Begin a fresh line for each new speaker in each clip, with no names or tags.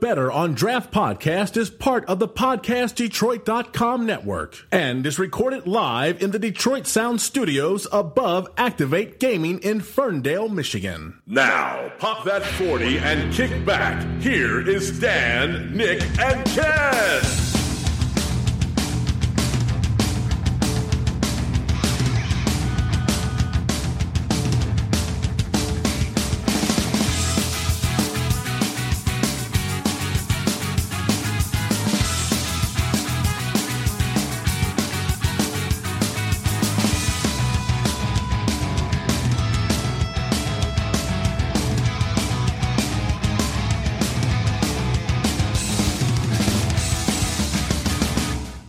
Better on Draft podcast is part of the PodcastDetroit.com network and is recorded live in the Detroit Sound Studios above Activate Gaming in Ferndale, Michigan.
Now, pop that 40 and kick back. Here is Dan, Nick, and Ken.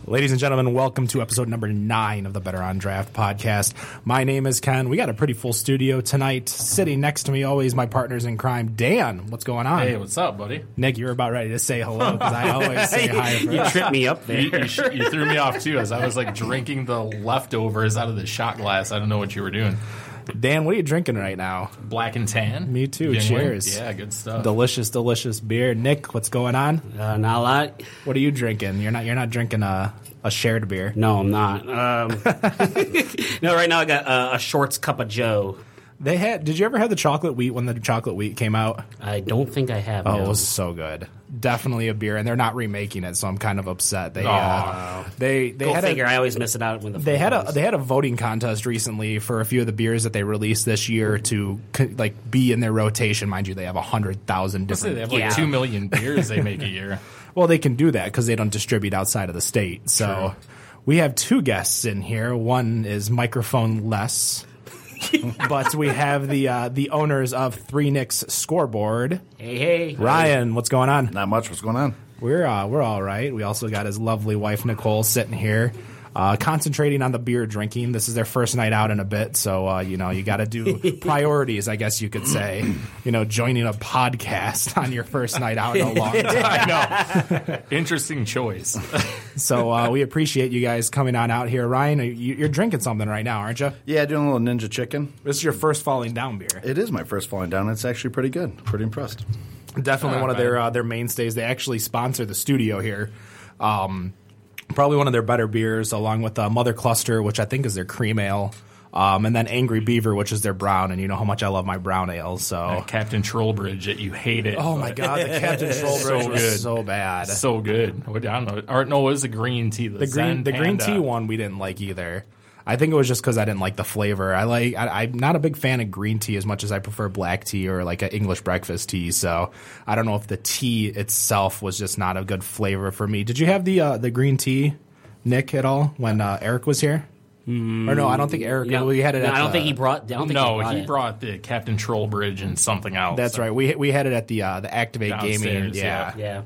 Ladies and gentlemen, welcome to episode number nine of the Better on Draft podcast. My name is Ken. We got a pretty full studio tonight. Sitting next to me, always my partners in crime, Dan. What's going on?
Hey, what's up, buddy?
Nick, you're about ready to say hello because I always say hi.
you
first.
tripped me up there.
You, you sh- you threw me off too, as I was like drinking the leftovers out of the shot glass. I don't know what you were doing.
Dan, what are you drinking right now?
Black and tan.
Me too. Cheers.
Yeah, good stuff.
Delicious, delicious beer. Nick, what's going on?
Uh, not a lot.
What are you drinking? You're not. You're not drinking a a shared beer.
No, I'm not. Um, no, right now I got uh, a shorts cup of Joe.
They had. Did you ever have the chocolate wheat when the chocolate wheat came out?
I don't think I have.
Oh,
no.
it was so good. Definitely a beer, and they're not remaking it, so I'm kind of upset. They uh, they they
Go
had
figure.
a,
I always miss it out when the
they had a they had a voting contest recently for a few of the beers that they released this year to c- like be in their rotation. Mind you, they have hundred thousand
Honestly, they
different.
have like
Yeah.
two million beers they make a year.
well, they can do that because they don't distribute outside of the state. So we have two guests in here. One is microphone less. but we have the uh, the owners of Three Nicks Scoreboard,
hey hey.
Ryan. What's going on?
Not much. What's going on?
We're uh, we're all right. We also got his lovely wife Nicole sitting here, uh, concentrating on the beer drinking. This is their first night out in a bit, so uh, you know you got to do priorities, I guess you could say. You know, joining a podcast on your first night out in a long time.
I know. Interesting choice.
So uh, we appreciate you guys coming on out here, Ryan. You, you're drinking something right now, aren't you?
Yeah, doing a little ninja chicken.
This is your first falling down beer.
It is my first falling down. It's actually pretty good. Pretty impressed.
definitely one of their uh, their mainstays. They actually sponsor the studio here. Um, probably one of their better beers, along with uh, Mother Cluster, which I think is their cream ale, um, and then Angry Beaver, which is their brown. And you know how much I love my brown ale, so.
Captain Trollbridge, that you hate it.
Oh my god, the Captain Troll
So
Bridge was
good.
so bad.
so good. What, I don't know. Or no, it was the green tea. The,
the green
Zen
the green
Panda.
tea one we didn't like either. I think it was just because I didn't like the flavor. I like I, I'm not a big fan of green tea as much as I prefer black tea or like an English breakfast tea. So I don't know if the tea itself was just not a good flavor for me. Did you have the uh, the green tea, Nick, at all when uh, Eric was here? or no, I don't think Eric.
Mm, No,
we had it.
no,
at
I don't
the-
think he brought. I don't think
No,
he brought.
he
it.
brought the Captain Trollbridge and something else.
That's right. We we had it at the uh, the Activate Gaming.
Downstairs,
Yeah.
Yeah.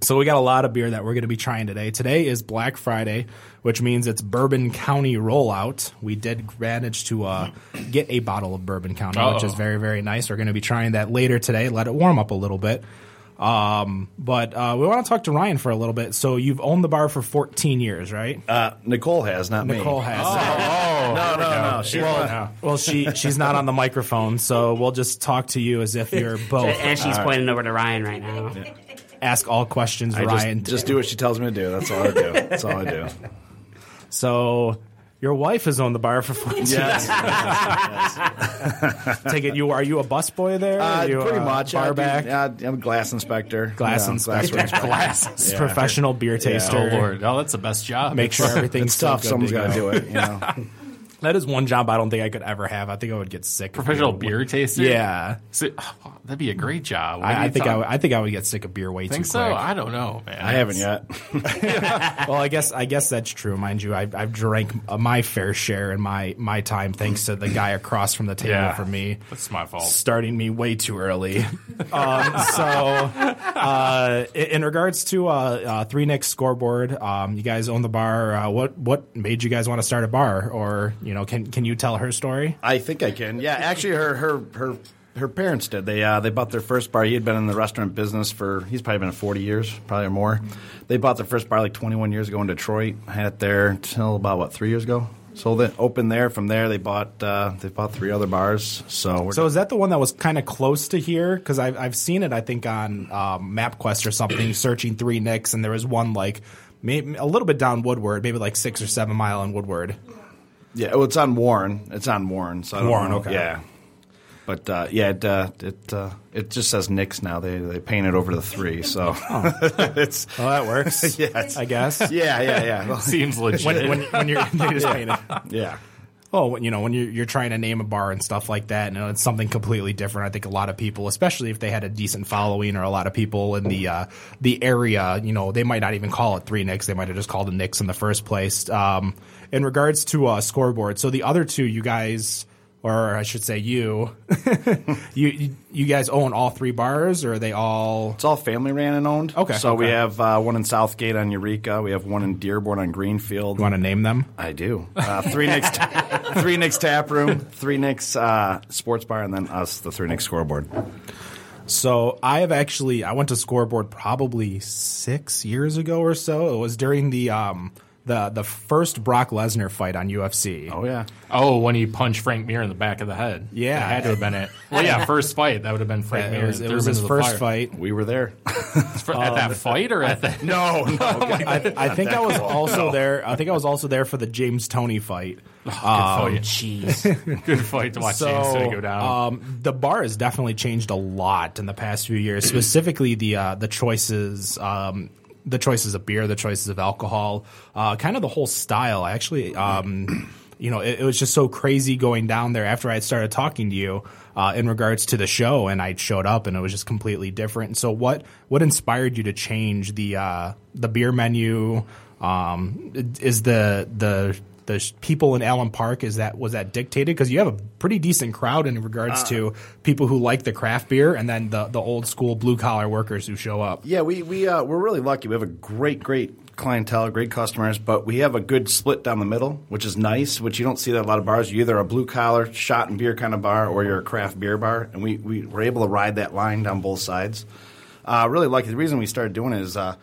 So we got a lot of beer that we're going to be trying today. Today is Black Friday, which means it's Bourbon County rollout. We did manage to uh, get a bottle of Bourbon County, which is
Uh-oh.
very very nice. We're going to be trying that later today. Let it warm up a little bit. Um, but uh, we want to talk to Ryan for a little bit. So you've owned the bar for 14 years, right?
Uh, Nicole has, not me. Oh.
Nicole has.
Oh,
No, no, no. She
Well, well, she she's not on the microphone, so we'll just talk to you as if you're both.
And she's pointing over to Ryan right now.
Ask all questions,
I just,
Ryan.
just do what she tells me to do. That's all I do. That's all I do.
so your wife has owned the bar for 14 years. Take it you are you a busboy there?
Uh,
Are you
pretty
a
much. I
Bar
do-
back,
yeah, I'm a glass inspector.
glass
Yeah,
inspector,
glass inspector.
glasses, professional beer taster.
Oh Lord, oh that's the best job.
Make sure everything's
It's tough.
still
Someone's
good
got
to
to do it. You know.
go. That is one job I don't think I could ever have. I think I would get sick. of
professional beer taster.
Yeah,
So- oh, that'd be a great job. What do
I, I
you
think I, would, I think I would get sick of beer way
think
too
so.
quick.
I don't know, man.
I haven't yet.
well, I guess I guess that's true, mind you. I've, I've drank uh, my fair share in my my time, thanks to the guy across from the table
Yeah.
from me.
That's my fault.
starting me way too early. um, so, uh, i- in regards to uh, uh, Three Nicks scoreboard, um, you guys own the bar. Uh, what what made you guys want to start a bar? Or you know, can can you tell her story?
I think I can. Yeah, actually, her her her her parents did. They uh, they bought their first bar. He had been in the restaurant business for he's probably been in forty years, probably or more. They bought their first bar like twenty one years ago in Detroit. Had it there until about what three years ago, So they opened there. From there, they bought uh, they bought three other bars. So we're
So is that the one that was kind of close to here? Because I've I've seen it, I think on um, MapQuest or something, searching three Nicks, and there was one like maybe a little bit down Woodward, maybe like six or seven mile in Woodward.
yeah. Well, it's on Warren. It's on Warren. So I don't
Warren,
know.
okay.
Yeah. But uh, yeah, it uh, it, uh, it just says Nick's now. They they painted over the three. So
Oh.
it's
Well, that works.
Yes.
I guess.
yeah, yeah, yeah,
Seems legit.
When, when, when you're they just paint it.
yeah.
Oh, when- you know, when you're, you're trying to name a bar and stuff like that, and uh, it's something completely different. I think a lot of people, especially if they had a decent following or a lot of people in the uh, the area, you know, they might not even call it three Knicks. They might have just called it Knicks in the first place. Um, in regards to uh, scoreboard, so the other two, you guys, or I should say you, you, you, you guys own all three bars, or are they all?
It's all family ran and owned.
Okay,
So we
okay.
have uh, one in Southgate on Eureka. We have one in Dearborn on Greenfield.
You want to name them?
I do. Uh, three Knicks, three Knicks tap room, three Knicks uh, sports bar, and then us, the three Knicks scoreboard.
So I have actually I went to scoreboard probably six years ago or so. It was during the um the the first Brock Lesnar fight on UFC.
Oh yeah,
oh, when he punched Frank Mir in the back of the head.
Yeah.
That had to have been it. Well, yeah, first fight. That would have been Frank
It
Mir.
was, it
threw
was
him
his
into the
first
fire.
fight. Um,
we were there.
For- at that fight or at that?
No, no,
I, I think I was also there. I think I was also there for the James Tony fight.
Oh,
Jeez.
Good fight to watch James City go down.
Um, the bar has definitely changed a lot in the past few years. Specifically, the uh, the choices. Um, the choices of beer, the choices of alcohol, uh, kind of the whole style. I Actually, um, you know, it, it was just so crazy going down there after I had started talking to you uh, in regards to the show, and I showed up, and it was just completely different. And so, what what inspired you to change the uh, the beer menu? Um, is the the the sh- people in Allen Park is that was that dictated because you have a pretty decent crowd in regards to people who like the craft beer and then the the old school blue collar workers who show up.
Yeah, we we uh, we're really lucky. We have a great great clientele, great customers, but we have a good split down the middle, which is nice. Which you don't see that at a lot of bars. You're either a blue collar shot and beer kind of bar, or you're a craft beer bar, and we we were able to ride that line down both sides. Uh, really lucky. The reason we started doing it is. Uh,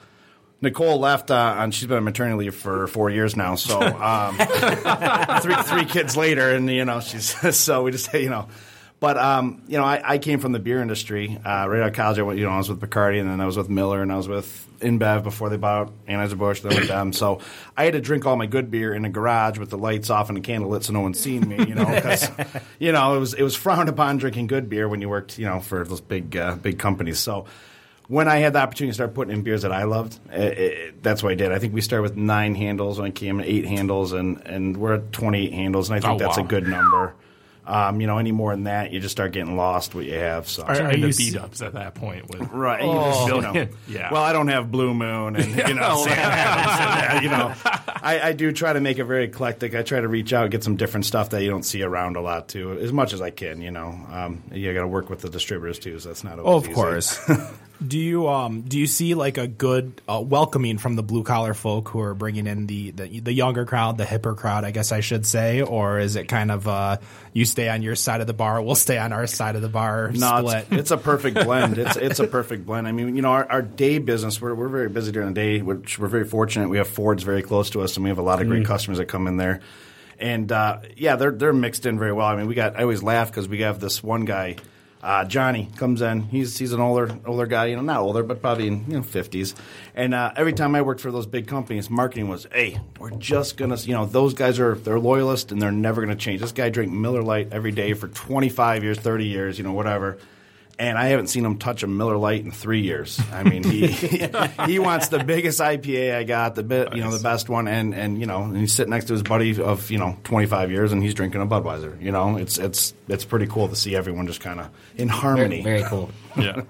Nicole left, uh, and she's been on maternity leave for four years now. So, um, three three kids later, and you know she's so we just you know, but um, you know I, I came from the beer industry uh, right out of college. I went you know I was with Bacardi, and then I was with Miller, and I was with InBev before they bought Anheuser Busch. Then with them, so I had to drink all my good beer in a garage with the lights off and a candle lit, so no one seen me. You know, 'cause, you know it was it was frowned upon drinking good beer when you worked you know for those big uh, big companies. So when I had the opportunity to start putting in beers that I loved, eh, eh, that's what I did. I think we started with nine handles when I came, eight handles, and, and we're at 28 handles, and I think
Oh,
that's
wow.
a good number. Um, you know, any more than that, you just start getting lost what you have. So.
Trying
are you
to
s-
beat ups at that point with
Right, you just, you know,
Yeah. Oh,
Well, I don't have Blue Moon, and you know, Sam Adams and that, you know, I, I do try to make it very eclectic. I try to reach out, get some different stuff that you don't see around a lot too, as much as I can. You know, um, you got to work with the distributors too, so that's not always
Oh, of
easy.
course. do you um do you see like a good uh, welcoming from the blue collar folk who are bringing in the, the the younger crowd, the hipper crowd, I guess I should say, or is it kind of uh you stay on your side of the bar, we'll stay on our side of the bar
No,
split?
it's, it's a perfect blend. It's it's a perfect blend. I mean, you know, our, our day business, we're, we're very busy during the day, which we're very fortunate. We have Ford's very close to us, and we have a lot of great customers that come in there. And uh, yeah, they're they're mixed in very well. I mean, we got I always laugh because we have this one guy, uh, Johnny, comes in. He's he's an older older guy, you know, not older, but probably in you know fifties. And uh, every time I worked for those big companies, marketing was, hey, we're just gonna, you know, those guys are they're loyalists and they're never gonna change. This guy drank Miller Lite every day for twenty five years, thirty years, you know, whatever and I haven't seen him touch a Miller Lite in three years. I mean, he he wants the biggest IPA I got, the bit, you know, the best one, and and you know, and he's sitting next to his buddy of you know 25 years, and he's drinking a Budweiser. You know, it's it's it's pretty cool to see everyone just kind of in harmony.
Very, very cool.
yeah.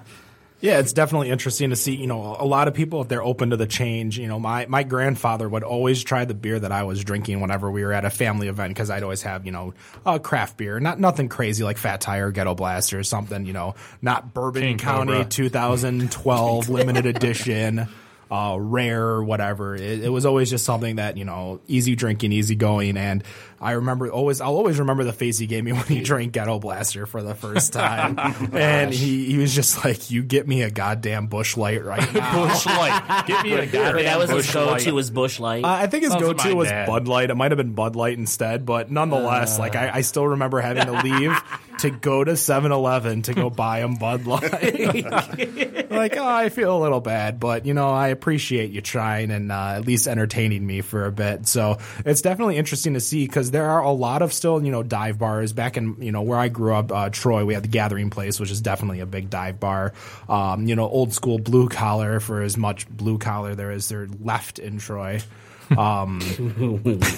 Yeah, it's definitely interesting to see. You know, a lot of people if they're open to the change. You know, my my grandfather would always try the beer that I was drinking whenever we were at a family event because I'd always have you know uh, craft beer, not nothing crazy like Fat Tire, Ghetto Blaster, or something. You know, not Bourbon
King
County
Cobra.
2012 limited edition. uh, rare or whatever. It, it was always just something that you know, easy drinking, easy going. And I remember always, I'll always remember the face he gave me when he drank Ghetto Blaster for the first time, and he, he was just like, "You get me a goddamn bush light right now."
Bush Light. Give me a goddamn
that was his
Bush Light.
go-to was Bush Light.
Uh, I think his
Sounds
go
like
to
my
was
dad.
Bud Light. It might have been Bud Light instead, but nonetheless, like I, I still remember having to leave to go to 7 Eleven to go buy him Bud Light. like, oh, I feel a little bad, but you know, I appreciate you trying and uh, at least entertaining me for a bit. So it's definitely interesting to see because there are a lot of still, you know, dive bars back in, you know, where I grew up, uh, Troy, we had the Gathering Place, which is definitely a big dive bar. Um, you know, old school blue collar for as much blue collar there is there left in Troy.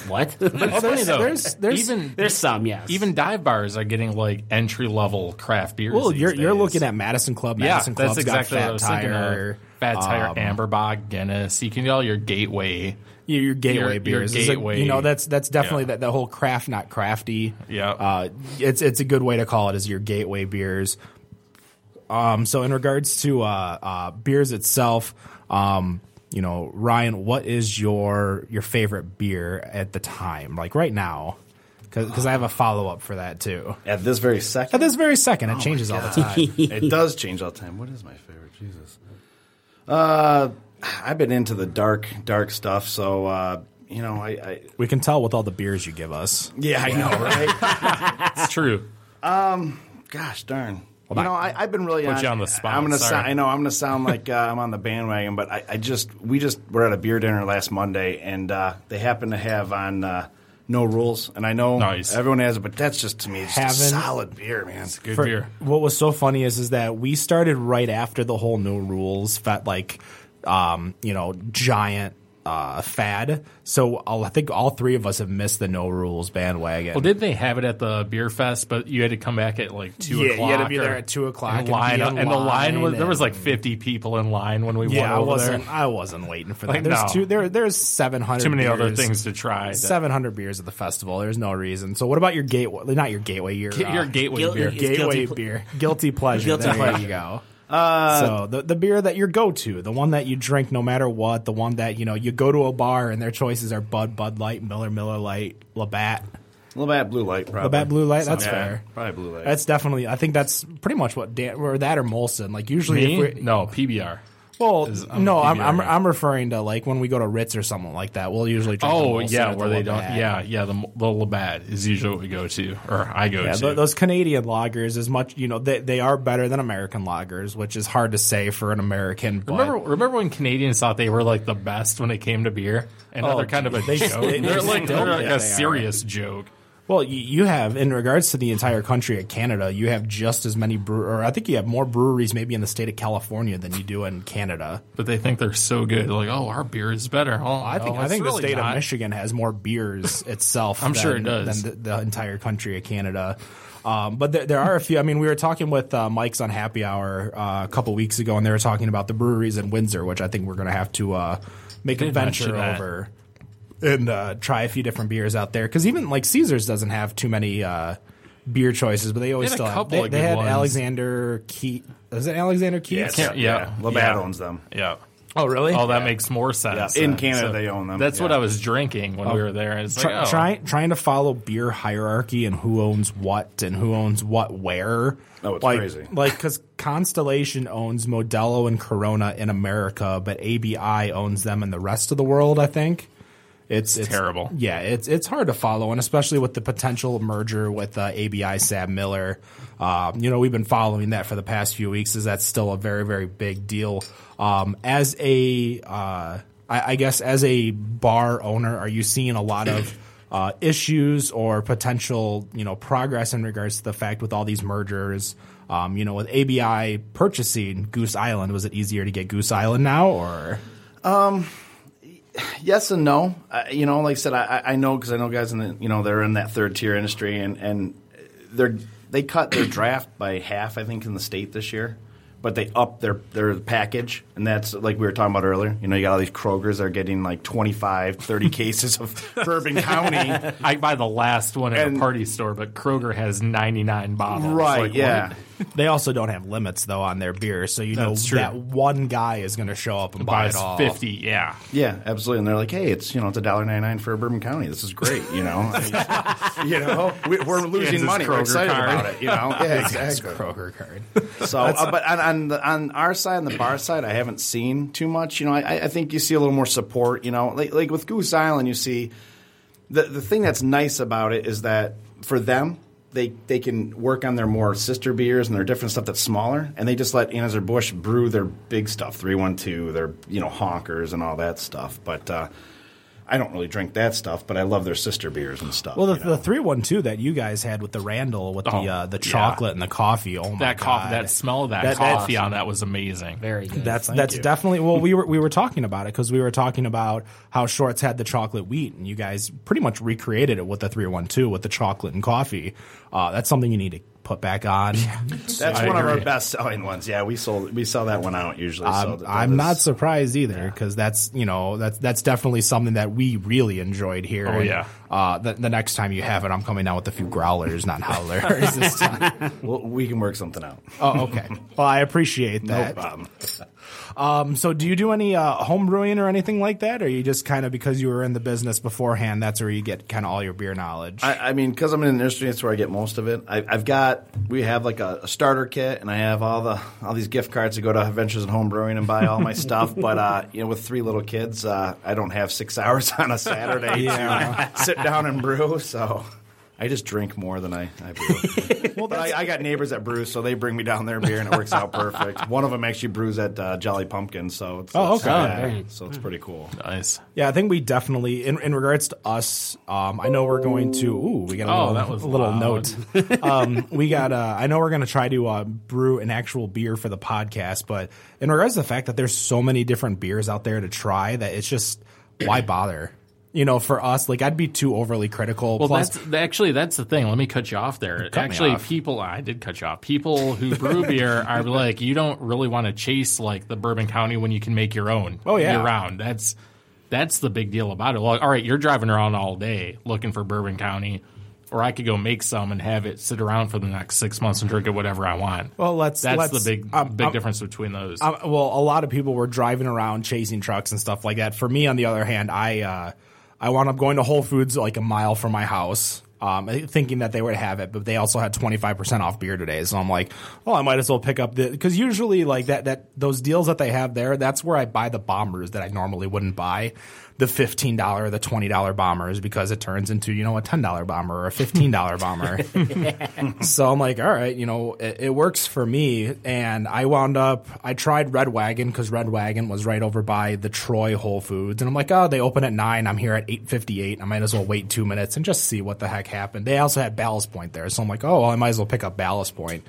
what?
Oh, there's,
there's- there's-
even
There's some, yes.
even dive bars are getting like entry level craft beers.
Well, you're
these
you're
days.
looking at Madison Club.
yeah,
Madison Club's
that's exactly
got Fat
what I was thinking of.
Tire,
Fat Tire,
um,
Amberbog, Guinness. You can get all your gateway.
your, your
your-
gateway
your
beers. It's
gateway.
Like, you know, that's that's definitely
Yeah.
that the whole craft not crafty.
Yeah.
uh, it's it's a good way to call it is your gateway beers. Um, so in regards to uh, uh, beers itself, um, you know, Ryan, what is your your favorite beer at the time, like right now? Because I have a follow up for that too.
At this very
At
second,
this very second, it changes all the time.
it does change all the time. What is my favorite? Jesus. Uh, I've been into the dark, dark stuff. So, uh, you know, I, I
we can tell with all the beers you give us.
yeah, I know, right?
It's true.
Gosh darn. you know, I, I've been really
Put
on,
you on the spot,
I'm gonna
sorry.
sound, I know I'm gonna sound like uh, I'm on the bandwagon, but I, I just we just were at a beer dinner last Monday, and uh, they happened to have on uh, no rules, and I know
Nice.
everyone has it, but that's just to me it's just a
Haven't-
solid beer, man. It's good
For-
beer.
beer.
What was so funny is is that we started right after the whole no rules fat like um, you know, giant uh, fad. So I'll, I think all three of us have missed the no rules bandwagon.
Well, did they have it at the beer fest? But you had to come back at like two
Yeah, you
o'clock.
had to be
or-
there at 2 o'clock
And,
and
line,
be
and,
in
the line was
line
there was like
and-
fifty people in line when we went
yeah, I
over
wasn't.
there.
I wasn't waiting for that.
Like,
there's
no.
two. There, there's seven hundred.
Too many other things to try. that-
Seven hundred beers at the festival. There's no reason. So what about your gateway? Not your gateway. Your
Get your
uh,
gateway
Gil-
beer.
it's
gateway
guilty ple-
beer, guilty pleasure.
Guilty
there
pleasure.
you go.
Uh,
so the the beer that you go to, the one that you drink no matter what, the one that you know you go to a bar and their choices are Bud, Bud Light, Miller, Miller Light, Labatt,
Labatt Blue Light, probably.
Labatt Blue Light. That's
Yeah,
fair.
Probably Blue Light.
That's definitely. I think that's pretty much what Dan or that or Molson. Like usually,
Me?
if we're,
No, PBR.
well,
is- I'm
no,
a
I'm,
PBR
I'm
guy.
I'm referring to like when we go to Ritz or something like that. We'll usually drink.
Oh
the Molson
yeah,
or the
where they don't.
Labatt.
Yeah, yeah. The, the Labatt is usually what we go to, or I go
Yeah,
to.
tho- those Canadian lagers, as much you know, they they are better than American lagers, which is hard to say for an American. But
Remember, remember when Canadians thought they were like the best when it came to beer, and now they're kind of a joke.
Oh, they-
They,
they
are like,
still
they're
think
like
they are.
a serious joke.
Well, you, you have in regards to the entire country of Canada, you have just as many brew, or I think you have more breweries maybe in the state of California than you do in Canada.
But they think they're so good. Like, oh, our beer is better. Oh,
I think I think the state of Michigan has more beers itself.
I'm
than,
sure it does.
than the, the entire country of Canada. Um, but there, there are a few. I mean, we were talking with uh, Mike's on Happy Hour uh, a couple weeks ago, and they were talking about the breweries in Windsor, which I think we're going to have to uh, make a
did
venture
mention that.
over and uh, try a few different beers out there. Because even like Caesars doesn't have too many uh, beer choices, but they always
had a
still have.
couple
They,
of
they
good
had
ones.
Alexander Keat. Is it Alexander Keats?
Yes.
Can't- yeah.
Labatt
Yeah.
owns them.
Yeah.
Oh, really?
Oh, that makes more sense.
Yeah. In
then.
Canada, they own them.
That's what
Yeah.
I was drinking when we were there. And it's like,
Try,
oh.
trying trying to follow beer hierarchy and who owns what and who owns what where.
Oh, it's
like,
crazy.
Like because Constellation owns Modelo and Corona in America, but ABI owns them in the rest of the world. I think it's, it's
terrible.
Yeah, it's it's hard to follow, and especially with the potential merger with uh, ABI Sam Miller. Um, you know, we've been following that for the past few weeks. Is that's still a very very big deal? Um, as a uh, I, I guess as a bar owner, are you seeing a lot of uh, issues or potential you know progress in regards to the fact with all these mergers? Um, you know, with ABI purchasing Goose Island, was it easier to get Goose Island now, or
yes and no. Uh, you know, like I said, I, I- I know because I know guys in the you know they're in that third tier industry, and and they're they cut their draft by half, I think, in the state this year. But they upped their, their package, and that's like we were talking about earlier. You know, you got all these Krogers that are getting like 25, 30 cases of Bourbon County.
I buy the last one at a
And-
party store, but Kroger has 99 bottles.
Right,
Like,
yeah.
what?
They also don't have limits though on their beer, so you know
That's true.
that one guy is going to show up and buy
buys
it all.
50, yeah.
Yeah, absolutely. And they're like, hey, it's you know, it's a dollar ninety nine for Bourbon County. This is great. You know, I- you know, we, we're
Kansas
losing money. we're
Kroger
excited
card.
about it. You know, yeah, exactly.
Kroger card.
So, uh, but on on, the, on our side, on the bar side, I haven't seen too much. You know, I, I think you see a little more support. You know, like like with Goose Island, you see the the thing that's nice about it is that for them. They, they can work on their more sister beers and their different stuff that's smaller, and they just let Anheuser Busch brew their big stuff, three one two, their you know honkers and all that stuff. But uh, I don't really drink that stuff, but I love their sister beers and stuff.
Well, the,
you know?
the three one two that you guys had with the Randall with
Oh,
the uh, the
yeah.
chocolate and the coffee. Oh my
That coffee,
god,
that smell of that,
That- that-
coffee on that was amazing.
Very good.
That's that's definitely well. We were we were talking about it because we were talking about how Shorts had the chocolate wheat, and you guys pretty much recreated it with the three one two with the chocolate and coffee. Uh, that's something you need to put back on.
that's
I
one of our
agree.
best selling ones. Yeah, we sold we sell that one out usually. so
I'm,
th-
I'm
this-
not surprised either because that's you know that's that's definitely something that we really enjoyed here.
Oh, yeah.
Uh, the, the next time you have it, I'm coming down with a few growlers, not howlers. this time.
Well, we can work something out.
Oh, okay. Well, I appreciate that.
problem.
Um, so, do you do any uh, home brewing or anything like that, or you just kind of because you were in the business beforehand, that's where you get kind of all your beer knowledge?
I, I mean, because I'm in an industry, that's where I get most of it. I, I've got we have like a, a starter kit, and I have all the all these gift cards to go to Adventures in Home Brewing and buy all my stuff. But uh, you know, with three little kids, uh, I don't have six hours on a Saturday to sit down and brew. So. I just drink more than I, I brew. well, but I, I got neighbors that brew, so they bring me down their beer, and it works out perfect. One of them actually brews at uh, Jolly Pumpkin, so it's,
Oh,
it's-
okay.
yeah,
Very-
so it's pretty cool.
Nice.
yeah, I think we definitely in, in regards to us. Um, I know we're going to. Ooh, we got a
Oh,
little,
that was
a little
loud.
note. um, we got. Uh, I know we're going to try to uh, brew an actual beer for the podcast, but in regards to the fact that there's so many different beers out there to try, that it's just why bother. You know, for us, like I'd be too overly critical.
Well,
Plus,
that's th- actually that's the thing. Let me cut you off there.
cut me
actually,
off.
people I did cut you off. People who brew beer are like, you don't really want to chase like the Bourbon County when you can make your own.
Oh, yeah.
year round. That's that's the big deal about it. Well, all right, you're driving around all day looking for Bourbon County, or I could go make some and have it sit around for the next six months and drink it whatever I want.
Well, let's-
that's
let's-
the big
um,
big
um,
difference between those.
um, well, a lot of people were driving around chasing trucks and stuff like that. For me, on the other hand, I uh, I wound up going to Whole Foods like a mile from my house. Um, thinking that they would have it, but they also had twenty five percent off beer today. So I'm like, well, I might as well pick up the because usually like that that those deals that they have there, that's where I buy the bombers that I normally wouldn't buy, the fifteen dollar, the twenty dollar bombers because it turns into you know a ten dollar bomber or a fifteen dollar bomber. So I'm like, all right, you know, it, it works for me. And I wound up, I tried Red Wagon because Red Wagon was right over by the Troy Whole Foods, and I'm like, oh, they open at nine. I'm here at eight fifty eight. I might as well wait two minutes and just see what the heck happened. They also had Ballast Point there, so I'm like, oh, well, I might as well pick up Ballast Point.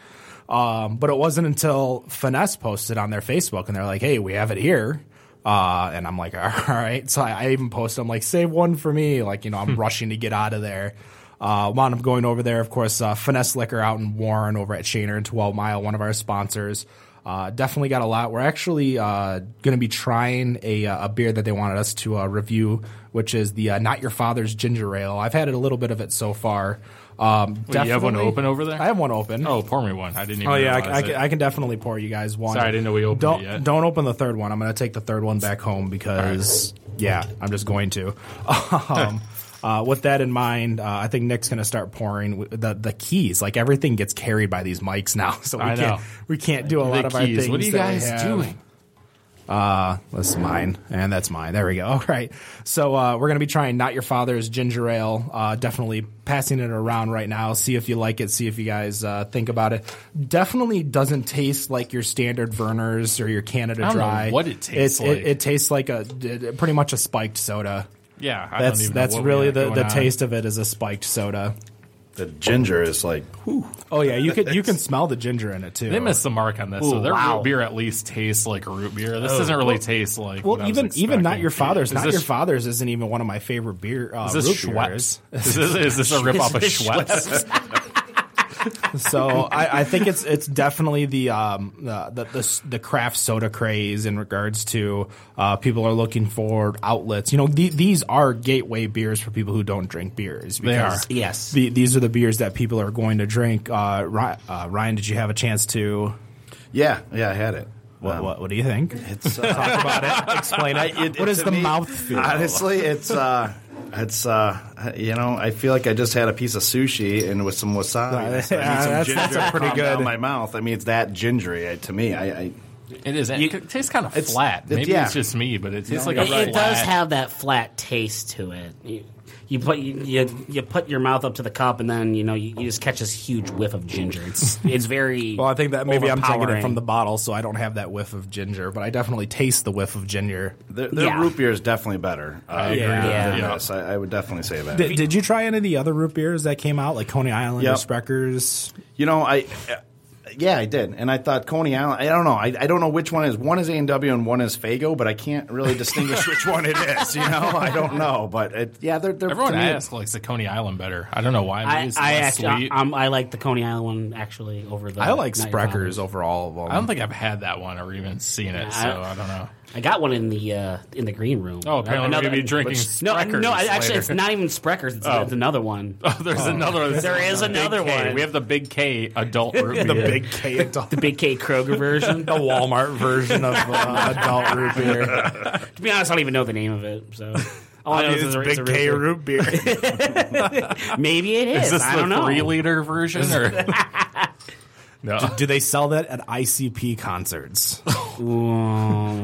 Um, but it wasn't until Finesse posted on their Facebook, and they're like, hey, we have it here. Uh, and I'm like, all right. So I, I even posted, I'm like, save one for me. Like, you know,
Hmm.
I'm rushing to get out of there. Uh, wound up going over there, of course, uh, Finesse Liquor out in Warren over at Shaner and 12 Mile, one of our sponsors. Uh, definitely got a lot. We're actually uh, going to be trying a, uh, a beer that they wanted us to uh, review, which is the uh, Not Your Father's Ginger Ale. I've had it a little bit of it so far. Um,
Wait, you have one
definitely-
open over there?
I have one open.
oh, pour me one. I didn't even.
Oh yeah, I,
realize
I
it.
can, I can definitely pour you guys one.
Sorry, I didn't know we opened
don't,
it yet.
Don't open the third one. I'm going to take the third one back home because yeah, I'm just going to. Um, uh, with that in mind, uh, I think Nick's going to start pouring w- the the keys. Like everything gets carried by these mics now, so we
I
can't
know.
we can't do a lot
The
of our
keys.
things.
What are you
that we
guys
have.
doing?
That's mine, and that's mine. There we go. All right. So uh, we're gonna be trying not your father's ginger ale. Uh, definitely passing it around right now. See if you like it. See if you guys uh, think about it. Definitely doesn't taste like your standard Verner's or your Canada
I don't know
Dry.
what it
It's-
tastes like.
It, it tastes like a d- pretty much a spiked soda.
Yeah, I
That's
don't even know
that's
what we
really
got
the,
going
the
on.
taste of it is a spiked soda.
The ginger is like
Oh yeah, you could you can smell the ginger in it too.
They missed the mark on this. so
Ooh,
their
wow.
root beer at least tastes like root beer. This doesn't really taste like. what I
Oh, well,
was
even even not
expecting.
your father's.
Is
Not
this-
your father's isn't even one of my favorite beer. Uh,
Is this
root beers.
Schweppes? Is this, is this a rip off of Schweppes?
so I, I think it's it's definitely the um uh, the, the s- the craft soda craze in regards to uh, people are looking for outlets. You know, the, these are gateway beers for people who don't drink beers.
They are.
because
Yes.
the, these are the beers that people are going to drink. Uh, Ry- uh, Ryan, did you have a chance to?
Yeah, yeah, I had it. Um,
What, what, what do you think?
It's, uh,
Talk about it. Um, Explain it.
it-
what
it-
is
to
the
me-
mouth feel?
Honestly, it's uh, it's uh, you know, I feel like I just had a piece of sushi and with some wasabi. so I need
Yeah,
some
that's-
ginger
that's a
to
pretty
calm down
good-
My mouth. I mean, it's that gingery I, to me. I, I
It is. It, c- tastes kind of
it's-
flat.
it's-
Maybe it's,
yeah.
just me, but it tastes like a
It,
flat.
it does have that flat taste to it. You, you put you, you you put your mouth up to the cup, and then you know you, you just catch this huge whiff of ginger. It's it's very
Well, I think that maybe I'm taking it
overpowering.
from the bottle, so I don't have that whiff of ginger, but I definitely taste the whiff of ginger.
their, their
Yeah.
root beer is definitely better. Uh, I
agree.
Yeah.
Than
Yeah.
this. I, I would definitely say that.
Did, did you try any of the other root beers that came out, like Coney Island
Yep.
or Sprecker's?
You know, I. uh, Yeah, I did, and I thought Coney Island. I don't know. I, I don't know which one is. One is A and W, and one is Fago, but I can't really distinguish which one it is. You know, I don't know, but it, yeah, they're they're
Everyone
to me,
I ask likes the Coney Island better. I don't know why. Maybe
I,
it's
I
less
actually
sweet.
I, um, I like the Coney Island one actually over the.
I like
Niagara
Sprecker's
Falls.
over all of them.
I don't think I've had that one or even seen it, so
I-
I, don't know.
I got one in the uh, in the green room.
Oh, apparently we're
Another-
gonna be drinking
No,
Sprecker's
no. I- Actually,
later.
it's not even Sprecker's. It's, it's another one.
Oh, there's another.
There is
Big
another
K.
one.
We have the Big K adult root beer.
K adult.
The Big K Kroger version.
The Walmart version of uh, adult root beer.
To be honest, I don't even know the name of it. So all I, know is it's a, it's a root beer.
beer.
Maybe it is.
Is this
I
the
don't know.
three liter version or no?
Do they sell that at ICP concerts?
Ooh,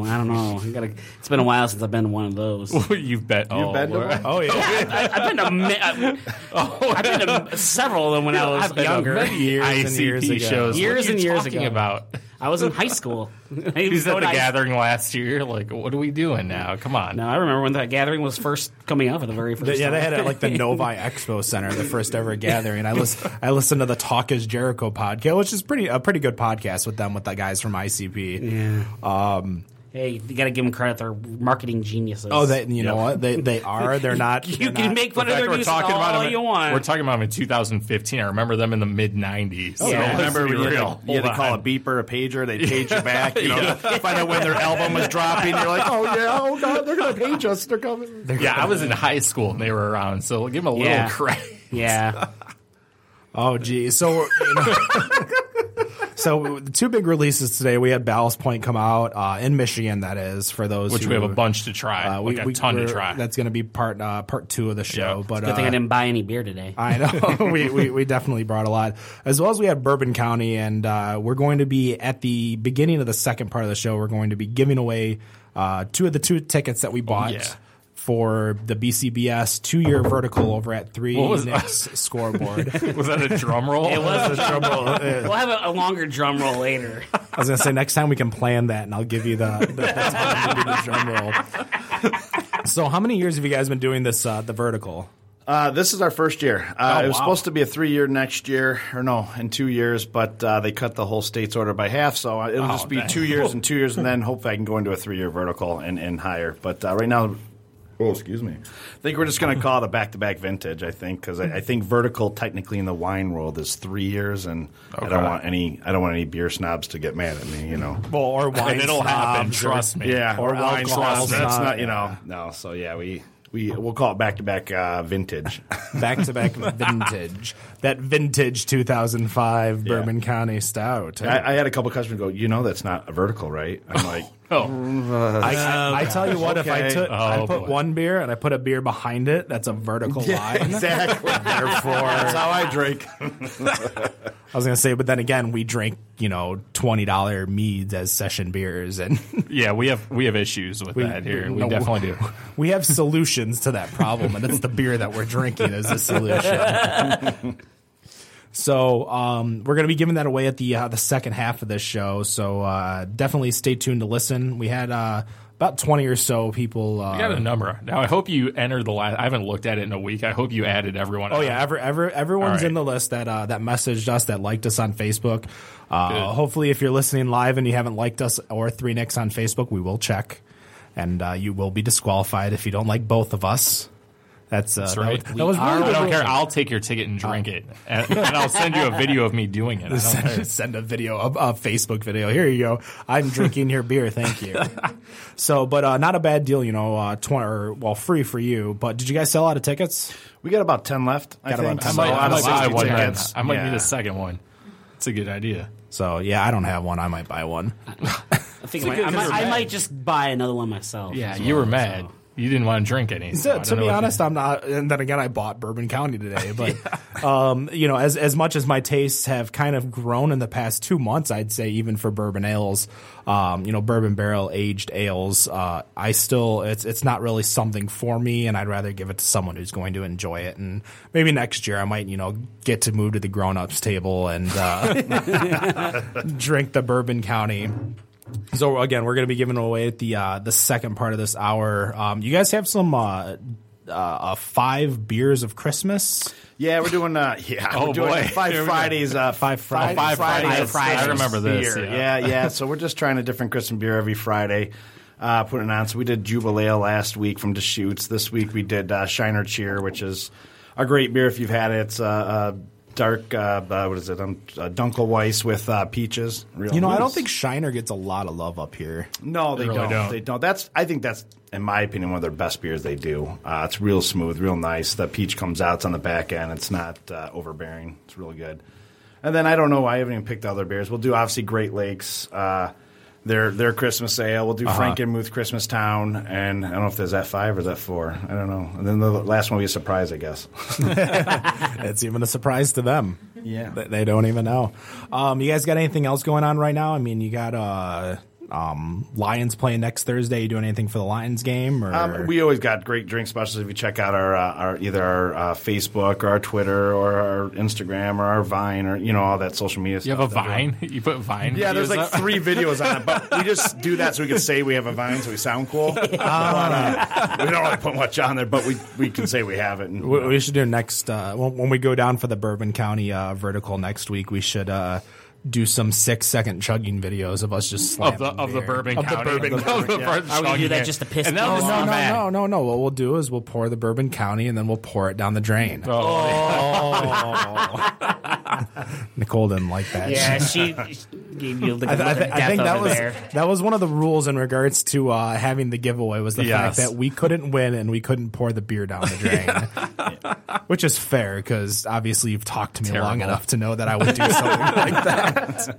I don't know. I gotta, it's been a while since I've been to one of those.
You've bet. Oh,
been to
we're-
one?
Oh, yeah.
I, I've been to ma- I, I've been to several of them when I was
I've been
younger.
to many years
and
ICP
years ago.
shows.
Years
what are
and
you
years
talking
ago.
about.
I was in high school. I
He was at
going
the
to high-
gathering last year. Like, what are we doing now? Come on.
No, I remember when that gathering was first coming out for the very first.
Yeah,
time.
they had it at like the Novi Expo Center, the first ever gathering. I listen, I listened to the Talk Is Jericho podcast, which is pretty a pretty good podcast with them with the guys from ICP.
Hey, you got to give them credit. They're marketing geniuses.
Oh, they, you know what? They they are. They're not.
You
they're
can
not-
make fun
In
of
fact,
their
we're
music all
talking about him.
you want.
We're talking about him in 2015. I remember them in the mid 90s. So
yeah.
let's
Remember
be
when you had,
real.
to, you had to
Hold
call
on.
a beeper, a pager, they page you back, you know, find out when their album was dropping. You're like, oh yeah, oh god, they're gonna page us, they're coming.
Yeah, I was in high school and they were around, so give them a little
Yeah.
credit.
yeah,
Oh, geez. So, you know, so the two big releases today. We had Ballast Point come out uh, in Michigan. That is for those
Which
who,
we have a bunch to try,
uh,
we, like a ton to
we're-
try.
That's going to be part uh, part two of the show.
Yeah.
But
good thing I
uh,
didn't buy any beer today.
I know we, we we definitely brought a lot, as well as we had Bourbon County, and uh, we're going to be at the beginning of the second part of the show. We're going to be giving away uh, two of the two tickets that we bought.
yeah.
For the BCBS two year vertical over at three
What was-
Knicks scoreboard.
was that a drum roll?
It was a drum roll. We'll have a, a longer drum roll later.
I was gonna say next time we can plan that, and I'll give you the, the, the, time to do the drum roll. So, how many years have you guys been doing this? Uh, the vertical.
Uh, this is our first year. Uh,
Oh,
it was
wow.
supposed to be a three year next year, or no, in two years, but uh, they cut the whole state's order by half, so uh, it'll just be
dang.
two years and two years, and then hopefully I can go into a three year vertical and, and higher. But uh, right now, oh excuse me, I think we're just gonna call it a back to back vintage. I think because I, I think vertical technically in the wine world is three years, and I don't want any I don't want any beer snobs to get mad at me, you know.
Well, or wine
and it'll happen.
snobs or-
Trust me.
Yeah,
Or
wine
alcohol
sauce. That's
snot.
not you know. No, so yeah, we we we'll call it back to back vintage.
back to back vintage. That vintage 2005 Bourbon County Stout.
I, I had a couple customers go, you know, that's not a vertical, right? I'm like,
Oh,
I, I- I tell you what, if I
Okay.
took, I
Oh,
put
boy.
one beer and I put a beer behind it, that's a vertical line.
exactly. Therefore, that's how I drink.
I was gonna say, but then again, we drink you know twenty dollar meads as session beers, and
yeah. We have we have issues with that here. We
no,
definitely do.
we have solutions to that problem, and it's the beer that we're drinking is the solution. So um, we're going to be giving that away at the uh, the second half of this show. So uh, definitely stay tuned to listen. We had uh, about twenty or so people. Uh,
I got a number now. I hope you entered the last. I haven't looked at it in a week. I hope you added everyone.
Oh yeah, ever, ever, everyone's
Um, All
in
right.
the list that uh, that messaged us, that liked us on Facebook. Uh, hopefully, if you're listening live and you haven't liked us or Three Nicks on Facebook, we will check, and uh, you will be disqualified if you don't like both of us. That's, uh,
That's
that
right.
was- That, was really
I
the
don't
rule.
care. I'll take your ticket and drink it, and, and I'll send you a video of me doing it. I don't care.
send, send a video, a, a Facebook video. Here you go. I'm drinking your beer. Thank you. so, but uh, not a bad deal, you know. Uh, twenty, or, well, free for you. But did you guys sell out of tickets?
We got about ten left. I
Got about
think.
10
So
left.
might-
out of
might buy
60
one.
tickets,
I might
yeah.
need a second one. It's a good idea.
So yeah, I don't have one. I might buy one.
I think I might, I,
good
might, I
revenge.
might just buy another one myself.
Yeah,
as
you were
well,
mad.
so.
You didn't want to drink any. so I
to,
don't
to
know
be
if you-
honest, I'm not. And then again, I bought Bourbon County today, but um, you know, as as much as my tastes have kind of grown in the past two months, I'd say even for bourbon ales, um, you know, bourbon barrel aged ales, uh, I still it's it's not really something for me, and I'd rather give it to someone who's going to enjoy it. And maybe next year, I might you know get to move to the grown ups table and uh, drink the Bourbon County. So again, we're going to be giving away at the uh, the second part of this hour. Um, you guys have some uh, uh, uh, five beers of Christmas.
Yeah, we're doing. Uh, yeah,
Oh,
we're doing
boy. Here
Five
we go.
Fridays. Uh,
Five Fridays.
Five
Fridays.
I remember this.
beer.
yeah.
Yeah. yeah, So we're just trying a different Christian beer every Friday. Uh, putting it on. So we did Jubilee last week from Deschutes. This week we did uh, Shiner Cheer, which is a great beer if you've had it. It's uh, uh, dark. Uh, uh, what is it? Um, uh, Dunkelweiss with uh, peaches. Real
You know, I don't
nice.
think Shiner gets a lot of love up here.
No, they,
really
don't.
don't.
They don't. That's. I think that's, in my opinion, one of their best beers they do. Uh, it's real smooth, real nice. The peach comes out. It's on the back end. It's not uh, overbearing. It's really good. And then I don't know. why I haven't even picked other beers. We'll do obviously Great Lakes. Uh, their their Christmas ale. We'll do
Uh-huh.
Frankenmuth Christmas Town, and I don't know if there's that five or that four. I don't know. And then the last one will be a surprise, I guess.
It's even a surprise to them.
Yeah.
they, they don't even know. Um, you guys got anything else going on right now? I mean, you got uh, um, Lions playing next Thursday. You doing anything for the Lions game? Or
Um, we always got great drink specials if you check out our, uh, our either our uh, Facebook or our Twitter or our Instagram or our Vine or you know all that social media.
You have a
stuff that we-
vine. You put vine.
Yeah, there's
videos up?
like three videos on it, but we just do that so we can say we have a Vine, so we sound cool. But, uh, we don't really put much on there, but we, we can say we have it. And,
We, we should do next uh, when, when we go down for the Bourbon County uh, vertical next week. We should uh, do some six second chugging videos of us just
of
slamming
the of the
beer.
Bourbon
Of the
County.
Bourbon-
Of the Bourbon
Are we gonna do that
County.
just to piss
And that
people
was
off?
not
no,
bad.
no, no, no. What we'll do is we'll pour the Bourbon County and then we'll pour it down the drain.
Oh,
Nicole didn't like that.
Yeah, she she gave you the
I, th- I, th-
death
I think that
over
was
there.
that was one of the rules in regards to uh, having the giveaway was the fact
Yes.
that we couldn't win and we couldn't pour the beer down the drain, which is fair because obviously you've talked to me long
Terrible.
enough to know that I would do something like that.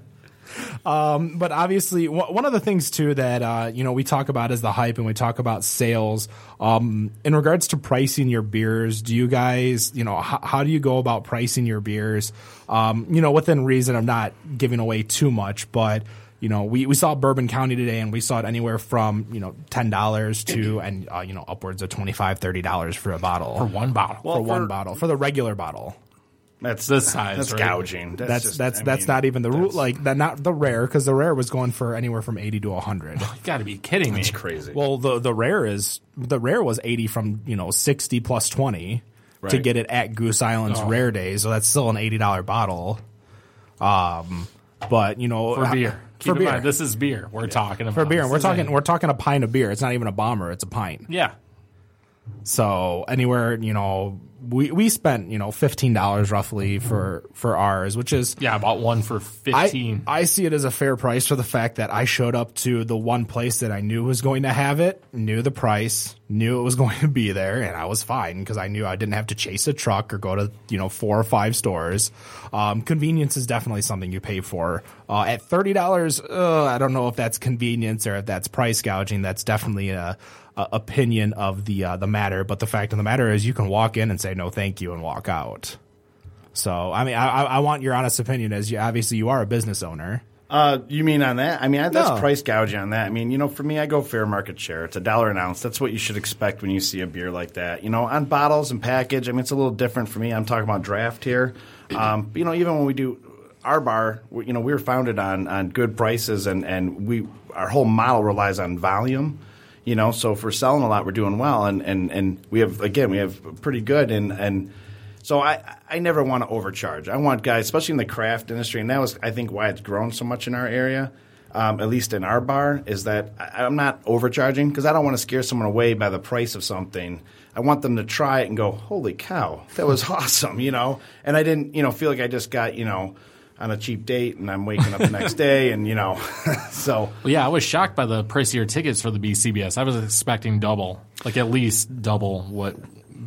Um, but obviously, w- one of the things too that uh, you know we talk about is the hype, and we talk about sales. Um, in regards to pricing your beers, do you guys, you know, h- how do you go about pricing your beers? Um, you know, within reason, I'm not giving away too much, but you know, we, we saw Bourbon County today, and we saw it anywhere from you know ten dollars to and uh, you know upwards of twenty five, thirty dollars for a bottle
For one bottle.
for one
for-
bottle for the regular bottle.
that's
this size,
That's
right?
gouging. That's
That's
just-
that's
I
that's
mean,
not even the rule.
that's-
Like that, not the rare because the rare was going for anywhere from eighty to hundred.
Oh, You got to be kidding me.
It's crazy.
Well, the the rare is the rare was eighty from you know sixty plus twenty to
Right.
get it at Goose Island's
Oh.
rare day, so that's still an eighty dollar bottle. Um, but you know
for beer.
for
Keep in
beer,
mind, this is beer we're talking about.
for beer, and we're
This isn't-
talking we're talking a pint of beer. It's not even a bomber; it's a pint.
Yeah,
So anywhere you know we we spent you know fifteen dollars roughly for for ours, which is
yeah. I bought one for
I,
fifteen.
I see it as a fair price for the fact that I showed up to the one place that I knew was going to have it, knew the price, knew it was going to be there, and I was fine because I knew I didn't have to chase a truck or go to you know four or five stores. Um, convenience is definitely something you pay for. Uh, at thirty dollars, uh, I don't know if that's convenience or if that's price gouging. That's definitely a, a opinion of the uh, the matter. But the fact of the matter is, you can walk in and say no, thank you, and walk out. So I mean, I, I I want your honest opinion as you obviously you are a business owner.
Uh, you mean on that? I mean, I- that's
No.
price gouging on that. I mean, you know, for me, I go fair market share. It's a dollar an ounce. That's what you should expect when you see a beer like that. You know, on bottles and package, I mean, it's a little different for me. I'm talking about draft here. Um, you know, even when we do our bar, we- you know, we were founded on on good prices, and and we our whole model relies on volume. You know, so if we're selling a lot, we're doing well, and and and we have again, we have pretty good and and. So I, I never want to overcharge. I want guys, especially in the craft industry, and that was I think why it's grown so much in our area. um, at least in our bar, is that I, I'm not overcharging because I don't want to scare someone away by the price of something. I want them to try it and go, "Holy cow, that was awesome!" You know, and I didn't, you know, feel like I just got, you know, on a cheap date and I'm waking up the next day and you know, so
Well, yeah, I was shocked by the price of your tickets for the BCBS. I was expecting double, like at least double what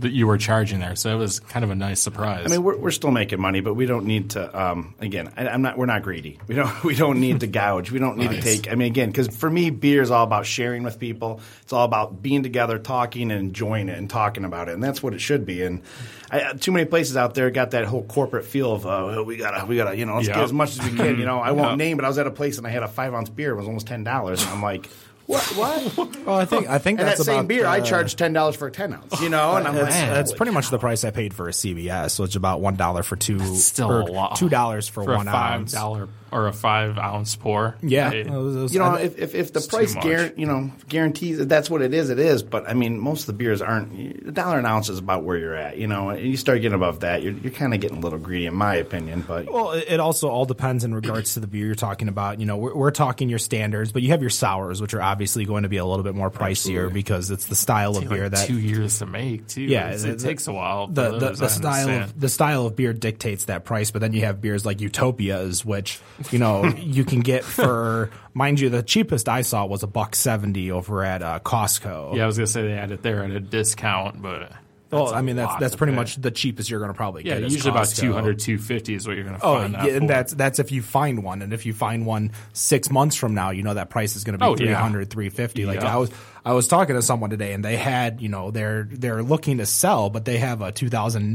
that you were charging there. So it was kind of a nice surprise.
I mean, we're, we're still making money, but we don't need to. Um, again, I, I'm not. We're not greedy. We don't. We don't need to gouge. We don't need to take. I mean, again, because for me, beer is all about sharing with people. It's all about being together, talking, and enjoying it, and talking about it, and that's what it should be. And I, uh, too many places out there got that whole corporate feel of uh, well, we gotta, we gotta, you know, let's
Yeah.
get as much as we can. You know, I won't name, but I was at a place and I had a five ounce beer. It was almost ten dollars, and I'm like. What? What?
Well, I think I think
And
that's
that same
about,
beer, I
uh,
charge ten dollars for a ten ounce. You know, and I'm like,
That's, that's pretty much the price I paid for a CBS, so it's about one dollar for two,
still
or
a lot.
two dollars for,
for
one
a five
ounce.
dollar or a five ounce pour.
Yeah,
It-
it was- it was-
you know,
I-
if, if, if the price
much.
guar- you know guarantees that that's what it is, it is. But I mean, most of the beers aren't. A dollar an ounce is about where you're at. You know, and you start getting above that, you're, you're kind of getting a little greedy, in my opinion. But
Well, it it also all depends in regards to the beer you're talking about. You know, we're, we're talking your standards, but you have your sours, which are obviously going to be a little bit more pricier because it's the style of
Like
beer that
two years to make too.
yeah,
It's-
the-
it
the-
takes a while. for
The, the,
those,
the
I
style
understand.
of the style of beer dictates that price, but then you have beers like Utopias, which you know you can get for, mind you, the cheapest I saw was a buck seventy over at uh, Costco.
yeah, Oh, I was gonna say they had it there at a discount, but
well, I mean that's
lot
that's
to
pretty
pay.
much the cheapest you're going to probably
yeah,
get. is
usually about
Costco.
200, 250 is what you're gonna
Oh,
find.
yeah,
that for.
and that's that's if you find one, and if you find one six months from now, you know that price is going to be
Oh, yeah.
three hundred, three fifty. 300, 350. Like
Yeah.
I was I was talking to someone today, and they had you know they're they're looking to sell, but they have a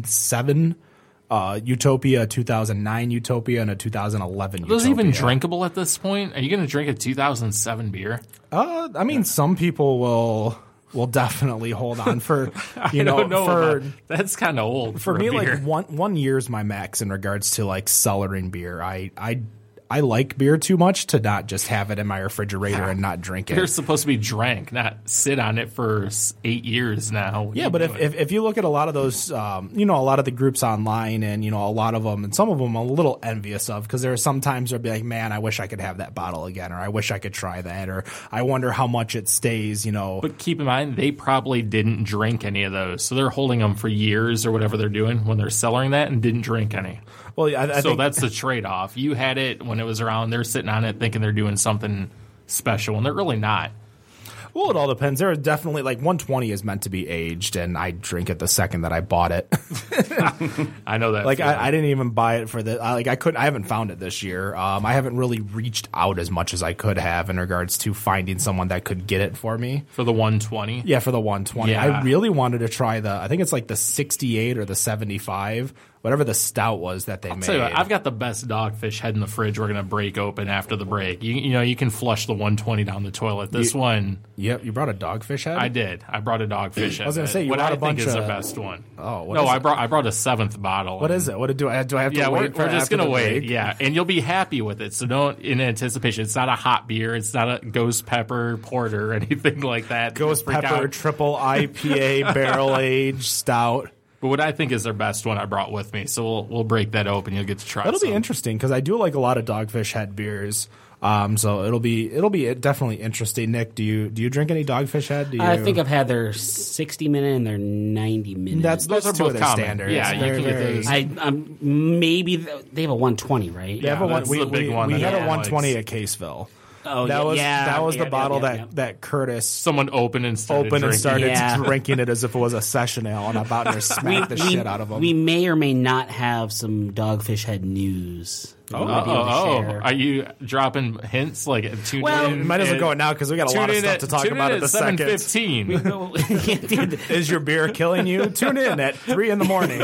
2007 uh, Utopia, 2009 Utopia, and a 2011.
Are those even
Utopia.
drinkable at this point? Are you gonna drink a 2007 beer?
Uh, I mean, some people will will definitely hold on for you
I
know,
don't know.
for.
about- that's kind of old
for me,
a beer.
like one one year's my max in regards to like cellaring beer. I I I like beer too much to not just have it in my refrigerator and not drink it.
They're supposed to be drank, not sit on it for s- eight years now. What are
yeah,
you
but if,
doing?
if, if you look at a lot of those, um, you know, a lot of the groups online, and you know, a lot of them, and some of them, I'm a little envious of because there are some times where I'd be like, man, I wish I could have that bottle again, or I wish I could try that, or I wonder how much it stays. You know,
but keep in mind, they probably didn't drink any of those, so they're holding them for years or whatever they're doing when they're selling that and didn't drink any.
well, yeah, I, I
so
think
that's the trade-off. You had it when it was around. They're sitting on it thinking they're doing something special, and they're really not.
Well, it all depends. There are definitely like 120 is meant to be aged, and I drink it the second that I bought it.
I know that.
like
feeling.
I, I didn't even buy it for the I, like I couldn't I haven't found it this year. Um, I haven't really reached out as much as I could have in regards to finding someone that could get it for me.
for the 120.
Yeah, for the 120.
Yeah.
I really wanted to try the I think it's like the 68 or the 75, whatever the stout was that they made.
Tell you what, I've got the best dogfish head in the fridge. We're gonna break open after the break. You, you know, you can flush the 120 down the toilet. This one,
yep, you brought a dogfish head.
I did. I brought a dogfish. I
was gonna say, you
what
brought
I
a bunch
think is the
of-
best one.
Oh, what
no,
is
I
it?
brought I brought a seventh bottle.
What is it? What do I do? I have to
Yeah,
wait
we're,
for
we're just
after
gonna
the
wait.
break?
Yeah, and you'll be happy with it. So don't in anticipation. It's not a hot beer. It's not a ghost pepper porter or anything like that.
Ghost
Freak
pepper
out.
triple IPA barrel aged stout.
But what I think is their best one, I brought with me. So we'll we'll break that open. You'll get to try.
That'll
some.
be interesting because I do like a lot of Dogfish Head beers. Um, so it'll be it'll be definitely interesting. Nick, do you do you drink any Dogfish Head? Do you? Mm,
I think I've had their 60 minute and their 90 minute.
that's
Those
that's
are
two
both
of their
common.
standards.
Yeah, you
They're-
can get
they're-
those.
I um, maybe th- they have a 120, right?
They have a
Yeah,
one-
that's
we,
the big
we-
one
we
that
had a
everyone
120 at Caseville.
Oh,
that
yeah,
was
yeah,
that was
yeah,
the
yeah,
bottle
yeah,
that
yeah.
that Curtis
Someone opened and started
opened and
drinking.
started
Yeah.
drinking it as if it was a session ale, and about there smacked the shit out of him.
We may or may not have some dogfish head news. that we might be able
Oh,
to
oh,
share.
are you dropping hints like at tune
Well,
in?
might as well
at-
go it now because we got a
tune
lot of
in
stuff
at-
to talk
tune
about
in
at the
seven
second.
fifteen.
Is your beer killing you? Tune in at three in the morning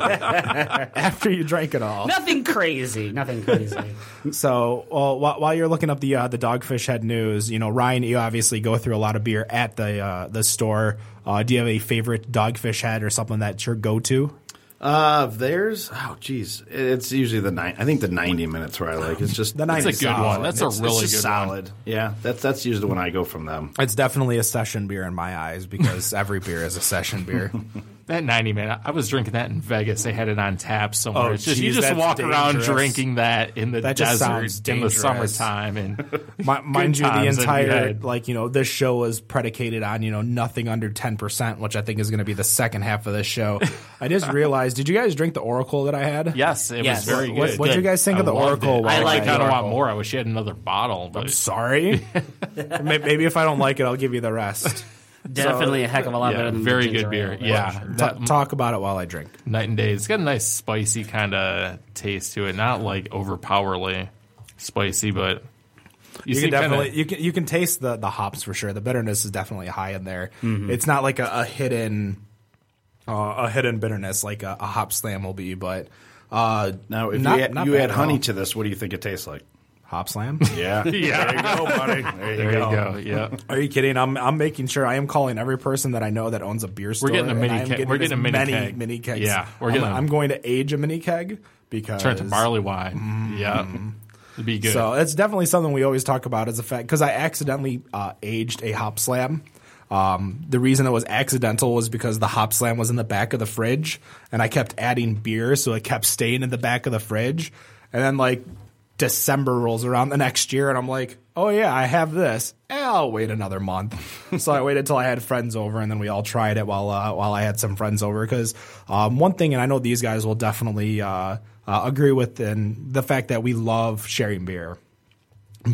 after you drank it all.
nothing crazy. Nothing crazy.
So, well, wh- while you're looking up the uh, the Dogfish Head news, you know Ryan, you obviously go through a lot of beer at the uh, the store. Uh, do you have a favorite Dogfish Head or something that's your go to?
uh, theirs, oh geez, it's usually the nine. I think the ninety minutes where I like. It's just
The ninety.
That's a good one. That's a
It's- it's
really
just
good one.
solid. Yeah, that's that's usually the one I go from them.
It's definitely a session beer in my eyes because every beer is a session beer.
That 90 man, I was drinking that in Vegas. They had it on tap somewhere.
Oh,
It's just, you
geez,
just
that's
walk around
dangerous.
drinking that in the
That just
desert
sounds
in the
dangerous.
summertime. And
Mi- mind you, the
times that we
entire
had.
like you know this show was predicated on you know nothing under ten percent, which I think is going to be the second half of this show. I just realized, did you guys drink the Oracle that I had?
yes, it
Yes.
was very
What-
good.
What would you
Good.
guys think of the Oracle?
I
while
like
had
kind
the
of want
Oracle?
more. I wish you had another bottle, but
Sorry, May- maybe if I don't like it, I'll give you the rest.
Definitely a heck of a lot
yeah,
better than the
very
ginger
good beer.
ale, that's
yeah,
for sure.
that
T- talk about it while I drink.
night and day. It's got a nice spicy kind of taste to it, not like overpowerly spicy, but you,
You
see
can definitely
kinda,
you can you can taste the the hops for sure. The bitterness is definitely high in there.
Mm-hmm.
It's not like a, a hidden uh, a hidden bitterness like a, a hop slam will be, but uh,
Now, if
not-
you, add,
not
you
bad
add
at
honey
all.
to this, what do you think it tastes like?
hop slam.
Yeah.
Yeah.
There you go, buddy. There you
There you
go.
Oh,
go. Yeah.
Are you kidding? I'm I'm making sure I am calling every person that I know that owns a beer store.
getting a
and
mini
I am
keg. We're
as
getting a mini
many
keg.
mini kegs.
Yeah, we're
I'm,
getting a-
I'm going to age a mini keg because
Turn it to barley wine. Yeah. It'd be good.
Mm. So it's definitely something we always talk about as a fact because I accidentally uh, aged a hop slam. Um, the reason it was accidental was because the hop slam was in the back of the fridge, and I kept adding beer, so it kept staying in the back of the fridge. And then like December rolls around the next year, and I'm like, oh yeah, I have this. Eh, I'll wait another month. so I waited till I had friends over, and then we all tried it while uh, while I had some friends over. Because um, one thing, and I know these guys will definitely uh, uh, agree with, and the fact that we love sharing beer.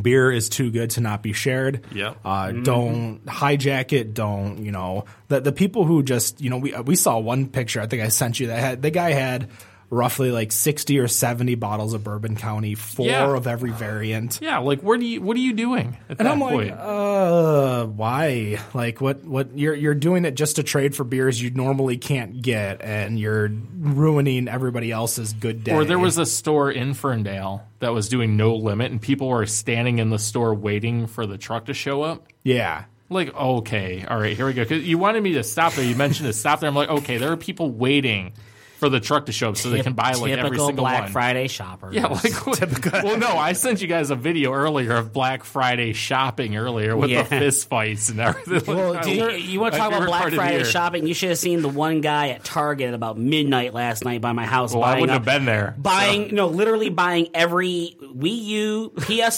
Beer is too good to not be shared.
Yeah.
Uh, Don't hijack it. Don't you know the the people who just you know we we saw one picture I think I sent you that had the guy had roughly like sixty or seventy bottles of Bourbon County, four
Yeah.
of every variant.
yeah, like where do you what are you doing
And
at that
I'm like,
point?
uh, why? Like, what? What? You're you're doing it just to trade for beers you normally can't get, and you're ruining everybody else's good day.
Or there was a store in Ferndale that was doing no limit, and people were standing in the store waiting for the truck to show up.
yeah.
Like, okay, all right, here we go. 'Cause you wanted me to stop there. You mentioned to stop there. I'm like, okay, there are people waiting for the truck to show up so they can buy like
Typical
every single
Black
one.
Friday shopper.
Yeah, like what- Well, no, I sent you guys a video earlier of Black Friday shopping earlier with
Yeah.
the fist fights and everything.
Well, do
you, want
My
to talk about
favorite part
Black
of the
Friday
year.
shopping? You should have seen the one guy at Target at about midnight last night by my house.
Well, I
buying
wouldn't
up-
have been there.
Buying no, literally buying every Wii U,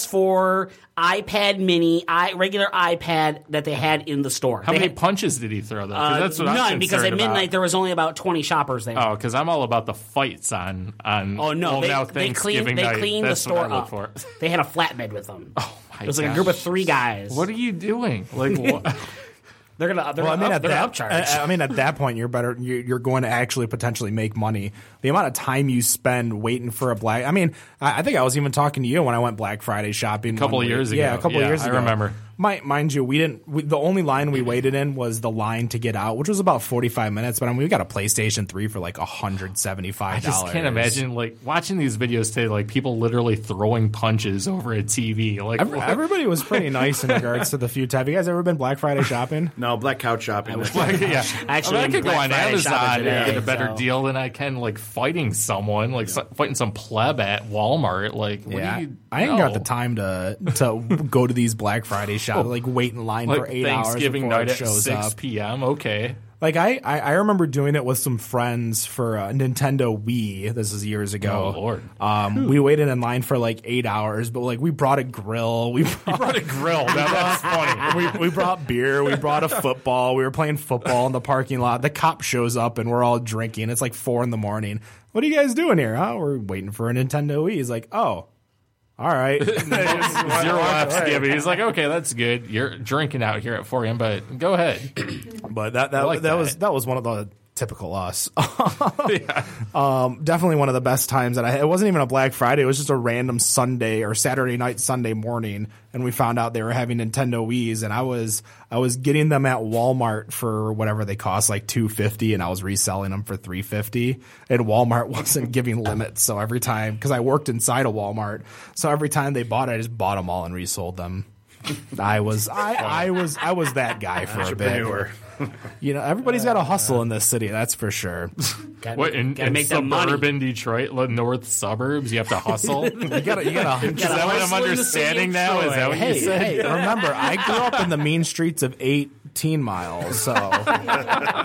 PS4, iPad Mini, i regular iPad that they had in the store.
How
They
many
had-
punches did he throw though? 'Cause
uh,
that's what I'm
none because at
concerned
midnight
about.
there was only about twenty shoppers there.
Oh, because I'm all about the fights on on.
Oh no!
well,
they,
now
they
Thanksgiving
cleaned, they
night.
cleaned the
That's what I
store
look
up.
for.
They had a flatbed with them. Oh
my
It was like
gosh.
a group of three guys.
What are you doing? Like, what?
They're gonna. They're
Well, I
gonna,
mean,
up,
at
they're
that uh,
gonna upcharge.
I, I mean, at that point, you're better. you- You're going to actually potentially make money. The amount of time you spend waiting for a black. I mean, I, I think I was even talking to you when I went Black Friday shopping. A
Couple of years ago.
Yeah, a couple
Yeah,
of years
I
ago.
remember.
Mi- mind you, we didn't. We, the only line we waited in was the line to get out, which was about 45 minutes. But I mean, we got a PlayStation 3 for like 175.
I just can't imagine like watching these videos today. Like people literally throwing punches over a TV. Like
Every-
what?
Everybody was pretty nice in regards to the few times. Have you guys ever been Black Friday shopping?
No, black couch shopping.
Like, yeah.
Actually,
I, mean, I could go
Black
on
Friday
Amazon
shopping
and
today,
get a better
so-
deal than I can like fighting someone, like so- fighting some pleb at Walmart. Like, what
Yeah,
do you?
I ain't
no.
got the time to to go to these Black Friday shops, like wait in line
Oh, Like
for eight
Thanksgiving
hours before
night
it
at
shows
six
up.
p.m. Okay,
Like I, I, I remember doing it with some friends for uh, Nintendo Wii. This is years ago.
Oh, Lord.
um, we waited in line for like eight hours, but like we brought a grill, we brought,
what a grill. That, that's funny.
we, we brought beer, we brought a football. We were playing football in the parking lot. The cop shows up and we're all drinking. It's like four in the morning. What are you guys doing here? Huh? We're waiting for a Nintendo Wii. He's like, oh, all right.
Zero laps given. He's like, okay, that's good. You're drinking out here at 4 a.m., but go ahead.
But that that,
like
that,
that.
was that was one of the typical us. um, definitely one of the best times that I. It wasn't even a Black Friday. It was just a random Sunday or Saturday night, Sunday morning, and we found out they were having Nintendo Wii's, and I was I was getting them at Walmart for whatever they cost, like two fifty, and I was reselling them for three fifty. And Walmart wasn't giving limits, so every time because I worked inside a Walmart, so every time they bought, it, I just bought them all and resold them. I was I, I was I was that guy for a bit.
Entrepreneur.
You know, everybody's got a hustle in this city, that's for sure.
Gotta
What,
make-
in,
gotta
in
make that money.
suburban Detroit, like, north suburbs, you have to hustle? Is
You gotta, you gotta.
that what I'm
hustle in the city
understanding
of
now? Is
Troy.
that what
hey,
you said?
hey, remember, I grew up in the mean streets of eight 15 miles. So,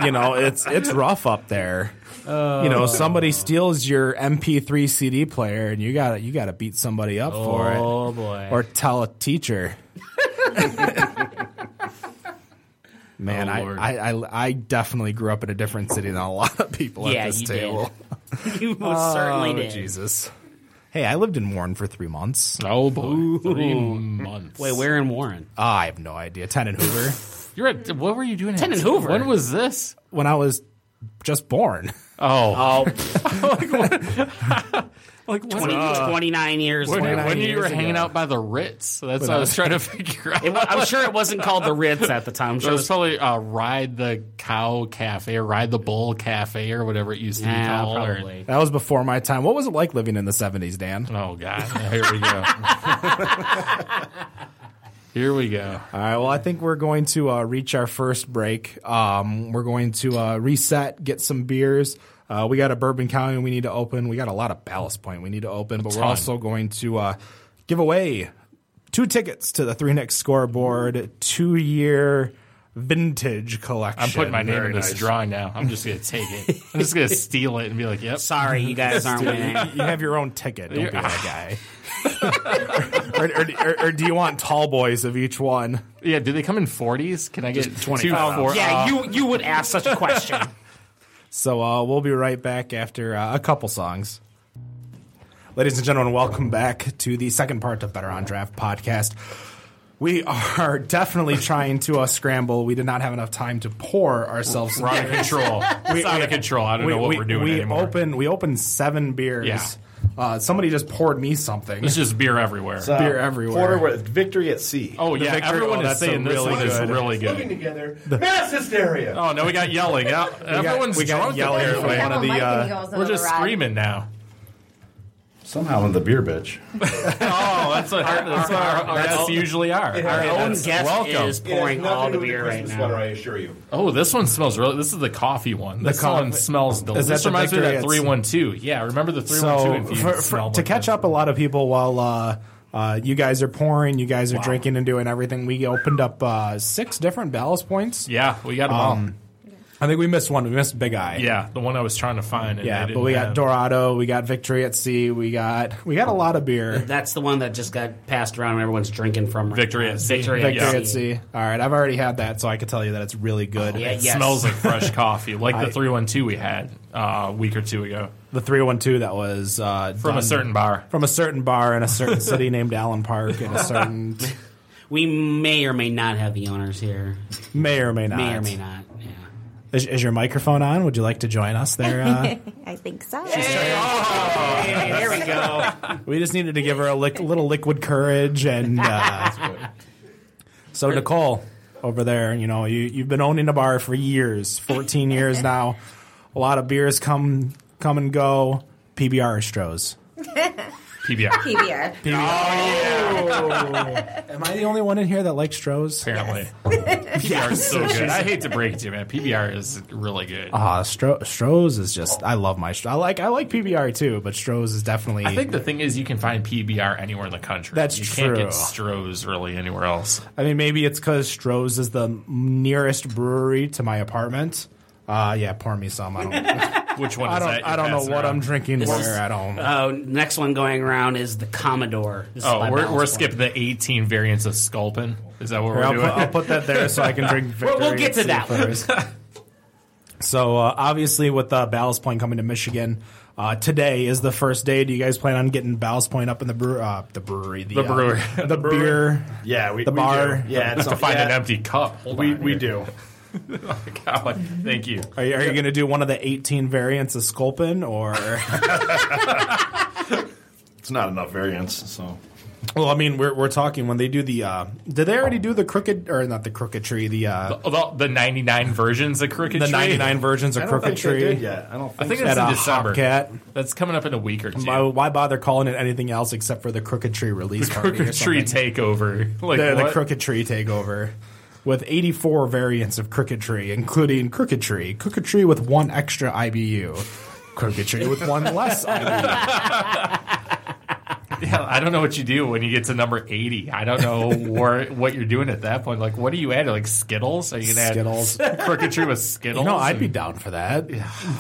you know, it's it's rough up there. you know, somebody steals your MP3 CD player and you got to you got to beat somebody up for it.
Oh, boy.
Or tell a teacher. Man,
Oh,
I,
Lord.
I, I I definitely grew up in a different city than a lot of people
Yeah,
at this
you did.
table.
you most certainly
Oh,
did.
Jesus. Hey, I lived in Warren for three months.
Oh boy, three months.
Wait, where in Warren?
Ah, I have no idea. Ten and Hoover.
You're at what were you doing?
Ten
at
and Hoover.
When was this?
when I was just born.
Oh,
Oh,
like when,
20, 29 years
when,
ago.
when you were
years
hanging
ago.
out by the Ritz. So that's what I was trying to figure out.
It wa- I'm sure it wasn't called the Ritz at the time. I'm
It
sure it
was
was
probably uh, Ride the Cow Cafe or Ride the Bull Cafe or whatever it used to be
yeah,
called. or-
probably.
That was before my time. What was it like living in the 70s, Dan?
oh, God. Here we go. Here we go.
All right, well, I think we're going to uh, reach our first break. Um, we're going to uh, reset, get some beers. Uh, we got a Bourbon County we need to open. We got a lot of Ballast Point we need to open, but we're
ton.
also going to uh, give away two tickets to the Three Next Scoreboard two year vintage collection.
I'm putting my name
Very
in this
nice.
drawing now. I'm just going to take it. I'm just going to steal it and be like, yep.
Sorry, you guys aren't winning.
you have your own ticket. Don't be that guy. or, or, or, or do you want tall boys of each one?
Yeah, do they come in 40s? Can I get two
25.
four? Oh,
Yeah, you you would ask such a question.
So uh, we'll be right back after uh, a couple songs. Ladies and gentlemen, welcome back to the second part of Better on Draft podcast. We are definitely trying to uh, scramble. We did not have enough time to pour ourselves.
We're out of control. it's out of control. I don't know what
we,
we're doing
we
anymore.
Open, we opened seven beers.
Yeah.
Uh, somebody just poured me something.
It's just beer everywhere.
Uh,
beer everywhere.
Porter with victory at sea.
oh, yeah.
Victor- oh,
everyone is
that's a
saying this
really
one is
good-
really good.
together. Mass hysteria.
Oh, no, we got yelling. Yeah, Everyone's
we got
drunk
yelling from
apparently.
one of the, uh,
We're just screaming now.
Somehow in the beer bitch.
Oh, that's what our, that's, what our, our guests usually are.
Our
Our
own
guests.
Guest
welcome.
is pouring all the beer right now.
I assure you.
Oh, this one smells really. This is the coffee one. This
coffee-
one smells delicious.
Is that
This
the
reminds me of that
Victory?
three one two. Yeah, remember the three one two
so
infusion
for, for,
smell
to
like
catch
that.
up a lot of people while uh, uh, you guys are pouring you guys are drinking and doing everything we opened up uh, six different ballast points
Yeah, we got them
Um, i think we missed one we missed big eye
all. Yeah, the one I was trying to find. and
yeah
they
but we
didn't
got
have.
dorado we got victory at sea we got we got a lot of beer
That's the one that just got passed around and everyone's drinking from. right
Victory
now.
at sea.
Victory,
victory
at
at sea all right i've already had that so i can tell you that it's really good
yeah.
It
yes.
smells like fresh coffee, like
I-
the three one two we had uh, a week or two ago
the 312 that was uh,
from a certain bar.
from a certain bar in a certain city named allen park in a certain
We may or may not have the owners here.
may or may not
May or may not. Yeah.
Is, is your microphone on would you like to join us there uh,
I think so.
there we go.
We just needed to give her a lick, little liquid courage, and uh, so Nicole over there, you know, you you've been owning a bar for years, fourteen years now. A lot of beers come come and go. PBR Stros.
PBR
PBR.
Oh, Am I the only one in here that likes Stros?
apparently. PBR is so good. I hate to break it to you, man. PBR is really good.
Ah, Stro- Stros is just. I love my. Stro- I like. I like PBR too, but Stros is definitely.
I think the thing is, you can find PBR anywhere in the country.
That's
you can't
true.
get Strohs really anywhere else.
I mean, maybe it's because Stroh's is the nearest brewery to my apartment. Uh, yeah, pour me some. I don't.
Which one?
I
is
don't.
that you're
I don't know
passing
what
around?
I'm drinking. Where I don't.
Oh, next one going around is the Commodore. This is
Oh,
my
we're,
balance
we're
one.
skipping the 18 variants of Sculpin. Is that what
Here,
we're
I'll,
doing?
put, I'll put that there so I can drink.
We'll- we'll
Victory
get to
at
that
sea first. so uh, obviously, with uh, Ballast Point coming to Michigan uh, today is the first day. Do you guys plan on getting Ballast Point up in the brew uh, the brewery the,
The
uh,
brewery.
the beer
Yeah, we
the
we
bar
do. Yeah, it's
to
a-
find
yeah,
an empty cup. Hold
We
on
we
here. Oh,
do.
God, thank you.
Are you, are you going to do one of the 18 variants of Sculpin or?
It's not enough variants, so
well, I mean, we're, we're talking when they do the. Uh, did they already do the crooked or not the crooked tree? The uh,
The, the 99 versions of Crooked
the
Tree?
99 versions
I
of
don't
crooked
think they
tree
did yet. I don't
I think
think.
at
that's
uh,
in December.
Hopcat.
That's coming up in a week or two.
Why, why bother calling it anything else except for the crooked tree release? party or
crooked Tree
something?
takeover. Like
the, the
what?
Crooked Tree takeover with 84 variants of Crooked Tree, including Crooked Tree, Crooked Tree with one extra IBU, Crooked Tree with one less IBU.
Yeah, I don't know what you do when you get to number eighty. I don't know where, what you're doing at that point. Like, what are you adding? Like Skittles? Are you gonna
Skittles.
add crooketry with Skittles?
No, I'd be
And-
down for that.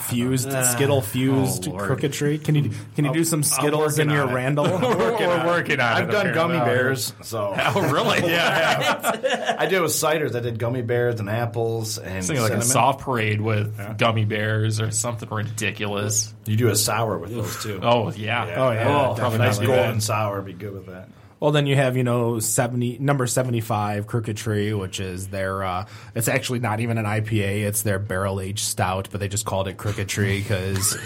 Fused Skittle fused
Ah. oh, Lord.
crooketry. Can you can you do some Skittles in
working
your
on it.
Randall?
We're, we're working on it.
I've done gummy
apparently.
bears, so
Oh, really? Yeah. yeah.
I did it with ciders. I did gummy bears and apples and
It's like a
cinnamon.
soft parade with gummy bears or something ridiculous.
You do a sour with those too.
Oh yeah.
Yeah. Oh, yeah,
probably
nice
nice
golden sour. Be good with that.
well, then you have you know seventy number seventy five crooketry, which is their. Uh, it's actually not even an IPA. It's their barrel aged stout, but they just called it crooketry because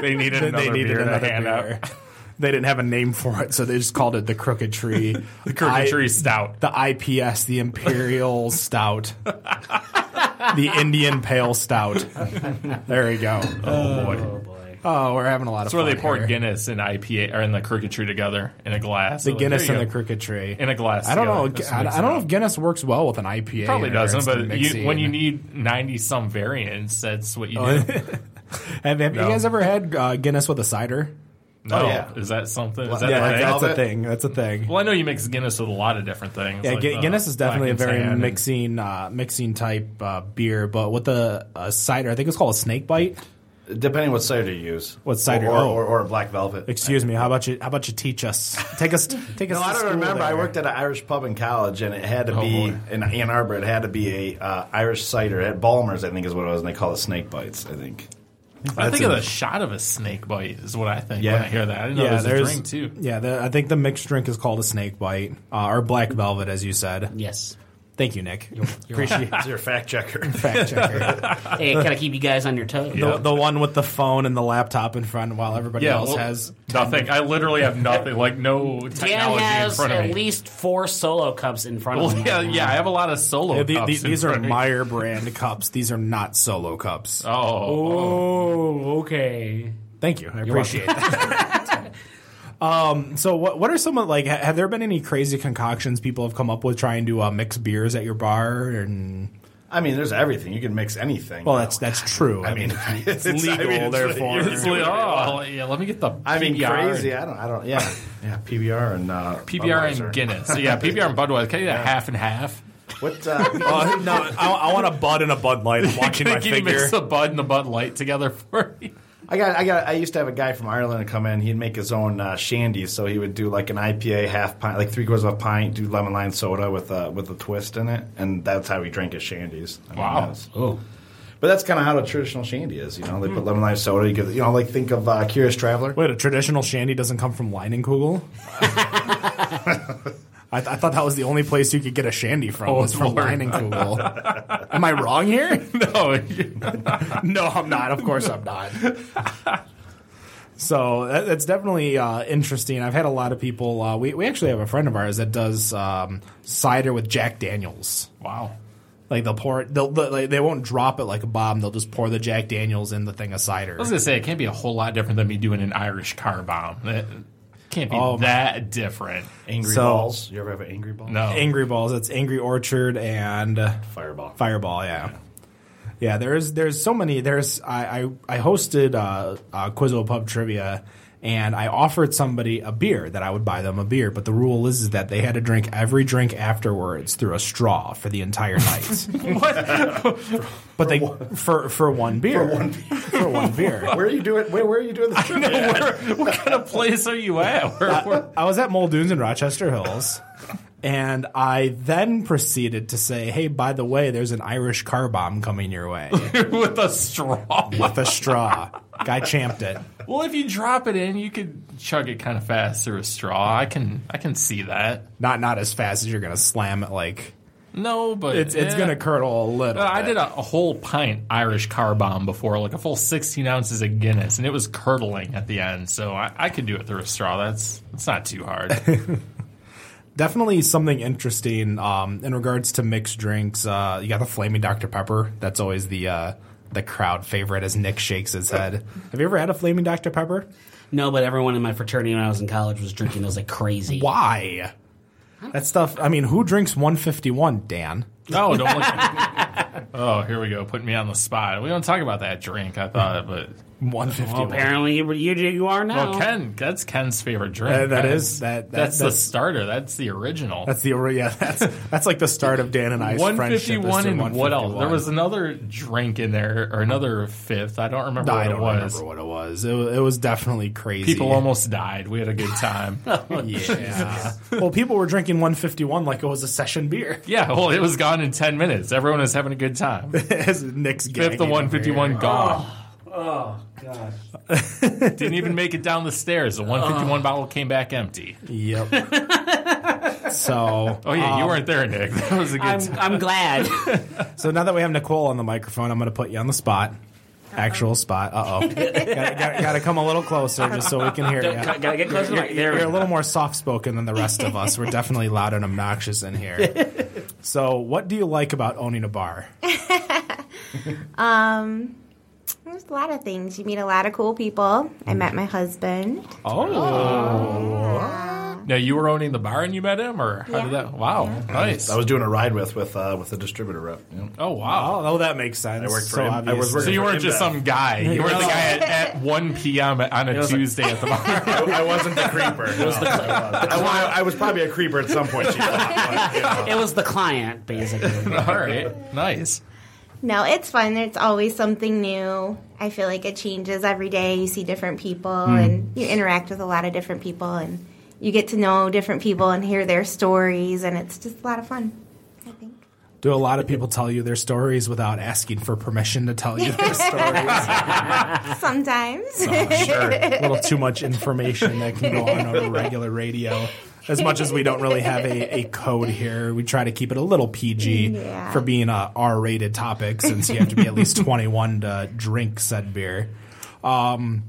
They needed
they,
another
they needed
beer
another
to hand
beer.
out.
They didn't have a name for it, so they just called it the Crooked Tree. the
Crooked Tree Stout.
The IPS, the Imperial Stout. the Indian Pale Stout. There you go. Oh,
Oh boy.
we're having a lot of
That's where
fun.
they poured
here.
Guinness and IPA or in the crooked tree together in a glass.
The
So, like,
Guinness
there
and
you
the
go.
Crooked Tree.
In a glass
I don't know.
together. Just
I,
mix
I
it
don't know
up.
if Guinness works well with an IPA.
Probably
or
doesn't,
instant
but you,
mixing.
when you need ninety some variants, that's what
Oh,
you do.
have, have
No.
you guys ever had uh, Guinness with a cider? Oh,
No,
yeah.
is that something? Is that
Yeah,
the thing?
that's a
Velvet?
thing. That's a thing.
Well, I know you mix Guinness with a lot of different things.
Yeah,
like,
Gu-
uh,
Guinness is definitely a
Black and
very
Tan and-
mixing, uh, mixing type uh, beer. But with the uh, cider, I think it's called a snake bite.
Depending what cider you use.
What cider?
Or,
Oh.
or, or a black velvet.
Excuse me. How about you? How about you teach us? Take us. Take us.
No,
to
I don't
school
remember. I
there.
worked at an Irish pub in college, and it had to
Oh,
be
boy.
in Ann Arbor. It had to be a uh, Irish cider at Balmer's, I think is what it was, and they call it snake bites. I think.
I
That's
think of
a-
the shot of a snake bite is what I think
Yeah.
when I hear that. I didn't know
Yeah,
there was
there's.
a drink too.
Yeah, the, I think the mixed drink is called a snake bite uh, or black velvet, as you said.
Yes.
Thank you, Nick. Appreciate
You're a fact checker.
fact checker.
Hey, gotta keep you guys on your toes.
the, the one with the phone and the laptop in front, while everybody
Yeah,
else
well,
has.
nothing. I literally have nothing. Like no
Dan
technology in
has
front of
at
me.
least four solo cups in front
well,
of him.
yeah, yeah, I have a lot of solo.
Yeah, the- the-
cups in
these are
front of me.
Meyer brand cups. These are not solo cups.
Oh, oh,
Oh, okay.
Thank you. I appreciate that. um, so what what are some of like ha- have there been any crazy concoctions people have come up with trying to uh, mix beers at your bar and
I mean, there's everything. You can mix anything.
well that's that's true. I, mean, it's legal
I mean, it's-
therefore.
it's-
Easily- oh, yeah. Let me get the.
I mean,
PBR and-
crazy. I don't. I don't. Yeah, yeah. PBR and uh,
PBR
Budweiser.
and Guinness. So, yeah, PBR and Budweiser. Can I get a half and half?
What? Uh,
Uh, no, I, I want a Bud and a Bud Light. I'm watching
Can
my
you mix
figure.
the Bud and the Bud Light together for me?
I got. I got. I used to have a guy from Ireland come in. He'd make his own uh, shandies. So he would do like an IPA half pint, like three quarters of a pint, do lemon lime soda with a with a twist in it, and that's how he drank his shandies. I mean,
Wow.
that's- But that's kind of how a traditional shandy is. You know, they put lemon lime soda. You give. You know, like think of uh, Curious Traveler.
Wait, a traditional shandy doesn't come from Leinenkugel? I, th- I thought that was the only place you could get a shandy from was from
Oh, Lord.
Leinenkugel. Am I wrong here?
No,
no, I'm not. Of course, I'm not. so that, that's definitely uh, interesting. I've had a lot of people. Uh, we we actually have a friend of ours that does um, cider with Jack Daniels.
wow.
Like they'll pour it. They'll, they'll- like, they won't drop it like a bomb. They'll just pour the Jack Daniels in the thing of cider.
I was gonna say it can't be a whole lot different than me doing an Irish car bomb. That can't be
Oh, my-
that different.
Angry
So-
balls. You ever have an angry ball?
No,
Angry Balls. That's Angry Orchard and uh,
Fireball.
Fireball. Yeah. Yeah, there's there's so many. There's I I, I hosted uh, uh, Quizzo Pub Trivia, and I offered somebody a beer that I would buy them a beer, but the rule is, is that they had to drink every drink afterwards through a straw for the entire night. But they for for one beer for one, beer.
Where are you doing? Where, where are you doing this? trip?
what kind of place are you at? Where, where,
I was at Muldoon's in Rochester Hills. And I then proceeded to say, "Hey, by the way, there's an Irish car bomb coming your way
with a straw.
with a straw." Guy champed it.
Well, if you drop it in, you could chug it kind of fast through a straw. I can, I can see that.
Not not as fast as you're gonna slam it. Like
No, but
it's it's
eh.
gonna curdle a little.
Uh, I
bit.
did a, a whole pint Irish car bomb before, like a full 16 ounces of Guinness, and it was curdling at the end. So I, I could do it through a straw. That's it's not too hard.
definitely something interesting um, in regards to mixed drinks. Uh, you got the flaming Dr Pepper. That's always the uh, the crowd favorite. As Nick shakes his head. Have you ever had a flaming Dr Pepper?
No, but everyone in my fraternity when I was in college was drinking those like crazy.
Why? That stuff. I mean, who drinks 151? Dan.
no, don't look. Oh, here we go. Putting me on the spot. We don't talk about that drink. I thought, but
150.
Well,
Apparently, you, you you are now.
well, Ken, that's Ken's favorite drink.
Uh, that
Ken.
is that, that
that's, the
that's,
starter. That's the original.
that's the ori- yeah that's that's like the start of Dan and I's friendship. is
151
through
and what else? There
151.
was another drink in there or another fifth. I don't remember what
I
it
don't
was.
remember what it was. It, wa- it was definitely crazy.
People almost died. We had a good time.
yeah. well, people were drinking 151 like it was a session beer.
yeah, well, it was gone in 10 minutes. Everyone was having a good time.
As Nick's
Fifth
gagging
the
over
151
here.
gone. Oh, gosh. Oh. Didn't even make it down the stairs. The 151 bottle came back empty.
Yep. so
Oh, yeah, you weren't there, Nick. That was a good
I'm,
time.
I'm glad.
so now that we have Nicole on the microphone, I'm going to put you on the spot. Actual spot. Uh oh. Got to come a little closer just so we can hear you.
Gotta get close to my. There we
You're a
go.
little more soft spoken than the rest of us. We're definitely loud and obnoxious in here. So, what do you like about owning a bar?
There's a lot of things. You meet a lot of cool people.
Mm-hmm.
I met my husband.
Now, you were owning the bar and you met him, or how did
Yeah.
that? Wow, nice.
I was doing a ride with with uh, with the distributor rep. you know.
oh, wow.
Oh, that makes sense.
I worked for
so
him. I
obvious.
was working
So you weren't just some guy. You weren't the guy at, at 1 p.m. on a Tuesday at the bar.
I wasn't the creeper. No, I, was. I, I was probably a creeper at some point. She thought, but, you know.
It was the client, basically.
All right, nice.
No, it's fun. It's always something new. I feel like it changes every day. You see different people
Hmm.
and you interact with a lot of different people and you get to know different people and hear their stories and it's just a lot of fun, I think.
Do a lot of people tell you their stories without asking for permission to tell you their stories? Ah.
Sometimes.
sure. A little too much information that can go on over regular radio. As much as we don't really have a, a code here, we try to keep it a little PG
Yeah.
for being a R rated topic since you have to be at least 21 to drink said beer. Um,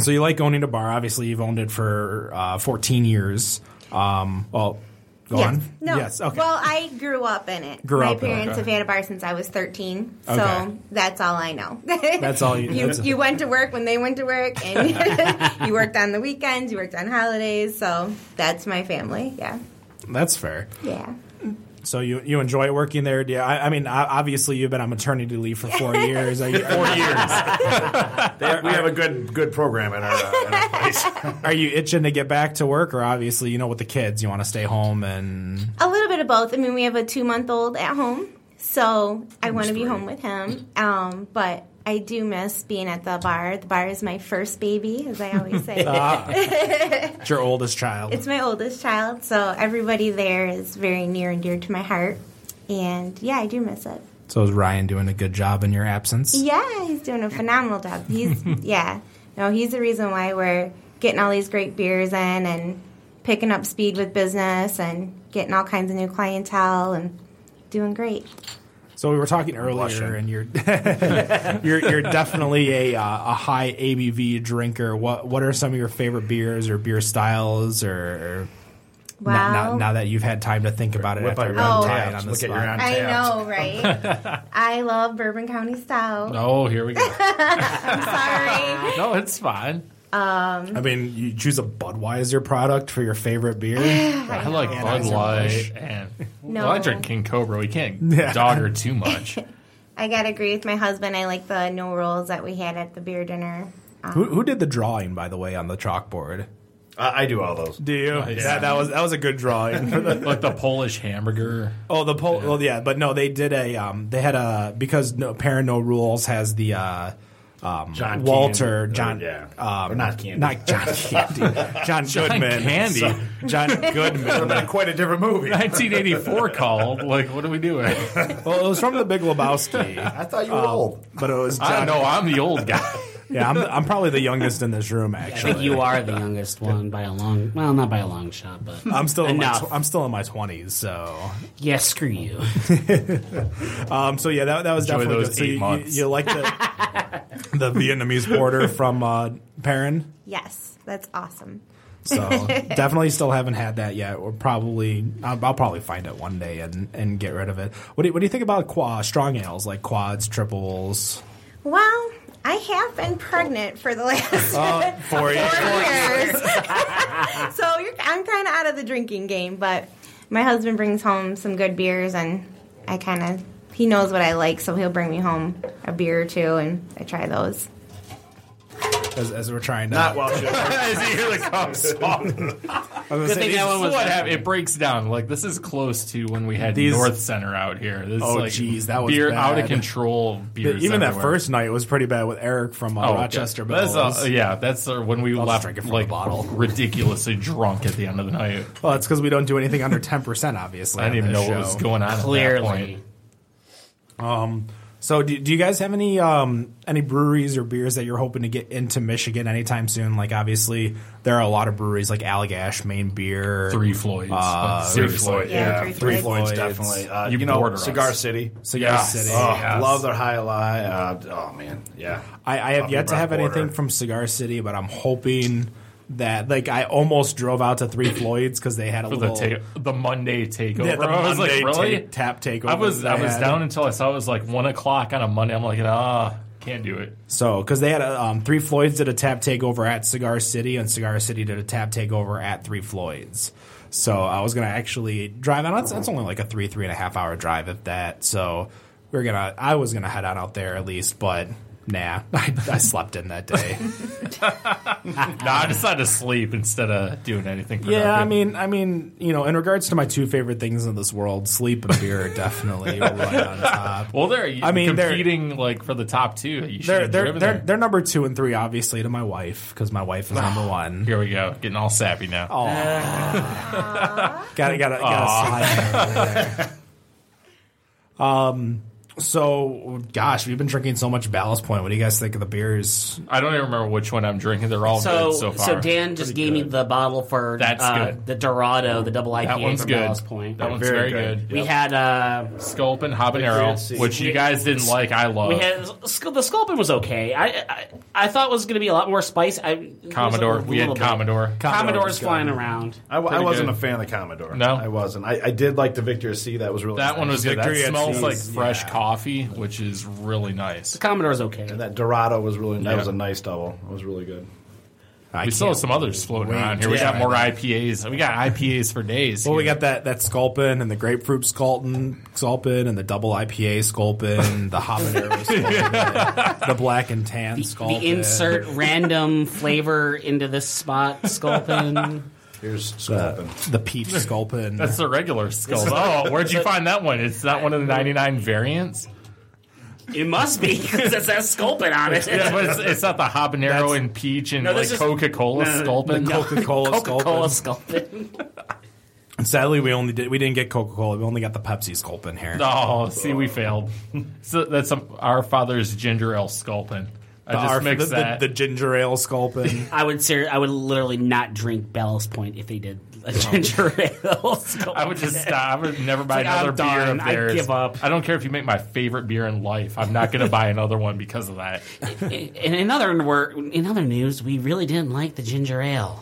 so you like owning a bar. Obviously, you've owned it for uh, 14 years. Um, well, go
yes.
on.
No.
Yes. Okay.
Well, I grew up in it.
Grew
My
up in it,
parents
okay.
have had a bar since I was 13, so
Okay.
that's all I know.
that's all you.
you,
that's-
you went to work when they went to work, and you worked on the weekends, you worked on holidays, so that's my family. Yeah.
that's fair.
Yeah.
So you you enjoy working there? Yeah. I, I mean, I, obviously you've been on maternity leave for four years. Are you,
Four years.
They- we have a good good program in our, uh, in our place.
are you itching to get back to work, or obviously you know with the kids you want to stay home and
A little bit of both. I mean, we have a two month old at home, so I want to be home with him. Um, but I do miss being at the bar. The bar is my first baby, as I always say.
it's your oldest child.
it's my oldest child, so everybody there is very near and dear to my heart. And yeah, I do miss it.
so is Ryan doing a good job in your absence?
Yeah, he's doing a phenomenal job. He's yeah. No, he's the reason why we're getting all these great beers in and picking up speed with business and getting all kinds of new clientele and doing great.
So we were talking earlier, and you're you're you're definitely a uh, a high ABV drinker. What what are some of your favorite beers or beer styles or?
Wow.
Now, now, now that you've had time to think about it,
Whip
after
out
we
your
own
tie it
tabs.
on the
Look at your
spot.
own-
I
Tapped.
know, right? I love Bourbon County Stout.
Oh, here we go.
Sorry.
No, it's fine.
I mean, you choose a Budweiser product for your favorite beer.
I like Bud Light and well, I drink King Cobra. We can't dog her too much.
I gotta agree with my husband. I like the no rolls that we had at the beer dinner.
who, who did the drawing, by the way, on the chalkboard?
I, I do all those.
Do you? That, that was that was a good drawing. For the,
Like the Polish hamburger.
oh, the poll. Well, yeah, but no, they did a. Um, they had a because no, Parent No Rules has the. Uh, um,
John
Walter
Candy.
John,
Yeah.
um,
Or not Candy.
not John Candy, John, Goodman,
Candy.
So- John Goodman.
Been quite a different movie.
1984 called. Like, what are we doing?
well, it was from The Big Lebowski, Um,
I thought you were old.
but it was
I
John.
know. I'm the old guy.
Yeah, I'm, I'm probably the youngest in this room.
I
Actually,
think you are the youngest one by a long, well, not by a long shot, but
I'm still in my
Enough.
tw- I'm still in my twenties. So
yeah, screw you.
Um, so yeah, that, that was
Enjoy
definitely
those
good. So
eight
you, you,
months.
you like the the Vietnamese border from uh, Perrin.
Yes, that's awesome.
So definitely still haven't had that yet. We're probably I'll, I'll probably find it one day and, and get rid of it. What do you, what do you think about qua, strong ales like quads, triples?
Well, I have been pregnant for the last
Four
four years. so you're, I'm kind of out of the drinking game, but my husband brings home some good beers, and I kind of he knows what I like, so he'll bring me home a beer or two, and I try those.
as, as we're trying to.
Not while children.
As you hear the cough song.
I was
I
gonna say,
think
these-
that one was what happened. It breaks down. Like this is close to when we had
These-
North Center out here. This
Oh,
is like
geez, that was
beer out of
bad.
control. Beers
even that
everywhere.
first night was pretty bad with Eric from uh,
Oh,
Rochester.
That's
Bells.
uh, yeah, that's uh, when we
I'll just
left
drink it from the
like
bottle.
ridiculously drunk at the end of the night.
Well, it's because we don't do anything under ten percent. Obviously,
I
on
didn't even
this
know what was
show.
going on. at that
Clearly.
point.
So, do, do you guys have any um, any breweries or beers that you're hoping to get into Michigan anytime soon? Like, obviously, there are a lot of breweries like Allagash, Maine Beer,
Three Floyds.
Uh,
Like,
Three
seriously.
Floyd,
Yeah, Three
Three
Floyds.
Floyds, definitely. Uh,
You
you, know,
border us.
Cigar City.
Cigar
Yes.
City.
Oh,
Yes.
love their high lie. Uh, oh man, yeah.
I, I have
Up
yet to
around
have
the border.
anything from Cigar City, but I'm hoping that like I almost drove out to Three Floyds because they had a
For the
little
take, the Monday takeover.
they had the
I was
Monday
like, really?
ta- tap takeover.
I was
that
I
they
was
had.
down until I saw it was like one o'clock on a Monday. I'm like, ah, can't do it.
So, because they had a, um, Three Floyds did a tap takeover at Cigar City, and Cigar City did a tap takeover at Three Floyds. So, I was going to actually drive out. That's, that's only like a three, three and a half hour drive, if that. So, we are going to, I was going to head on out there at least, but nah, I, I slept in that day.
No, I decided to sleep instead of doing anything. Productive.
yeah, I mean, I mean, you know, in regards to my two favorite things in this world, sleep and beer are definitely right on top.
well, they're
I
I
mean,
mean
they're-
competing like for the top two. You should
They're,
have
they're,
driven
they're,
there.
they're number two and three, obviously, to my wife, because my wife is number one.
Here we go, getting all sappy now.
Oh. Got it. Got it. Got it. Um. So, gosh, we've been drinking so much Ballast Point. What do you guys think of the beers?
I don't even remember which one I'm drinking. They're all
So,
good so
so,
far.
Dan just gave me
good.
the bottle for
That's
uh,
good.
the Dorado, the double IPA
that one's
from
good.
Ballast Point.
That one's very,
Very
good.
good.
we had uh,
Sculpin habanero,
Fancy.
which you guys didn't like. I love.
we had sc- the Sculpin was okay. I I, I thought it was going to be a lot more spice. I, it was
Commodore.
a
We had
little bit.
Commodore.
Commodore's
Commodore's
flying around. Uh,
I, w- I
Pretty
wasn't
good.
a fan of the Commodore.
No?
I wasn't. I, I did like the Victor C. That was really
That one was good. That
Victory at
smells
Seas,
like fresh
yeah.
coffee, which is really nice.
Commodore's okay.
And that Dorado was really. That
Yeah.
was a nice double. It was really good.
I
We still have
can't-
some others floating
wait
around here.
to
We got
try
more
them.
IPAs. We got IPAs for days.
Well, we
here.
got that that Sculpin and the grapefruit Sculpin, Sculpin and the double IPA Sculpin, the habanero Sculpin, the black and tan Sculpin.
The insert random flavor into this spot, Sculpin.
Here's
the,
Sculpin.
the peach Sculpin.
That's the regular skull. Oh, where'd you find that one? It's not one of the 99 variants.
it must be because it says Sculpin on it.
Yeah, but it's, it's not the habanero and peach and
No,
like
this is-
Coca Cola
no,
Sculpin.
the Coca Cola
Coca-Cola
Sculpin.
Sculpin.
Sadly, we only did we didn't get Coca Cola. We only got the Pepsi Sculpin here.
Oh, see, we failed. So that's some our father's ginger ale Sculpin. I
The-
just
our-
mixed
the- the-
that.
the ginger ale Sculpin.
I would ser- I would literally not drink Bell's Point if they did a ginger ale. Sculpin.
I would just stop. I would never buy
like,
another
I'm
beer
done.
of
I
theirs.
give up.
I don't care if you make my favorite beer in life. I'm not going to buy another one because of that.
In, in other wor- in other news, we really didn't like the ginger ale.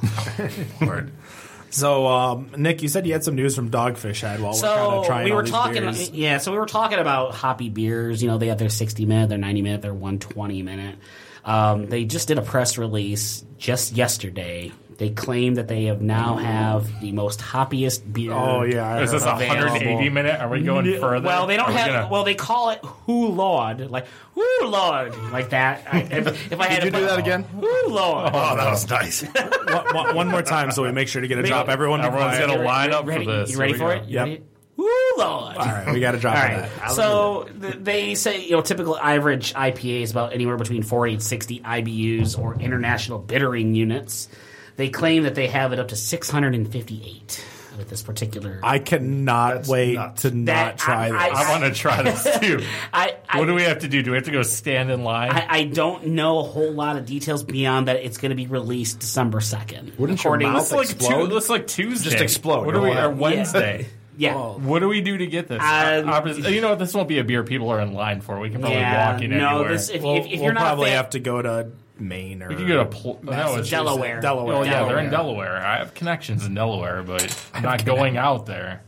So, um, Nick, you said you had some news from Dogfish Head while we're kind
so
of trying
we
all
were
these
talking,
beers.
yeah. So we were talking about hoppy beers. You know, they have their sixty minute, their ninety minute, their one twenty minute. Um, they just did a press release just yesterday. They claim that they have now have the most hoppiest beer.
oh yeah, I
Is this
heard
a
about that.
180 minute? Are we going further?
Well, they
Are
don't
we
have.
gonna-
Well, they call it "Who Lord," like "Who Lord," like that. I, if, if I had
Did you
to
do
put-
that again?
Who Lord?
Oh, that was nice.
one, one- one more time, so we make sure to get a drop. Everyone, be
Everyone's
quiet.
gonna line up for
ready,
this.
You ready
Here
for
we
it?
go.
You
Yep.
ready? Woo, Lord!
All right, we got a drop.
All
on
right.
that.
So th- they say, you know, typical average IPA is about anywhere between 40 and 60 IBUs or international bittering units. They claim that they have it up to 658 with this particular.
I cannot
That's
wait
nuts.
to not
That-
try
I-
this.
I want to try this too.
I, I,
what do we have to do? Do we have to go stand in line?
I, I don't know a whole lot of details beyond that it's going to be released December 2nd.
Wouldn't your mouth
It's like
explode?
two, it's like Tuesday.
Just explode.
What do we?
You'll
Or
have-
Wednesday.
Yeah.
What do we do to get this?
Um,
Oppos- you know what? This won't be a beer people are in line for. We can probably
yeah.
walk in
no,
anywhere.
this, if,
we'll
if, if
we'll
you're not
probably
a fan,
have to go to Maine or
we can go to Pl- no, it's
Delaware.
Delaware.
Oh yeah, they're in
Delaware.
Delaware. I have connections in Delaware, but I'm not going out there.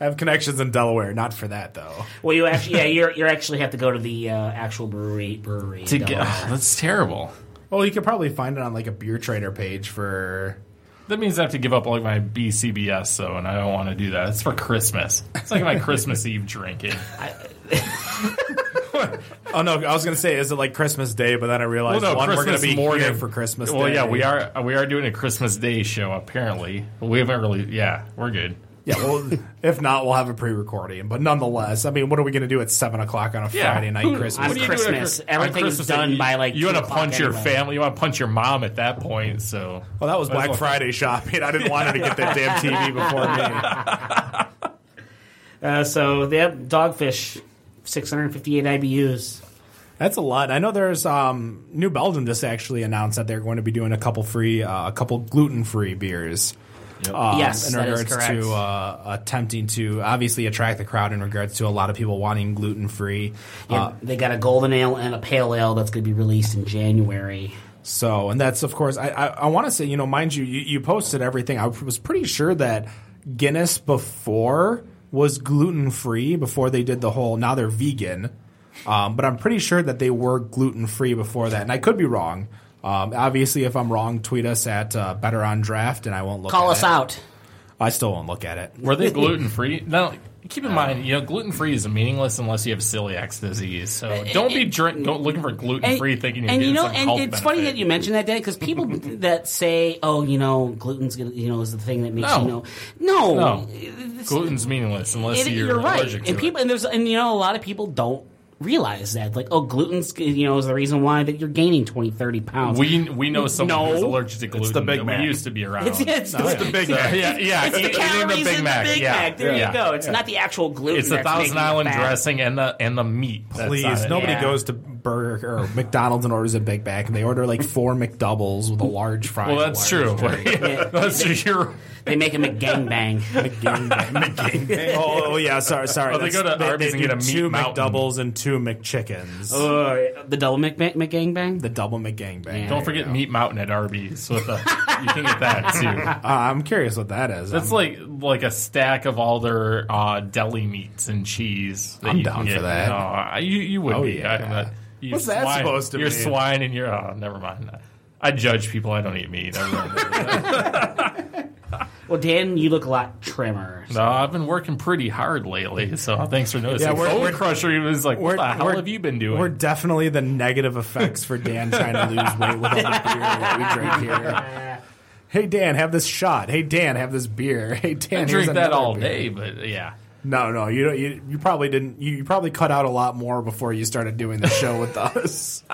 I have connections in Delaware. Not for that though.
Well, you actually, yeah, you're, you actually have to go to the uh, actual brewery. brewery
To
in
get, oh,
Delaware.
that's terrible.
Well, you could probably find it on like a beer trader page for.
That means I have to give up like my BCBS, though, and I don't want to do that. It's for Christmas. It's like my Christmas Eve drinking.
Oh no, I was gonna say, is it like Christmas Day? But then I realized one, we're gonna be here for Christmas.
Well,
Day.
yeah, we are. We are doing a Christmas Day show. Apparently, we haven't really. Yeah, we're good.
Yeah, well, if not, we'll have a pre-recording. But nonetheless, I mean, what are we gonna do at seven o'clock on a
Yeah.
Friday night
Who-
Christmas?
what are you doing at
Christmas,
Chris-
everything
on
is
Christmas
done
Day? You-
by, like,
You want to
2 o'clock
punch your
anyway.
family? You want to punch your mom at that point? So
Well, that was
Might as
Black
well-
Friday shopping. I didn't want her to get that damn TV before me.
Uh, so they have dogfish, 658 IBUs.
That's a lot. I know there's um, New Belgium just actually announced that they're going to be doing a couple free, uh, a couple gluten free beers.
Uh,
um,
Yes,
in
that is
regards
correct.
to uh, attempting to obviously attract the crowd in regards to a lot of people wanting gluten free.
Yeah,
Uh,
they got a golden ale and a pale ale that's going to be released in January.
So, and that's of course, I I, I want to say, you know, mind you, you, you posted everything. I was pretty sure that Guinness before was gluten free before they did the whole. Now they're vegan, um, but I'm pretty sure that they were gluten free before that, and I could be wrong. Um, obviously, if I'm wrong, tweet us at uh, Better on Draft, and I won't look.
Call
at
us
it.
out.
I still won't look at it.
were they gluten free? Now, keep
Oh.
in mind, you know, gluten free is meaningless unless you have celiac disease. So don't be drink, don't looking for gluten free thinking you're
and
getting
you know,
some
and
health
it's funny
benefit.
that you mentioned that, Dad, because people that say, "Oh, you know, gluten's gonna, you know, is the thing that makes
No.
you know." No,
No.
It's-
gluten's meaningless unless
it-
you're,
you're right.
allergic to
and people, and there's, and you know, a lot of people don't realize that. Like, oh, gluten's, you know, is the reason why that you're gaining 20, 30
it.
pounds.
We we know someone
No.
who's allergic to gluten.
the Big
that
Mac.
We used to be around.
it's, it's the,
the Big Mac. Yeah, yeah.
it's the
eating
calories
the Big
in
Mac.
the Big
yeah.
Mac. There
yeah.
you go. It's not the actual gluten.
It's the
that's making
Thousand
you
Island
fat.
dressing and the and the meat. That's on
Please,
it.
nobody
yeah.
goes to Burger or McDonald's and orders a Big Mac, and they order like four McDoubles with a large fry.
Well,
and a
that's
large
true. Yeah, that's true. You're,
They make him a gangbang.
oh, oh, yeah, sorry, sorry.
Oh, they
That's-
go to Arby's and
do
get a meat
two
mountain.
McDoubles and two McChickens.
Oh. Or the double Mc, Mc, McGangbang?
The double McGangbang.
don't forget Meat Mountain at Arby's. With the, you can get that
Uh, I'm curious what that is.
too. That's
I'm,
like like a stack of all their uh, deli meats and cheese. that
I'm
you can
down for
get.
that.
No, I- you you would
Oh,
be.
yeah.
I- uh, you
What's that
swine-
supposed to
You're
mean?
swine and you're. Oh, never mind. I judge people. I don't eat meat. I really don't.
Well, Dan, you look a lot trimmer.
no, I've been working pretty hard lately, so thanks for noticing.
Yeah, we're-
Bone
we're-
Crusher he was like, "What the hell have you been doing?"
We're definitely the negative effects for Dan trying to lose weight with all the beer that we drink here. Hey Dan, have this shot. Hey Dan, have this beer. Hey Dan,
I
here's
drink that
another
all
beer.
day, but yeah.
No, no, you don't. You, you probably didn't. You, you probably cut out a lot more before you started doing the show with us.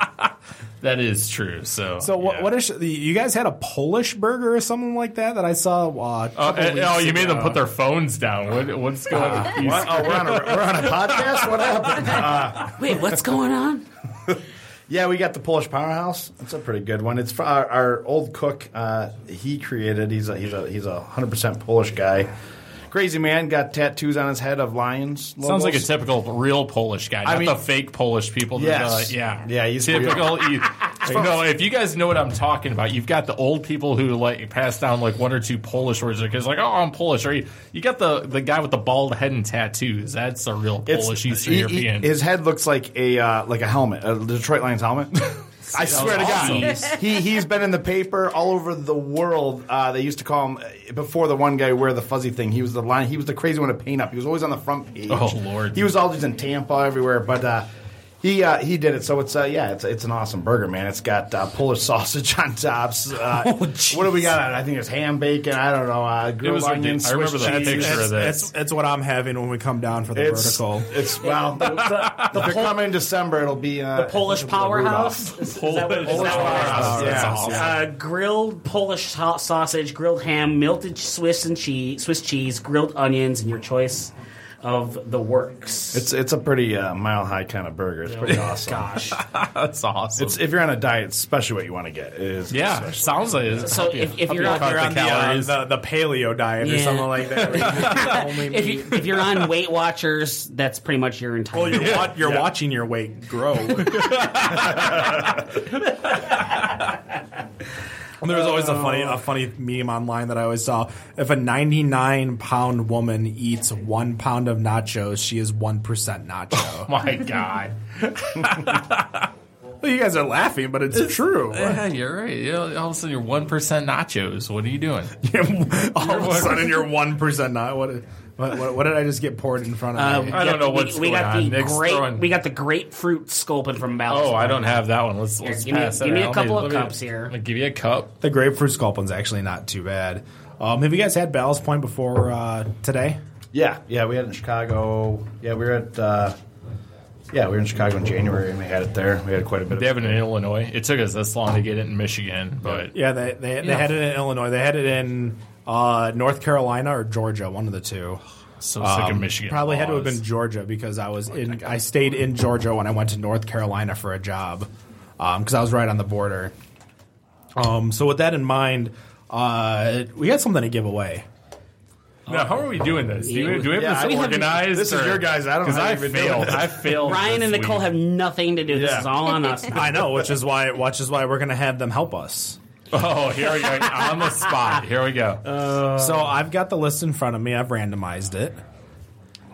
That is true. So,
So what?
yeah.
What is you guys had a Polish burger or something like that that I saw? Uh, a
Uh,
couple
uh,
weeks
oh, you
ago.
made them put their phones down. What, what's going
Ah.
on? You-
What? Oh, we're on a we're on a podcast. What happened?
Wait, what's going on?
Yeah, we got the Polish Powerhouse. That's a pretty good one. It's for our, our old cook. Uh, he created. He's a he's a he's a hundred percent Polish guy. Crazy man got tattoos on his head of lions.
Sounds
logos.
like a typical real Polish guy, not
mean-
the fake Polish people. that
Yes.
are like, yeah,
Yeah, he's
typical. you- no, if you guys know what I'm talking about, you've got the old people who like pass down like one or two Polish words because like, oh, I'm Polish. Or you, you got the the guy with the bald head and tattoos. That's a real
It's- e-
Polish Eastern
he- he-
European.
his head looks like a uh, like a helmet, a Detroit Lions helmet. I swear to God,
awesome.
he he's been in the paper all over the world. Uh, they used to call him uh, before the one guy wear the fuzzy thing. He was the line. He was the crazy one to paint up. He was always on the front page.
Oh, Lord.
he was always in Tampa everywhere. But uh, he uh, he did it. So it's uh, yeah, it's it's an awesome burger, man. It's got uh, Polish sausage on tops. Uh,
Oh,
what do we got? on it? I think it's ham bacon. I don't know. Uh, grilled
was
onions.
ridic- I remember
Swiss
that
cheese.
picture of
That's,
that.
that's, that's what I'm having when we come down for the vertical.
It's well, the, the, if they're coming in December, it'll be uh,
Polish
it'll be the
powerhouse? Is, is that what- is
Polish
that what-
powerhouse.
Yeah.
That's awesome.
Uh, grilled Polish sa- sausage, grilled ham, melted Swiss and cheese, Swiss cheese, grilled onions, and your choice of the works.
It's it's a pretty uh, mile high kind of burger. It's pretty awesome.
Gosh.
That's awesome.
It's, if you're on a diet, it's especially what you want to get. It is
yeah,
especially-
sounds like it.
So
Help you-
if- if
help
you're
you
out
cut
there
the
on the, uh,
calories.
the, the paleo diet or
Yeah.
something like that. where you only
if,
meat.
you, if you're on Weight Watchers, that's pretty much your entire.
Well, you're, wa- you're watching your weight grow. And there was always a funny, a funny meme online that I always saw. If a 99 pound woman eats one pound of nachos, she is one percent nacho.
Oh My God.
well, you guys are laughing, but it's, true.
Yeah, you're right. You know, all of a sudden, you're one percent nachos. What are you doing?
All of a sudden, you're one percent not. What? What, what, what did I just get poured in front of me?
I don't know what's
we, we got
going on.
The
Nick's
great,
throwing-
We got the grapefruit sculpin from Malice.
Oh, I don't have that one. Let's, let's
give me-
pass that
give me a
around.
couple
Let
of
me-
cups here.
let me give you a cup.
The grapefruit sculpin's actually not too bad. Um, have you guys had Ballast Point before uh, today?
Yeah, yeah, we had it in Chicago. Yeah, we were at. Uh, yeah, we were in Chicago in January, and we had it there. We had quite a bit.
They
of
have it in Illinois. It took us this long to get it in Michigan, but
Yeah, they they, they had it in Illinois. They had it in uh, North Carolina or Georgia, one of the two.
so sick of
Um,
Michigan.
Probably had to have
laws.
been Georgia because I was in. I stayed in Georgia when I went to North Carolina for a job because I was right on the border. Um, so with that in mind, uh, we got something to give away.
Now, how are we doing this? Do, we, do we have
Yeah,
this
we
have-
organized?
This is
or-
your guys. I don't know
Because
how
I
you even do
failed.
this.
I failed.
Ryan and
this
Nicole
week.
have nothing to do. This
Yeah.
is all on us.
I know, which is why which is why we're gonna have them help us.
Oh, here we go. On the spot. Here we go.
Uh, So I've got the list in front of me. I've randomized it.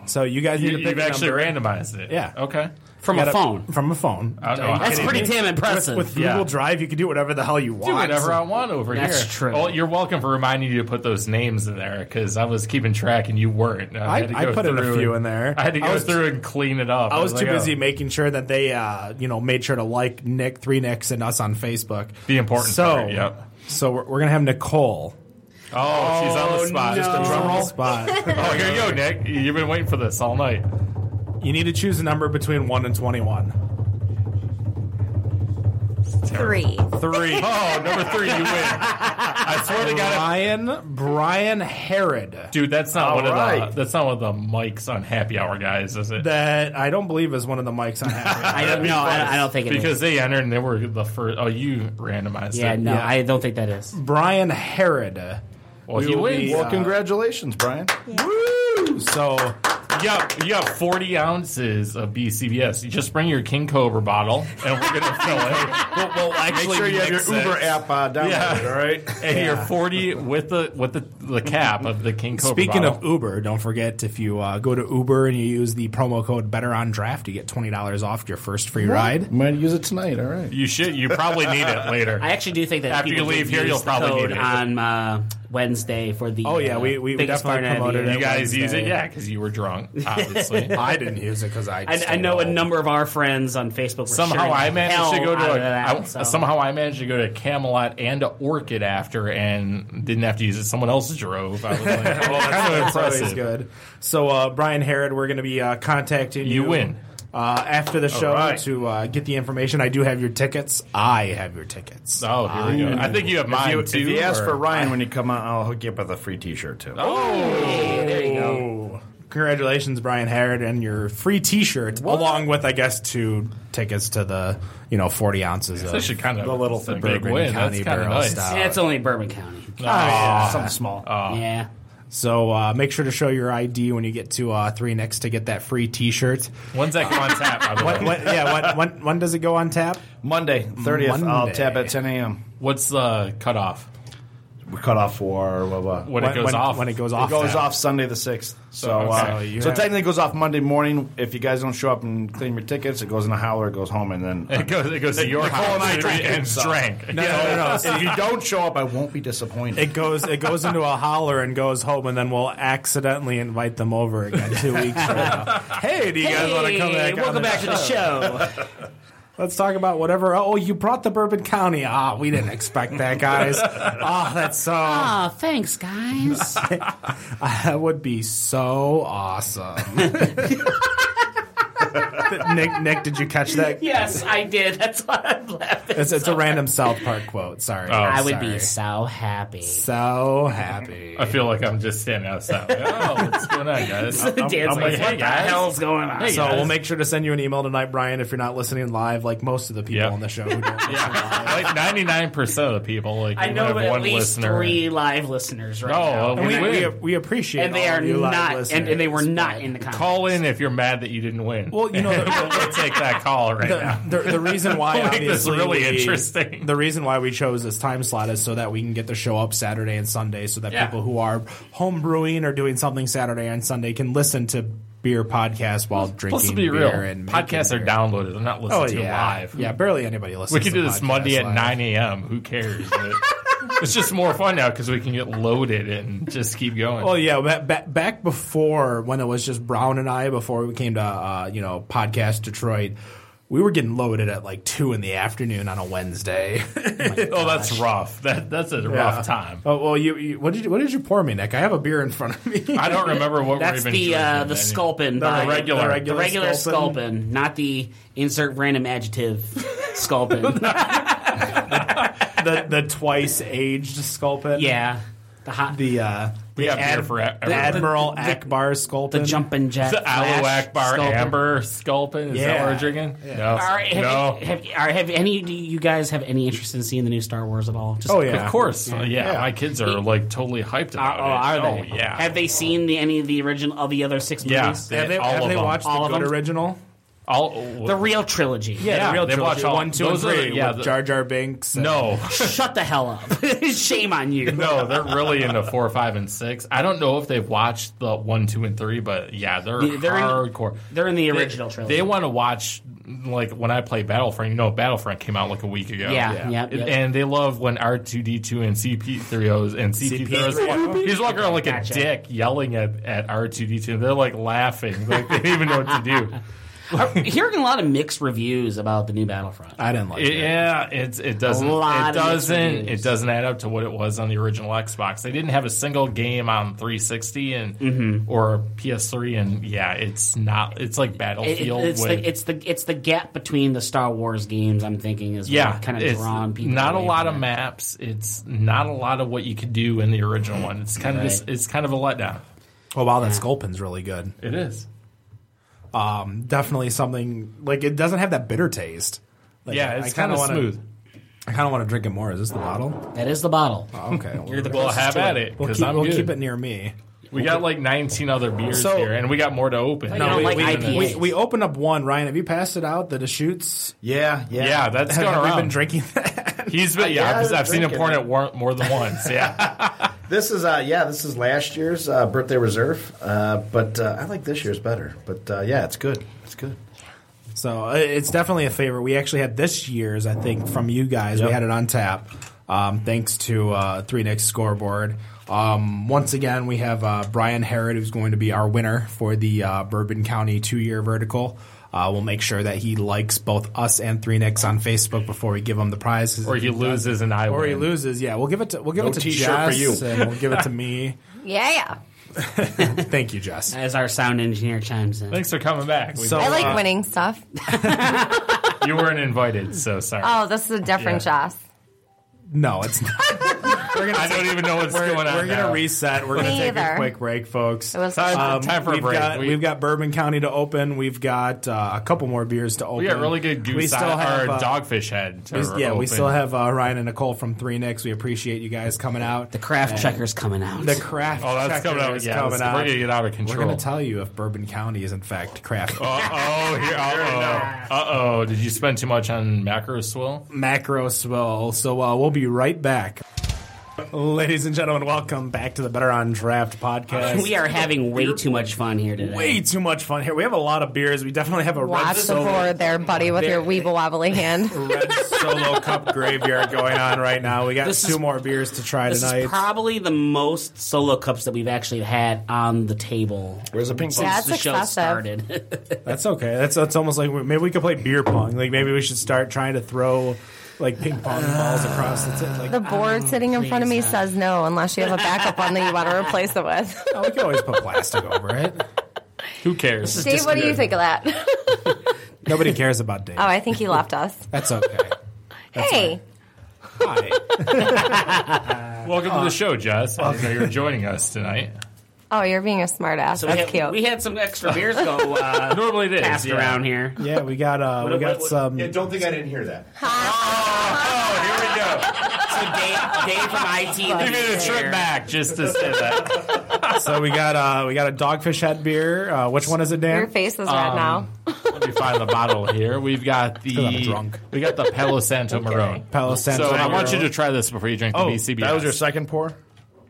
So you guys need
you,
to pick
you've
a
actually
number.
randomized it.
Yeah.
Okay.
from
Got
a
a-
phone.
from a phone.
I don't know.
That's
Kidding
pretty
me.
damn impressive.
With
Yeah.
Google Drive, you can do whatever the hell you want.
do whatever I want over
That's
here.
true.
Well, you're welcome for reminding you to put those names in there because I was keeping track and you weren't.
I-
had to
I
go
put in a
through
few
and-
in there.
I had to go
I was-
through and clean it up.
I was too
like, oh,
busy making sure that they, uh, you know, made sure to like Nick, three Nicks, and us on Facebook.
The important
so,
part, yep.
So we're, we're gonna have Nicole
Oh, she's on the spot. Just a
on
drum
the
roll.
spot.
Oh, here you go, Nick. You've been waiting for this all night.
you need to choose a number between one and twenty-one.
Three.
Three.
Oh, number three, you win. I swear to God,
Brian Brian Herod.
Dude, that's not
All
one
right.
of the that's not one of the mics on Happy Hour guys, is it?
That I don't believe is one of the mics on. Happy Hour.
I don't know. I, I don't think it is.
because they entered and they were the first. Oh, you randomized
Yeah,
it.
no,
Yeah.
I don't think that is.
Brian Herod.
Well,
We
he
will
wins.
be-
Well,
Yeah.
congratulations, Brian.
So
you, got, you got 40 ounces of BCBS. You just bring your King Cobra bottle and we're going to fill it. We'll, we'll actually
Make sure you have your
mix it.
Uber app uh, downloaded.
Yeah.
All right.
And your 40 with the with the, the cap of the King Cobra
Speaking
bottle.
of Uber, don't forget if you uh, go to Uber and you use the promo code Better on Draft, you get twenty dollars off your first free ride.
Might use it tonight. All right.
You should. You probably need it later.
I actually do think that
After
people
you leave
did
here,
use
you'll
the
probably
code
need it.
on uh, Wednesday for the.
Oh, yeah,
uh,
we- we
biggest
definitely
part of the
promoted
year.
it.
you guys use it?
Wednesday.
Yeah, because you were drunk, obviously.
I didn't use it because I.
I, I
stayed
know a
home.
number of our friends on Facebook. Were
somehow
sharing
I
the
managed to
hell
go
out
to
of
a,
that,
I-
so.
somehow I managed to go to Camelot and to Orchid after and didn't have to use it. Someone else drove. I was like, well, kind of
That's always
impressive.
good. So uh, Brian Herod, we're going to be uh, contacting you.
You win.
Uh, after the show
right.
to uh, get the information. I do have your tickets. I have your tickets.
Oh, here we go. I think you have
If
mine
you, if
too.
you ask
or-
for Ryan when you come out, I'll hook you up with a free T-shirt too.
Oh. Congratulations, Brian Herod, and your free T-shirt, along with, I guess, two tickets to the you know forty ounces of
actually kind of
the little
it's a big
Bourbon
win.
County
That's kinda
Barrel
nice.
Stout.
Yeah, it's only Bourbon County.
Oh,
Something small.
yeah.
So uh, make sure to show your ID when you get to uh, Three Nicks to get that free T-shirt.
when's that come on tap? By the
What,
way?
what, yeah, what, when, when does it go on tap?
Monday, thirtieth. I'll
Monday.
tap at ten a.m.
What's the cutoff
We cut off for blah blah.
when, it goes
when,
off?
When it goes
It
off.
goes
tap.
off Sunday the sixth. So,
Okay.
uh,
So
you
so
have-
technically, it goes off Monday morning. If you guys don't show up and claim your tickets, it goes in a howler. It goes home, and then
it goes. It goes to your
Nicole
house
and I drank it,
and
so-
drank.
No, no, no, no.
if you don't show up, I won't be disappointed.
It goes. It goes into a holler and goes home, and then we'll accidentally invite them over again two weeks. From now. Hey, do you guys want to come
Hey,
back? on
welcome
the
back to the show.
Let's talk about whatever. Oh, you brought the Bourbon County. Ah, we didn't expect that, guys. Ah, that's so.
Ah, thanks, guys.
That would be so awesome. Nick, Nick, did you catch that?
yes, I did. That's why I'm laughing.
It's, it's a random South Park quote. Sorry,
I would be
sorry.
so happy.
so happy.
I feel like I'm just standing outside. Like, oh, what's going on, guys?
Dan's
I'm like,
like, what
hey,
the
guys.
hell's going on?
So we'll make sure to send you an email tonight, Brian, if you're not listening live, like most of the people
Yep.
on the show. Who don't listen live.
like 99% of the people, like
I
we
know
have
but at
one
least
listener.
three live listeners right
Oh,
now.
And we,
we
we,
win.
we appreciate
And they
all
are
you live
not,
listeners.
and, and they were not in the comments.
Call in if you're mad that you didn't win.
Well, you know, the,
we'll take that call right now.
the, the, the reason why
Make this
obviously
really
we-
interesting.
The reason why we chose this time slot is so that we can get the show up Saturday and Sunday, so that
Yeah.
people who are home brewing or doing something Saturday and Sunday can listen to beer podcasts while drinking
Let's be
beer
real.
and making
Podcasts are
beer.
downloaded. They're not listened
Oh
to
yeah,
live.
yeah. Barely anybody listens.
We can do
to
this
podcasts
Monday at
live.
9 a.m. Who cares? It's just more fun now because we can get loaded and just keep going.
Well, yeah, ba- ba- back before when it was just Brown and I, before we came to uh, you know podcast Detroit, we were getting loaded at like two in the afternoon on a Wednesday.
oh, that's rough. That that's a rough time.
oh well, you, you what did you, what did you pour me, Nick? I have a beer in front of me.
I don't remember what
That's
we're even
the uh,
drinking
the
then.
sculpin.
The
by-
regular-
the
regular
regular,
sculpin.
sculpin. not the insert random adjective sculpin.
the the twice aged sculpin.
yeah, the hot, the,
The uh,
We
the
have beer for e-, a-
the Admiral
the-
Akbar sculpin.
jumping jack,
The aloe
flash
akbar
sculpin.
amber sculpin. Is that
Yeah.
what we're drinking? No.
All right, have,
no.
you- have, all right, have any do you guys have any interest in seeing the new Star Wars at all? Just
Oh, yeah.
Of course. Yeah.
Yeah. Uh,
My kids are like totally hyped
Are,
about
oh,
it.
are they?
Oh, yeah.
Have they seen the, any of the original of the other six
Yeah.
movies?
They-
have they,
all
have
of
they
them.
watched
All
the
of
good
them?
original?
All,
The real trilogy.
Yeah,
the real
they
trilogy.
watch all-
one, two, and
those are the-
three.
yeah,
with
the-
Jar Jar Binks. and-
no.
Shut the hell up! Shame on you.
No, they're really into four, five, and six. I don't know if they've watched the one, two, and three, but yeah, they're,
Yeah, they're in-
hardcore.
They're in the
They-
original trilogy.
They want to watch like when I play Battlefront. You know, Battlefront came out like a week ago.
Yeah, Yeah. yep, yep.
And they love when R two D two and CP 3os and CP 3os he's walking around like
Gotcha.
a dick, yelling at at R two D two. They're like laughing, like they don't even know what to do.
I'm hearing a lot of mixed reviews about the new Battlefront.
I didn't like
It-
it.
yeah, it's it doesn't
lot
it
of
doesn't
mixed
it
reviews.
doesn't add up to what it was on the original Xbox. They didn't have a single game on 360 and or PS3, and yeah, it's not. It's like
Mm-hmm. It- it-
Battlefield.
it's,
with,
the, it's the it's the gap between the Star Wars games. I'm thinking is
yeah,
kind of
it's
drawn people.
Not a
away
lot
from
of
it.
maps. It's not a lot of what you could do in the original one. It's kind of just, it's kind of a letdown.
Oh wow, that sculpin's really good.
It is.
Definitely something like it doesn't have that bitter taste. Like,
Yeah,
I
it's kind
kinda
of
wanna-
smooth.
I kind of want to drink it more. Is this the bottle?
That is the bottle.
Oh.
Okay, well,
Well, have at it
we'll,
because
keep,
I'm
we'll
good.
keep it near me.
we got like 19 other beers
So-
here, and we got more to open.
No, I don't like IPAs.
We, we opened up one. Ryan, have you passed it out? The Deschutes.
Yeah, yeah.
yeah, that's going
have we
around.
been drinking that?
He's been, yeah,
gotta
I've, I've seen him
drink it.
pouring it war- more than once. Yeah,
This is uh yeah, this is last year's uh, birthday reserve. Uh, but uh, I like this year's better. But uh, yeah, it's good. It's good.
So uh, it's definitely a favorite. We actually had this year's, I think, from you guys. We had it on tap, um, thanks to uh, Three Nicks Scoreboard. Um, once again, we have uh, Brian Harrod, who's going to be our winner for the uh, Bourbon County two-year vertical. Uh, we'll make sure that he likes both us and Three Nicks on Facebook before we give him the prize.
or he loses and I
Or he
win.
loses. Yeah, we'll give it to we'll give it to
t-shirt
Jess,
for you.
and we'll give it to me.
Yeah, yeah.
Thank you, Jess.
As our sound engineer chimes in.
Thanks for coming back. We-
So-
I like
Uh,
winning stuff.
you weren't invited, so sorry.
Uh,
Oh, this is a different Joss.
No, it's not. we're gonna
I don't even know what's going on.
we're
now.
gonna reset. We're gonna
Me
take a
either.
quick break, folks.
It was
time,
um,
time for a
we've
break.
Got,
we,
have got Bourbon County to open. We've got uh, a couple more beers to open.
we got really good goose
We still
eye-
have
or
uh,
dogfish head. To
we- yeah, we
open.
still have uh, Ryan and Nicole from Three Nicks. We appreciate you guys coming out.
The craft checker's coming out.
The craft.
Oh, that's
checker
coming out.
is
Yeah,
coming
that's-
out.
we're gonna get out of
We're
control.
gonna tell you if Bourbon County is in fact craft.
oh, here, uh oh, uh oh. Did you spend too much on macro swill?
macro swell. So uh, we'll be right back. Ladies and gentlemen, welcome back to the Better on Draft podcast.
we are having way too much fun here today.
way too much fun here. We have a lot of beers. We definitely have a red
watch the
solo,
board there, buddy, with your weeble wobbly hand.
red solo cup graveyard going on right now. We got
This
two
is-
more beers to try
This
tonight.
is probably the most solo cups that we've actually had on the table
Where's the pink
since
That's
the show
excessive.
started.
that's okay. That's that's almost like we- maybe we could play beer pong. Like maybe we should start trying to throw like ping pong
Uh.
balls across the table. Like
The board
Mm,
sitting in front of me says no unless you have a backup one that you want to replace it with.
oh, we could always put plastic over it.
Who cares?
Dave, what do you think of that? Oh,
Nobody cares about Dave.
I think he left us.
That's okay.
hey,
Hi.
Welcome to the
Oh.
show, Jess. I know you're joining us tonight.
oh, you're being a smartass.
So we
That's
had,
cute.
we had some extra beers go uh,
Normally it is.
passed
yeah.
around here.
Yeah, we got uh, we got some.
Yeah, don't think I didn't hear that.
Oh, here we go.
So Dave, Dave from IT,
Give me the trip back just to say that.
So we got uh, we got a dogfish head beer. Uh, which one is it,
Your
Dan?
face is red now.
um,
Let me find the bottle here. We've got
I'm
the
drunk.
we got the Palo Santo Marone.
Palo Santo Oh,
So I want you
Marone.
to try this before you drink the BCBS.
Oh, that was your second pour.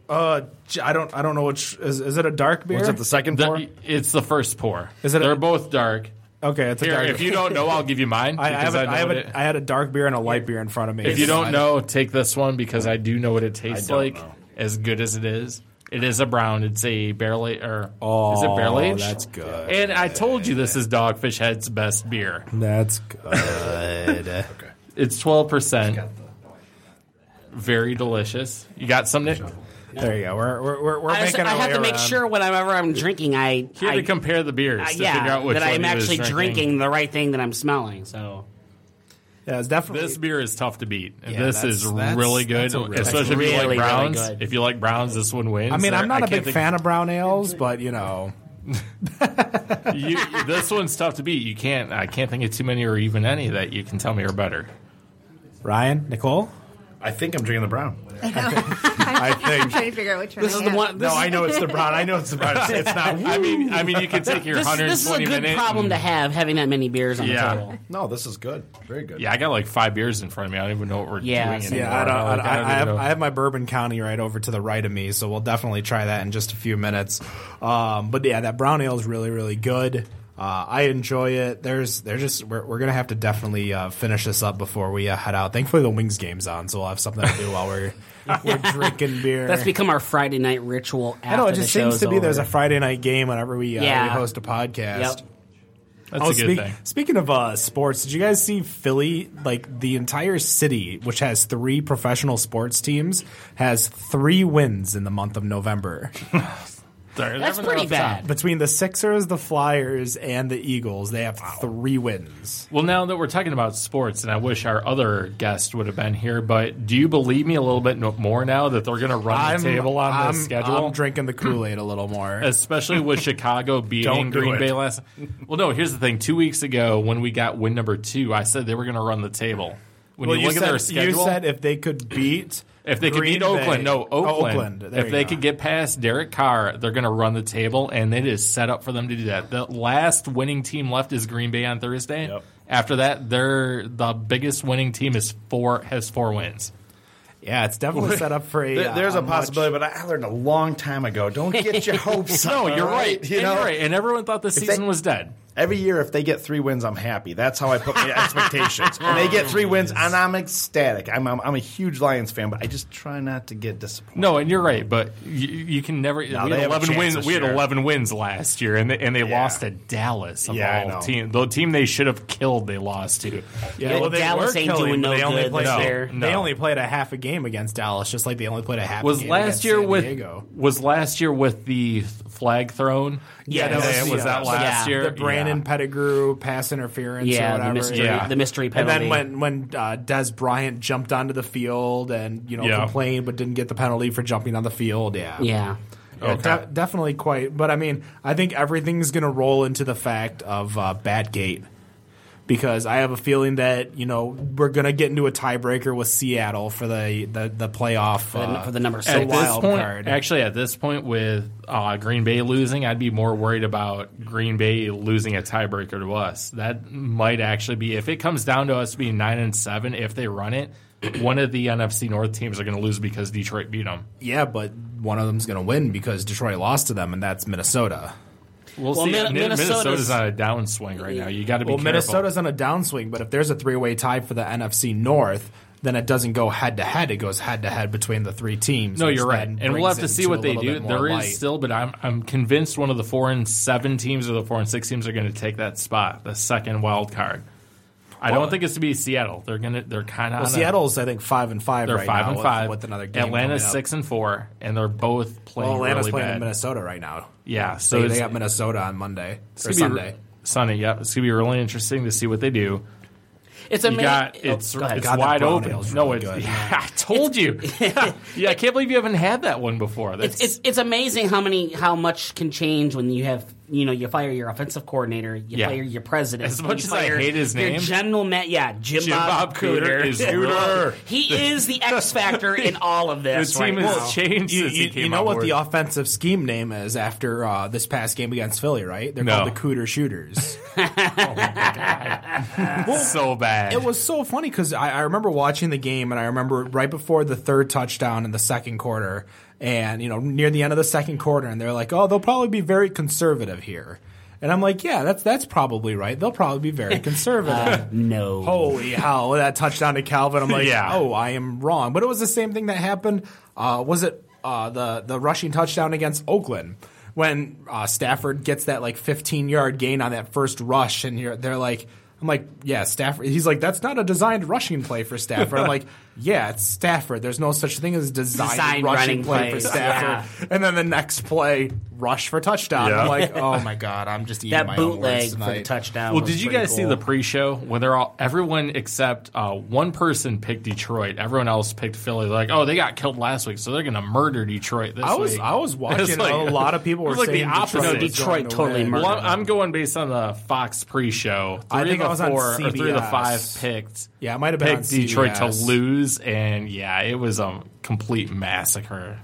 Uh, j- I don't I don't know which is, is it a dark beer?
Was it the second
The-
pour?
it's the first pour.
Is it a-
They're both dark.
Okay, it's a
Here,
dark.
if you don't know, I'll give you mine.
I, I
because
have, a, I,
know
have
what
a, I had a dark beer and a light beer in front of me.
If you don't know, take this one because I do know what it tastes like. As good as it is, it is a brown. It's a barrel a- or is it barrel aged?
Oh, that's good.
And I told you this is Dogfish Head's best beer.
that's good.
It's twelve percent. Very delicious. You got some Nick?
There you go. We're we're we're, we're
I, just-
making.
I
our
have
way
to make
around.
sure whenever I'm drinking, I,
Here
I
to compare the beers
uh,
to
yeah,
figure out which
that
one
I'm
he was
actually drinking.
drinking.
the right thing that I'm smelling. So
Yeah, it's definitely
This beer is tough to beat.
Yeah,
this
that's-
is
that's-
really good,
that's a really-
especially if you
Really, really
like browns.
good.
if you like browns, this one wins.
I mean, I'm not
a
a big fan of brown ales, but you know,
you, this one's tough to beat. You can't. I can't think of too many or even any that you can tell me are better.
Ryan, Nicole.
I think I'm drinking the brown.
I think
trying to figure out which one.
this
I
is the
am.
one. This,
No, I know it's the brown. I know it's the brown. It's, it's not.
I mean, I mean, you can take your
this,
120
this is a good
minute
problem
and-
to have having that many beers on
Yeah.
the table.
No, this is good. Very good.
Yeah, I got like five beers in front of me. I don't even know what we're
Yeah,
doing.
same.
anymore.
Yeah, I don't. I,
Like,
I, I,
even
have,
know.
I have my Bourbon County right over to the right of me, so we'll definitely try that in just a few minutes. Um, but yeah, that brown ale is really, really good. Uh, I enjoy it. There's, there's just we're, we're gonna have to definitely uh, finish this up before we uh, head out. Thankfully, the Wings game's on, so we'll have something to do while we're we're drinking beer.
That's become our Friday night ritual. After
I know it
the
just seems
show's
to be there's a
over.
Friday night game whenever we, uh, we
Yeah.
host a podcast.
Yep.
That's
oh,
a good
speak-
thing.
Speaking of uh, sports, did you guys see Philly? Like the entire city, which has three professional sports teams, has three wins in the month of November
Sorry,
That's
that was
pretty
off the top.
bad.
between the Sixers, the Flyers, and the Eagles. They have three wins.
Well, now that we're talking about sports, and I wish our other guest would have been here, but do you believe me a little bit no- more now that they're going to run the table on
I'm-
this schedule?
I'm drinking the Kool Aid a little more.
especially with Chicago beating
Don't do
Green
it.
Bay last. Well, no. Here's the thing: two weeks ago, when we got win number two, I said they were going to run the table. When
Well,
you look
said,
at their schedule,
you said if they could beat
if they could
Green
beat
Bay-
Oakland, no
Oh,
Oakland.
there
if
you
they
go.
could get past Derek Carr, they're going to run the table, and it is set up for them to do that. The last winning team left is Green Bay on Thursday. After that, they're the biggest winning team is four has four wins.
yeah, it's definitely set up for a.
There-
uh,
There's a
much-
possibility, but I I learned a long time ago. Don't get your hopes up.
No, you're
all
right.
You
and
know,
you're right. And everyone thought the season was dead.
every year if they get three wins, I'm happy. That's how I put my expectations. When they get three wins, and I'm ecstatic. I'm, I'm I'm a huge Lions fan, but I just try not to get disappointed.
No, and you're right, but you, you can never. we
they
had
have a
eleven
chance
wins.
this
We had
year.
eleven wins last year, and they, and they lost to Dallas. Of
Yeah, I
all
know.
team, the team they should have killed, they lost to.
Yeah,
well, Dallas ain't doing
but
no
they only
good
played
this
no,
year.
They
No.
only played a half a game against Dallas, just like they only played a half.
Was
game
last
against
year
San
with
Diego.
was last year with the flag thrown?
Yeah,
that was, was that
yeah.
last
Yeah.
year.
the Brandon
Yeah.
Pettigrew pass interference? or
Yeah,
whatever.
the mystery,
Yeah.
the mystery
And
penalty.
then when when uh, Des Bryant jumped onto the field and you know
Yeah.
complained but didn't get the penalty for jumping on the field, yeah,
yeah,
Yeah, de- definitely quite. But I mean, I think everything's going to roll into the fact of uh, Batgate because I have a feeling that you know we're going to get into a tiebreaker with Seattle for the the, the playoff
the-
uh,
for the number
the
six.
At this
wild
point,
card.
actually, at this point with uh, Green Bay losing, I'd be more worried about Green Bay losing a tiebreaker to us. That might actually be if it comes down to us being nine and seven. If they run it, one of the NFC North teams are going to lose because Detroit beat them.
yeah, but one of them's going to win because Detroit lost to them, and that's Minnesota.
We'll,
Well,
see.
Min-
Min- Minnesota's
Minnesota's-
on a downswing right now. You got to be
Well,
careful.
Minnesota's on a downswing, but if there's a three way tie for the NFC North. Then it doesn't go head to head; it goes head to head between the three teams.
No,
which
you're right,
then
and we'll
brings
have to
it
see
into
what
a
they
little
do.
bit more
There is
light.
still, but I'm I'm convinced one of the four and seven teams or the four and six teams are going to take that spot, the second wild card. I don't think it's to be Seattle. They're gonna they're kind of
Well, Seattle's, I think, five and 5
they're
right
five
now
and
with-
five
With, another game.
Atlanta's
coming up.
six and four, and they're both playing
Well, Atlanta's
really
playing in
bad.
Minnesota right now.
Yeah, so
So they,
it's,
they got Minnesota on Monday
it's
or
gonna be re-
Sunday.
Sunday, yep. It's gonna be really interesting to see what they do.
it's
You got
amazing.
it's
go ahead.
it's
Oh, God, that
wide
brown
open.
ale's
no,
really
it's
good.
yeah, I told you. yeah, I can't believe you haven't had that one before. That's,
it's, it's it's amazing how many how much can change when you have you know you fire your offensive coordinator, you
Yeah.
fire your president.
As
you
much as I
fire
hate his
your
name.
general met yeah, Jim,
Jim
Bob,
Bob Cooter is really-
he is the X factor in all of
the
this.
team
right
has
now.
changed
You,
since he
you-
came
you know
on
what
board.
the offensive scheme name is after uh, this past game against Philly, right? They're
No.
called the Cooter Shooters.
so bad.
it was so funny because I, I remember watching the game, and I remember right before the third touchdown in the second quarter, and you know near the end of the second quarter, and they're like, "Oh, they'll probably be very conservative here." And I'm like, yeah, that's that's probably right. They'll probably be very conservative.
No.
Holy hell, with that touchdown to Calvin. I'm like,
Yeah.
oh, I am wrong. But it was the same thing that happened. Uh, was it uh, the the rushing touchdown against Oakland when uh, Stafford gets that like 15 yard gain on that first rush, and you're, they're like. I'm like, yeah, Stafford. He's like, that's not a designed rushing play for Stafford. I'm like, yeah, it's Stafford. There's no such thing as a designed,
Designed
rushing
running
play for
plays.
Stafford. And then the next play, rush for touchdown.
Yeah.
I'm like, oh my god, I'm just eating
That
my own words
bootleg for the
tonight.
touchdown.
Well,
was
did you
pretty
guys see
cool.
the pre-show when they're all everyone except uh, one person picked Detroit, everyone else picked Philly? Like, oh, they got killed last week, so they're gonna murder Detroit this
I was
week.
I was watching.
It's like-
a lot of people
it
were
was like
saying
the opposite.
Detroit
No,
was
Detroit
going to
totally
win.
murdered.
Well, I'm, I'm going based on the Fox pre-show. Three
I think I
of the
was on
four or three of the
CBS.
five picked.
Yeah, it might have been
picked
on
Detroit to
CBS.
lose, and yeah, it was a complete massacre.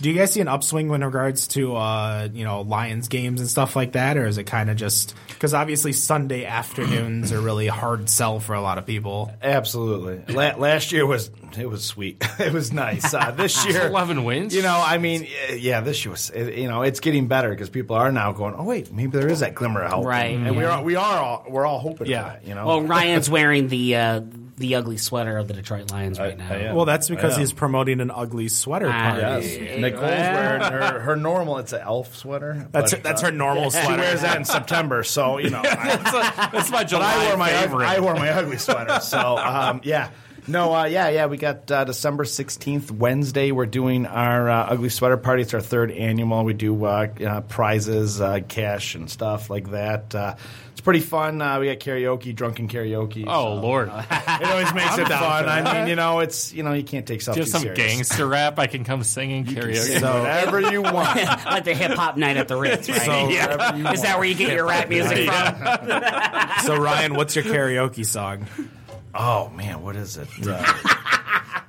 Do you guys see an upswing in regards to uh, you know Lions games and stuff like that, or is it kind of just because obviously Sunday afternoons are really hard sell for a lot of people?
Absolutely. La- last year was it was sweet. it was nice. Uh, this year,
11 wins?
You know, I mean, y- yeah, this year was. it- You know, it's getting better because people are now going. Oh wait, maybe there is that glimmer of hope.
Right,
Mm-hmm.
And we are we are all we're all hoping.
Yeah.
For that, you know.
Well, Ryan's wearing the uh, the ugly sweater of the Detroit Lions right now.
yeah.
Well, that's because
Yeah.
he's promoting an ugly sweater
Ah,
party.
Yes. Nicole's wearing her, her normal. It's an elf sweater.
That's
but,
that's
uh,
her normal
She
sweater.
wears that in September, so you know. I,
that's, a, that's my July
I wore my
favorite.
I wore my ugly sweater. So um, yeah, no, uh, yeah, yeah. We got uh, December sixteenth, Wednesday. We're doing our uh, ugly sweater party. It's our third annual. We do uh, uh, prizes, uh, cash, and stuff like that. Uh, it's pretty fun. Uh, we got karaoke, drunken karaoke.
oh, Lord.
it always makes it fun. I mean, you know, it's you know, you can't take stuff
Do you have
too
some
serious.
gangster rap I can come sing and karaoke?
So whatever you want.
like the hip hop night at the Ritz, right?
So whatever you
Is that where you get your rap music from?
so Ryan, what's your karaoke song?
Oh man, what is it? Uh,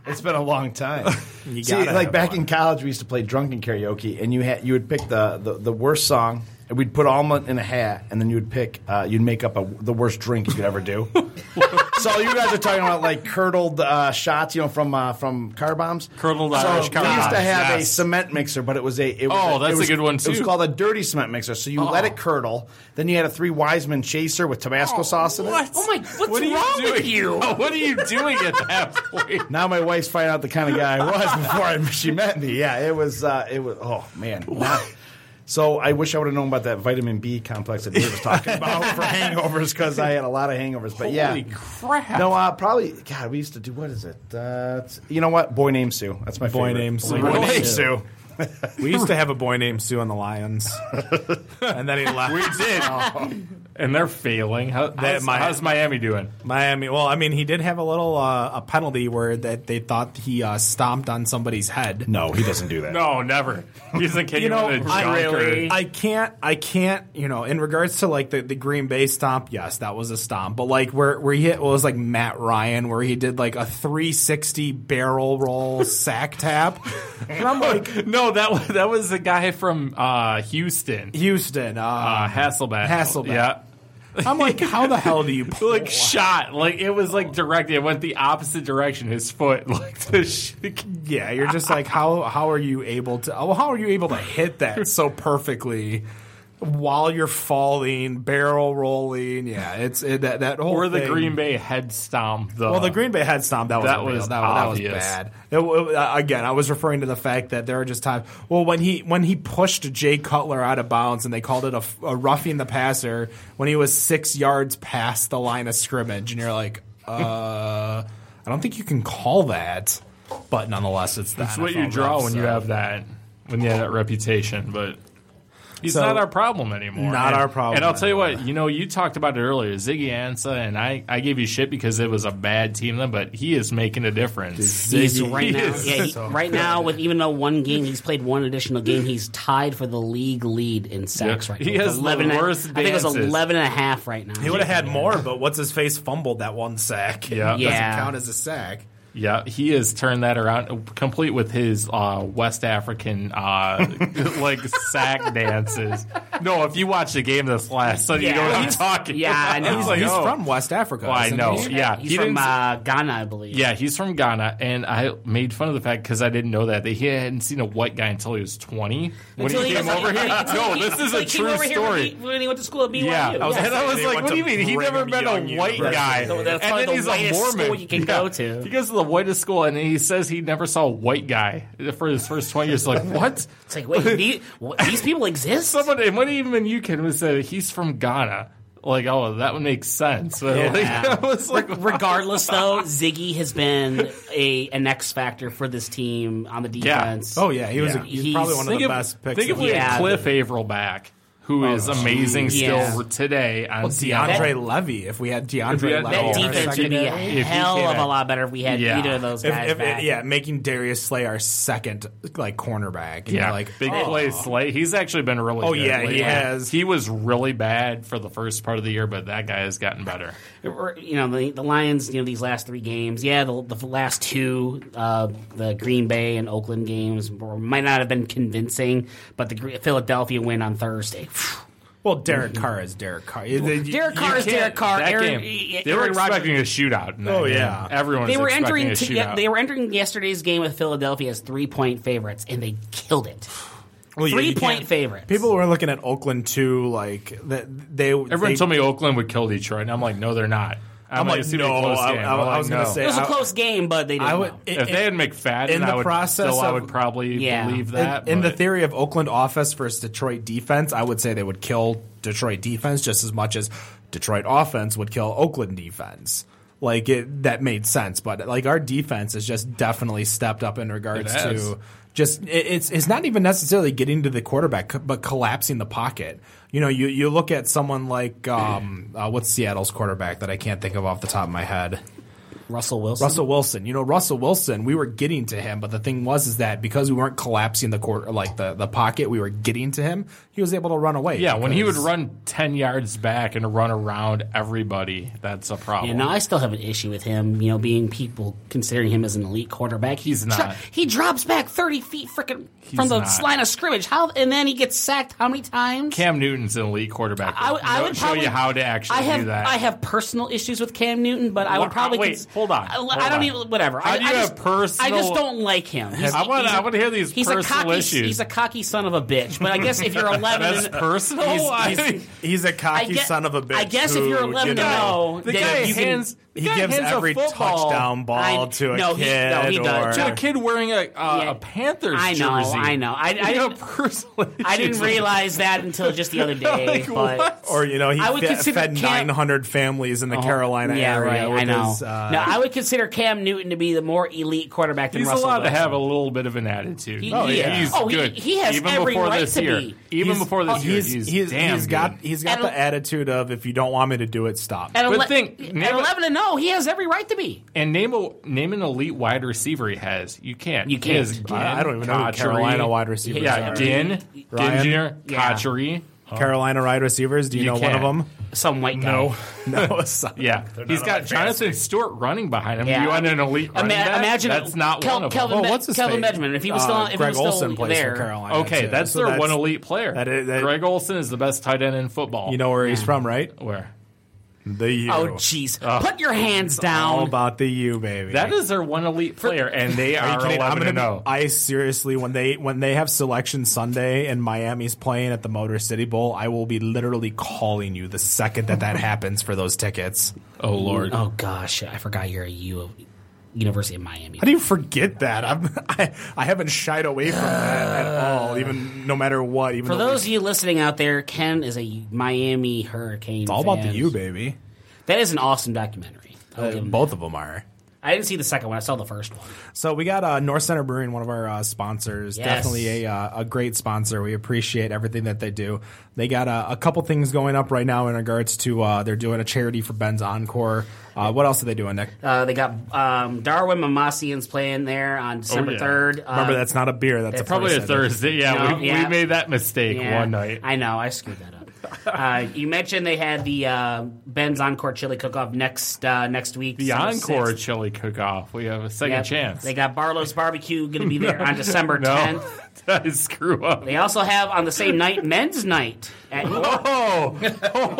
it's been a long time.
You
See,
gotta
like
have
back
one.
in college, we used to play drunken karaoke, and you had you would pick the, the, the worst song, and we'd put almond in a hat, and then you would pick uh, you'd make up a, the worst drink you could ever do. so you guys are talking about like curdled uh, shots, you know, from uh, from car bombs.
Curdled
so
Irish car
We used to
bombs,
have a
yes.
cement mixer, but it was a it was
Oh,
it
that's a
was-
good one,
It was
too. Oh.
called a dirty cement mixer. So you let it curdle, then you had a three Wiseman chaser with Tabasco sauce in it.
Oh my! What's
What are you
wrong
doing?
with you?
Oh, what are you doing at that point?
Now my wife's finding out the kind of guy I was before I, she met me. Yeah, it was. Uh, it was. Oh man. Now- so I wish I would have known about that vitamin B complex that Dave was talking about for hangovers because I had a lot of hangovers. But yeah,
Holy crap.
no, uh, probably. God, we used to do. What is it? Uh, it's- you know what? Boy named Sue. That's my
Boy
favorite.
named Sue.
Boy
Really?
named Sue.
We used to have a boy named Sue on the Lions, and then he left.
We did.
Oh.
And they're failing. How, how's,
my-
how's Miami doing?
Miami. Well, I mean, he did have a little uh, a penalty where that they thought he uh, stomped on somebody's head.
No, he doesn't do that.
No, never. He's a kid.
You know,
in a
I-
junk or-
really-
I can't. I can't. You know, in regards to like the, the Green Bay stomp, yes, that was a stomp. But like where where he hit what was like Matt Ryan, where he did like a 360 barrel roll sack tap, and I'm like
no, that was that was the guy from uh, Houston,
Houston, uh,
uh, Hasselbeck.
Hasselbeck.
Yeah.
I'm like, how the hell do you pull?
Like shot, like it was like directed. It went the opposite direction. His foot, like the sh-
yeah, you're just like how how are you able to? Well, how are you able to hit that so perfectly? While you're falling, barrel rolling, yeah, it's it, that that whole
or the
thing-
Green Bay head stomp. The,
Well, the Green Bay head stomp that was
Uh, That
real.
was
that, that was
obvious.
bad. It- it- uh, again, I was referring to the fact that there are just times. Well, when he when he pushed Jay Cutler out of bounds and they called it a, f- a roughing the passer when he was six yards past the line of scrimmage, and you're like, uh, I don't think you can call that. But nonetheless, it's the
That's what
NFL
you draw
refs,
when you
so.
have that when you have that reputation, but he's
So-
not our problem anymore.
Not
And-
our problem
And I'll tell you what, you know, you talked about it earlier, Ziggy Ansah, and I, I gave you shit because it was a bad team then, but he is making a difference.
He's
Ziggy
right now.
is
Yeah, he, right now with even though one game he's played one additional game, he's tied for the league lead in sacks
Yeah.
right
He
now.
has the
and a-
worst
I think it was
dances.
11 and a half right now.
He would have had more, but what's his face fumbled that one sack.
Yeah.
It
Yeah.
doesn't count as a sack.
Yeah, he has turned that around, complete with his uh, West African uh, like sack dances. No, if you watch the game this last Sunday, you know what I'm
He's-
talking.
yeah,
about.
I know.
It's like,
He's
oh.
from West Africa.
Well, I
isn't
know.
he?
Yeah,
he's
he
from
didn't-
uh, Ghana, I believe.
Yeah, he's from Ghana, and I made fun of the fact because I didn't know that, that he hadn't seen a white guy until he was 20 when
Until
he, came
was-
over here.
until
no,
he-
this is
until
a
he came
true
over here when
story.
he- When he went to school at BYU.
yeah, I was,
yes.
and I was like, "What do you mean? He never met a white guy."
So that's
and
probably
then
the
he's a
whitest
Mormon.
school you can go to.
He goes to the whitest school, and he says he never saw a white guy for his first twenty years. Like what?
It's like, wait, these, what, these people exist?
Someone, and when even you can was said he's from Ghana. Like oh, that would make sense. But like, I was like,
Regardless, though, Ziggy has been a an X factor for this team on the defense.
Oh yeah, he was
Yeah.
A, he's probably one of
think
the
if,
best picks.
Think if
of
we
the- Oh,
Yeah,
had Cliff Averill back, who is amazing
Yeah.
still today on Seattle.
DeAndre Levy. If we had DeAndre
we had
Levy,
Oh,
That
in our
defense would be a
secondary.
he
hell
came
of a
back.
lot better if we had
Yeah.
either of those
If-
guys
if-
back.
yeah, making Darius Slay our second like cornerback. you
Yeah,
know, like
Oh.
big play Slay. He's actually been really.
Oh,
good
yeah, he
lately.
has.
He was really bad for the first part of the year, but that guy has gotten better.
Or, you know the, the Lions. You know these last three games. Yeah, the, the last two, uh, the Green Bay and Oakland games were, might not have been convincing, but the Gre- Philadelphia win on Thursday.
Well, Derek Carr is Derek Carr.
Derek Carr is
You can't-
Derek Carr.
That
Aaron, E-
game,
Aaron
they were
Rodgers-
expecting a shootout. in that
Oh,
game.
yeah.
everyone.
They
was
were
expecting
entering.
a
To,
shootout.
yeah, they were entering yesterday's game with Philadelphia as three point favorites, and they killed it. three point favorites.
People were looking at Oakland too, like that they.
Everyone
they,
told me Oakland would kill Detroit, and I'm like, no, they're not.
I'm like,
it's gonna
no.
be a close
I,
game.
I-
I'm
I
like,
was gonna
no.
say
It was a
I-
close game, but they didn't.
I
know.
would.
if they had McFadden,
in the
I would,
process
still, I
of-
would probably
Yeah.
believe
In-
that.
in, the
but-
theory of Oakland offense versus Detroit defense, I would say they would kill Detroit defense just as much as Detroit offense would kill Oakland defense. Like it, that made sense, but like our defense has just definitely stepped up in regards
It has.
to just it, it's it's not even necessarily getting to the quarterback, co- but collapsing the pocket. You know, you you look at someone like um, uh, what's Seattle's quarterback that I can't think of off the top of my head.
Russell Wilson.
Russell Wilson. You know, Russell Wilson, we were getting to him, but the thing was is that because we weren't collapsing the quarter like the, the pocket, we were getting to him, he was able to run away.
Yeah, when he would
because-
run ten yards back and run around everybody, that's a
Yeah,
problem.
no, I still have an issue with him. You know, being people considering him as an elite quarterback. He's,
not.
he drops back thirty feet freaking from the
not.
line of scrimmage. How and then he gets sacked. How many times?
Cam Newton's an elite quarterback.
I, would- I
He'll
would
show
probably,
you how to actually
I have,
do that.
I have personal issues with Cam Newton, but I would
Wha-
probably
wait, hold on,
I, I
hold
don't
on.
even whatever.
How
I,
do you
I
have
just, I
personal-
just don't like him. He's,
I wanna-
he's a-
I wanna hear these
he's a
personal
cocky,
issues.
He's a cocky son of a bitch. But I guess if you're 11,
That's
and-
personal?
He's,
I-
he's,
He's a
I
cocky
guess-
son of a bitch.
I guess if
who,
you're 11
you
to know,
the
then
guy
you can-
hands.
he
the guy
gives
hands a
every
football
touchdown ball
I-
to a
no, he-
kid
no, he does.
to
or
a kid wearing a uh,
Yeah.
a Panthers
I know,
jersey.
I know. I- I
You have
didn't-
personal
I didn't
issues with-
realize that until just the other day.
Like,
but
what?
or you know, he
I would
fed,
consider
fed
Cam- Oh,
900 families in the Carolina
yeah,
area.
right.
with
I know.
his, uh,
no, I would consider Cam Newton to be the more elite quarterback than
He's
Russell
allowed
Wilson.
to have a little bit of an attitude.
He- Oh, he yeah. is.
he's
Oh, he-
good.
he has
even
every
before
right
this
to
year.
be. Oh,
Even before this year,
Oh, he's, he's,
damn
he's got
good.
he's got
And-
the attitude of if you don't want me to do it, stop.
At,
But
ele-
think,
at
name a-
11 and 0, he has every right to be.
And name a name an elite wide receiver he has. You can't.
You
He
can't.
has Ginn,
I don't even know who
Cotchery.
Carolina wide receivers
Yeah,
are.
Ginn,
Ryan.
Ginn Jr.,
Yeah.
Cotchery.
Carolina wide receivers, do you,
You
know
can't.
one of them?
Some white guy.
No.
No, son.
Yeah, he's got Jonathan Stewart running behind him.
Yeah.
You want an elite
Ima-
running back?
imagine
that's not
Kel-
one of
Kelvin
them.
Well,
Oh, what's his
Kelvin
name?
Benjamin, if he was still- if he
Uh, Greg
was still
Olsen plays
there.
for Carolina.
Okay,
too.
that's
So
their one elite player.
that is- that-
Greg Olson is the best tight end in football.
You know where he's from, right?
where?
The U.
Oh, jeez. Put your hands
All
down.
about the U, baby.
That is their one elite player, and they
Are you
are
kidding? I'm
11
gonna
and oh.
know.
0.
I seriously, when they when they have selection Sunday and Miami's playing at the Motor City Bowl, I will be literally calling you the second that that happens for those tickets.
Oh lord.
oh, gosh. I forgot you're a U of University of Miami.
How do you forget that? I'm, I I haven't shied away from that at all, even no matter what. Even
For
though
those of you listening out there, Ken is a Miami Hurricane.
it's all about the
fan.
U, Uh, baby.
That is an awesome documentary. I'll give him that.
Both of them are.
I didn't see the second one. I saw the first one.
So we got uh, North Center Brewing, one of our uh, sponsors.
Yes.
Definitely a, uh, a great sponsor. We appreciate everything that they do. They got uh, a couple things going up right now in regards to uh, they're doing a charity for Ben's Encore. Uh, what else are they doing, Nick?
Uh, they got um, Darwin Mamasian's playing there on
Oh,
December
yeah.
3rd. Uh,
Remember, that's not a beer. That's a
that's
Probably a
person.
Thursday. Yeah,
No,
we,
yeah.
we made that mistake
um, yeah.
one night.
I know. I screwed that up. Uh, you mentioned they had the uh, Ben's Encore Chili Cook-Off next uh, next week.
The
December
Encore
6th.
Chili Cook Off. We have a second
Yep.
chance.
They got Barlow's Barbecue going to be there on December
No.
10th.
That is screw up.
They also have on the same night Men's Night at York.
Oh, hold on,
Wait,
hold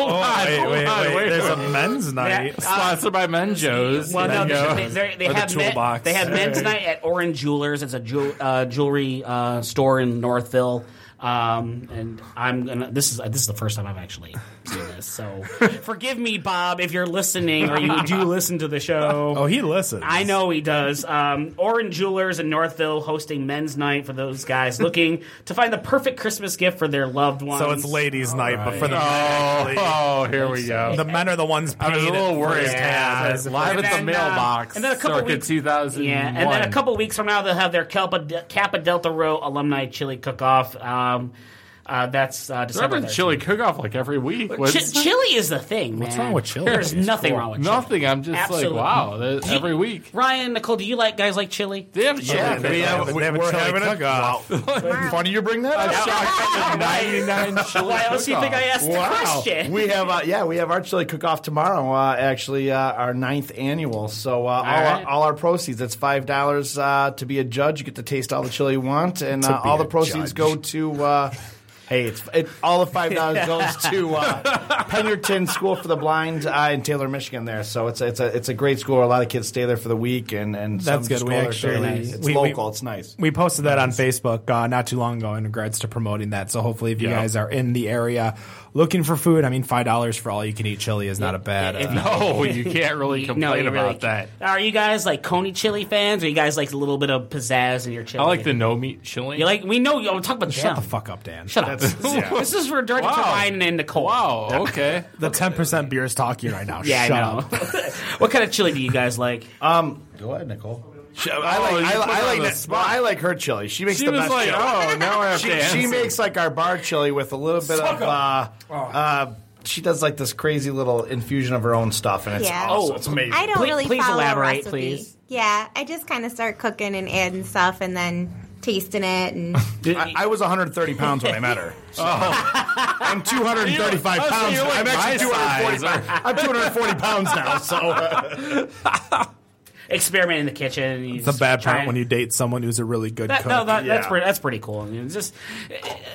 wait,
on,
wait.
wait.
There's a men's night.
Sponsored by Menjo's.
Well, no,
There you go.
they, they, they
Or the
have men,
toolbox.
they have men's night at Orange Jewelers. It's a jewel, uh, jewelry uh, store in Northville. Um, and I'm gonna. This is this is the first time I've actually seen this. So forgive me, Bob, if you're listening or you do listen to the show.
Oh, he listens.
I know he does. Um, Orange Jewelers in Northville hosting men's night for those guys looking to find the perfect Christmas gift for their loved ones.
So it's ladies' night, but for the
Oh, oh, here we go.
the men are the ones.
I was a
paid
little worried.
Yeah.
Live at
And
the
then, uh,
mailbox.
and then a couple
circa
weeks-
2001.
Yeah, and then a couple weeks from now they'll have their Kappa, Kappa Delta Rho alumni chili cook-off. Um, uh, that's uh,
I've
December.
been
13th.
chili cook off like every week.
Chi-
What's-
chili is the thing. What's
wrong with chili?
There's
It's
nothing
cool.
wrong with chili.
Nothing. I'm just
Absolutely.
like, wow, that-
Do you-
every week.
Ryan, Nicole, do you like guys like chili?
They have yeah,
They have, they have a chili cook-off.
Funny you bring that up.
Why else do you think I asked the question?
we have uh, yeah, we have our chili cook off tomorrow. Uh, actually, uh, our ninth annual. So uh, all,
right.
our, all our proceeds. It's five dollars uh, to be a judge. You get to taste all the chili you want, and uh,
be
all the
a
proceeds
judge.
go to. Uh, Hey, it's it, all the five dollars goes to uh, Penderton School for the Blind uh, in Taylor, Michigan. There, so it's a, it's a it's a great school. A lot of kids stay there for the week, and and
That's good.
some just
We
go there
actually-
daily. it's
we- we-
local. it's nice.
We posted that on Facebook uh, not too long ago in regards to promoting that. So hopefully, if you guys are in the area looking for food, I mean, five dollars for all you can eat chili is not a bad.
If-
Uh,
No, Oh, you can't really complain
No, you really
about
can't.
that.
Are you guys like Coney chili fans? Or you guys like a little bit of pizzazz in your chili?
I like the no meat chili.
You like? We know. you- I'm talking about
shut the fuck up, Dan.
Shut up. This is for directed to
Wow.
Ryan and Nicole.
Wow, okay.
The ten percent beer is talking right now.
Yeah,
shut
I know.
up. Oh,
what kind of chili do you guys like?
Um, go ahead, Nicole. I like
Oh, you put
I, li- I
her on
like
the
that, well, I like her chili. She makes
She
the
was
best
like,
chili.
oh, now I have
she,
to answer. Oh.
she makes like our bar chili with a little bit of uh, uh, she does like this crazy little infusion of her own stuff, and it's
Yeah.
awesome.
Oh,
it's amazing.
I don't
Please-
really
please
follow a
elaborate,
recipe.
please.
Yeah, I just kind of start cooking and adding stuff and then tasting it and
I, I was 130 pounds when I met her. So.
Oh.
I'm 235
Oh, so
pounds.
you're like
I'm
my
actually 240.
size, or-
I'm 240 pounds now. So uh,
Experiment in the kitchen. You
It's a bad
try
part when you date someone who's a really good
That,
cook.
no, that, that's
Yeah.
pretty. That's pretty cool. I mean, it's just,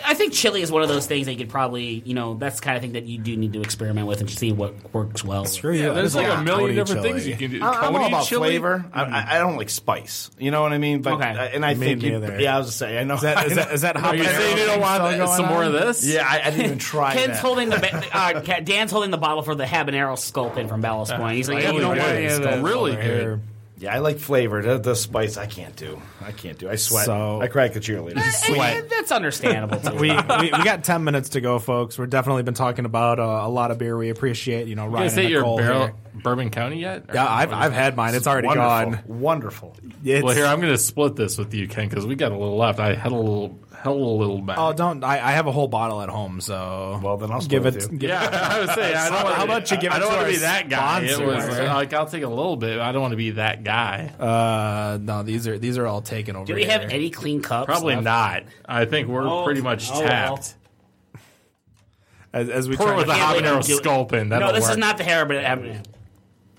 I think chili is one of those things that you could probably, you know, that's the kind of thing that you do need to experiment with and see what works well.
Screw you.
Yeah, there's like a million
Coney
different
chili.
things you can do.
I'm
Coney
all about
chili? Mm.
flavor. I- I, I don't like spice. You know what I mean? But uh,
Okay.
and I
Me
think you-
neither.
yeah, I was just saying. I know.
Is that is that, is that
Are you
habanero
saying you don't
thing
want
still
th-
going
some more of
on?
this?
yeah, I, I didn't even try.
Ken's
that.
holding the ba- uh, Ken- Dan's holding the bottle for the habanero sculpin from Ballast
Uh,
Point. He's like,
I
you know
haven't
what?
had it.
It's going
Really
over here.
good.
Yeah, I like flavor. The, the spice, I can't do. I can't do. I sweat.
So-
I crack the cheerleader.
Eh, That's understandable. Too.
we, we we got ten minutes to go, folks. We've definitely been talking about uh, a lot of beer. We appreciate you know
Can I
Ryan
say
and
your
Nicole
barrel
here.
Bourbon County yet? Or-
Yeah, I've I've had mine. It's already
wonderful.
gone.
Wonderful.
It's,
Well, here I'm going to split this with you, Ken, because we got a little left. I had a little, held a little back.
oh, don't I, I have a whole bottle at home, so
Well, then I'll
give it.
split with you.
give-
yeah, I was saying, I don't
How
wanna,
about you give
I
it
don't
to
wanna
our
be that guy. It
sponsor,
was
right?
like I'll take a little bit. I don't want to be that guy.
Uh, no, these are these are all taken over.
do we have
here.
any clean cups?
Probably
left?
not. I think we're
Oh,
pretty much
oh,
tapped.
As, as we
Pour
try
it with a
to,
Yeah, we
habanero
don't do it.
sculpin. That'll
No, this
work.
is not the habanero.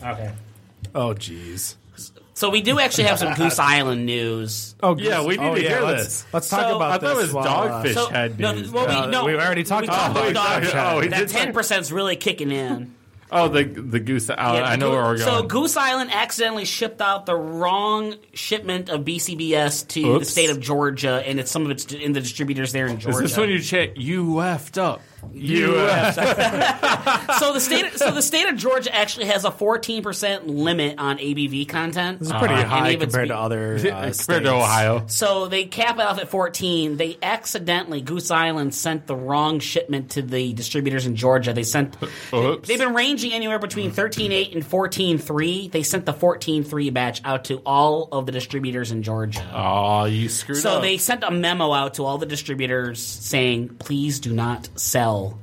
Okay.
oh, jeez.
So we do actually have some Goose Island news.
Oh,
Yeah, we need
oh,
to
yeah,
hear
let's,
this.
Let's talk
So-
about
I thought it
this
was
while, uh,
dogfish head
no,
news.
well,
Uh,
we, no,
we've already talked
we
about
talked
it.
about
Dogfish
dog-
head.
Oh, we
That
did
ten
talk-
percent's really kicking in.
Oh, the the goose. Oh,
Yeah,
I
the
know
Goo-
where we're
So
going.
Goose Island accidentally shipped out the wrong shipment of BCBS to the
Oops.
state of Georgia, and it's some of it's in the distributors there in
Is
Georgia.
this when you check? You effed up. You effed.
so the state, so the state of Georgia actually has a fourteen percent limit on ABV content.
It's pretty
Uh, any
high
of its
compared
be-
to other uh,
Compared
states.
to Ohio.
So they cap it off at 14. They accidentally, Goose Island sent the wrong shipment to the distributors in Georgia. They sent.
Oops.
They've been ranging anywhere between 13.8 and 14.3. They sent the 14.3 batch out to all of the distributors in Georgia.
Oh, you screwed
So
up.
they sent a memo out to all the distributors saying, please do not sell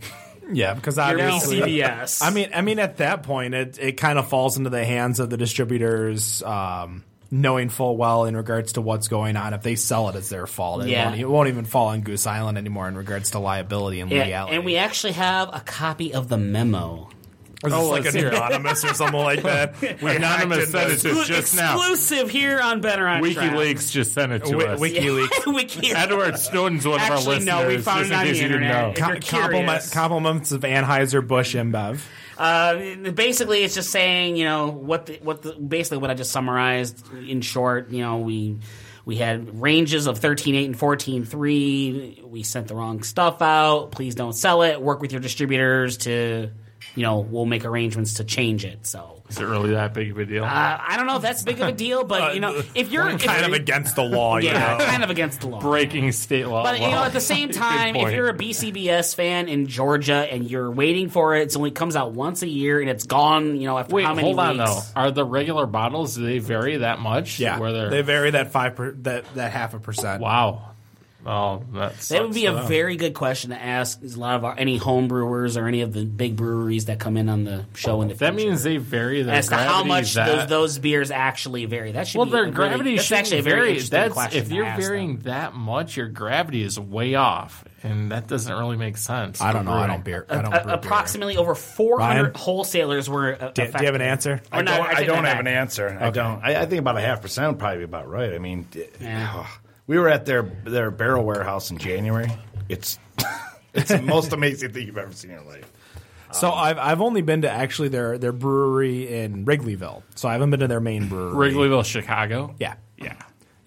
Yeah, because
your
obviously.
BCBS.
I mean, I mean, at that point, it, it kind of falls into the hands of the distributors. Um, knowing full well in regards to what's going on. If they sell it, it's their fault. It,
Yeah.
won't, e-, it won't even fall on Goose Island anymore in regards to liability and
Yeah,
legality.
and we actually have a copy of the memo.
Or
Oh,
just like
it's
an
here.
anonymous or something like that.
We anonymous sent it to us just now.
Exclusive here on Better on Trial.
WikiLeaks just sent it to
Wi-
us.
WikiLeaks.
Wiki-
Edward Snowden's one of our
Actually,
listeners.
no, we found
just
it
in
on
case
the
you didn't
internet.
know.
If you're
Compliment,
curious.
compliments of Anheuser Busch InBev.
Uh, basically, it's just saying, you know, what the, what the, basically what I just summarized in short. You know, we we had ranges of thirteen eight and fourteen three. We sent the wrong stuff out. Please don't sell it. Work with your distributors to, you know, we'll make arrangements to change it. So
Is it really that big of a deal?
uh, I don't know if that's big of a deal, but you know, if you're if
Uh, Kind of
you're-
against the law, you
yeah,
know.
kind of against the law.
Breaking state law.
But you know,
Wow.
at the same
Good
time, if
point.
you're a BCBS fan in Georgia and you're waiting for it, it's only comes out once a year and it's gone. You know, after
Wait,
how many
hold on
weeks?
though. Are the regular bottles? Do they vary that much?
Yeah,
Where they're
they vary that five per, that that half a percent.
wow. Oh, that's
That would be a very good question to ask a lot of our, any home brewers or any of the big breweries that come in on the show in the
That
future.
means they vary their
as to
gravity.
how much those,
that,
those beers actually vary. That should
well,
be
their
a really-
gravity
that's
shouldn't
actually a very
vary.
interesting
That's-
question.
if
to
you're
ask them.
varying that much, your gravity is way off, and that doesn't really make sense.
I don't know. I
Brewing.
don't beer. I don't
A-
brew beer.
approximately over 400
Ryan?
wholesalers were. Uh,
Do, do you have an answer?
Or not,
I don't, I
take
don't
that
have
back.
an answer. I don't. I, I think about a half percent would probably be about right. I mean, d- oh, we were at their their barrel warehouse in January. It's it's the most amazing thing you've ever seen in your life.
So I've I've only been to actually their their brewery in Wrigleyville. So I haven't been to their main brewery.
Wrigleyville, Chicago.
Yeah.
yeah.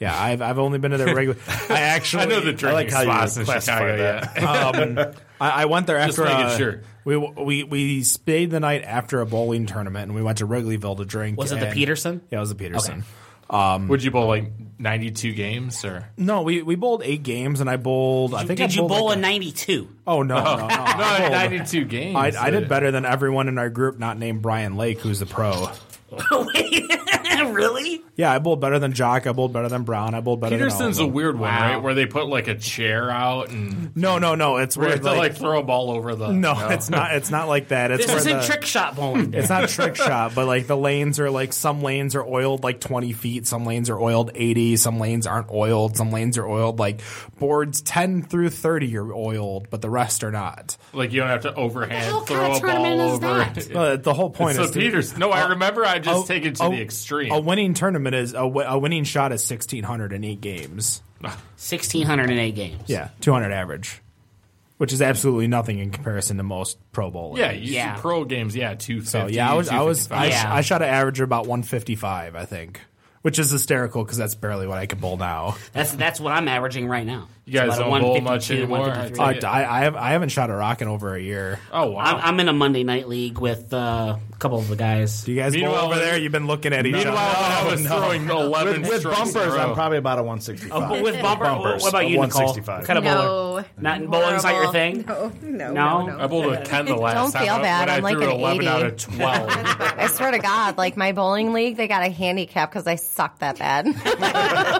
Yeah, I've I've only been to their regular. I actually
I know the
I
drinking
like how you
spots in
classify
Chicago.
that.
Yeah.
um, I, I went there
Just
after.
making
uh,
sure.
We we we stayed the night after a bowling tournament, and we went to Wrigleyville to drink.
Was it the
and-
Peterson?
Yeah, it was the Peterson.
Would you bowl like 92 games or?
Um, No, we we bowled eight games, and I bowled. I think I
Did you
bowled
bowl
like
in
a-
92?
Oh no, no, no! I,
No,
bowled-
92 games.
I, I did better than everyone in our group, not named Brian Lake, who's the pro.
really?
Yeah, I bowled better than Jock. I bowled better than Brown. I bowled better
Peterson's
than
a
all of them.
weird one, right? Where they put like a chair out and
No, no, no. It's
where
weird.
they
Like,
like throw a ball over the.
no, it's not. It's not like that. It's
This
where
isn't
the-
trick shot bowling.
It's not a trick shot, but like the lanes are like some lanes are oiled like 20 feet, some lanes are oiled 80, some lanes aren't oiled, some lanes are oiled like boards 10 through 30 are oiled, but the rest are not.
Like you don't have to overhand
hell kind
throw
of
a ball
tournament is
over.
that?
But the whole point
so
is to-
Peters. No, I remember. I just
a-
take it to
a-
the extreme.
Oh, A winning tournament is a, wi- a winning shot is 1600 in 8 games.
1,608 games.
Yeah, 200 average. Which is absolutely nothing in comparison to most pro bowlers.
yeah, you
Yeah.
see pro games. Yeah, two.
So yeah, I was I was I,
Yeah.
I shot an average of about 155, I think, which is hysterical because that's barely what I can bowl now.
That's that's what I'm averaging right now.
You guys
It's about a
don't bowl
152,
much anymore?
153.
Uh, I, I, have, I haven't shot a rock in over a year.
oh wow.
I'm, I'm in a Monday night league with uh, a couple of the guys.
Do you guys bowl
Meanwhile,
over there? You've been looking at each
Meanwhile,
other. Oh,
I was throwing eleven
With
strokes in a
bumpers, I'm
row.
probably about a 165.
Oh, But with bumper,
Bumpers
what about
of
you, Nicole?
165.
What kind of bowler?
No.
Not bowling's not your
Horrible.
thing.
No, no,
No?
no.
I
no.
bowled a ten the last
Don't
time.
feel
when
bad,
I
I'm like
threw
an
11
80.
out of twelve.
I swear to God, like my bowling league, they got a handicap because I sucked that bad.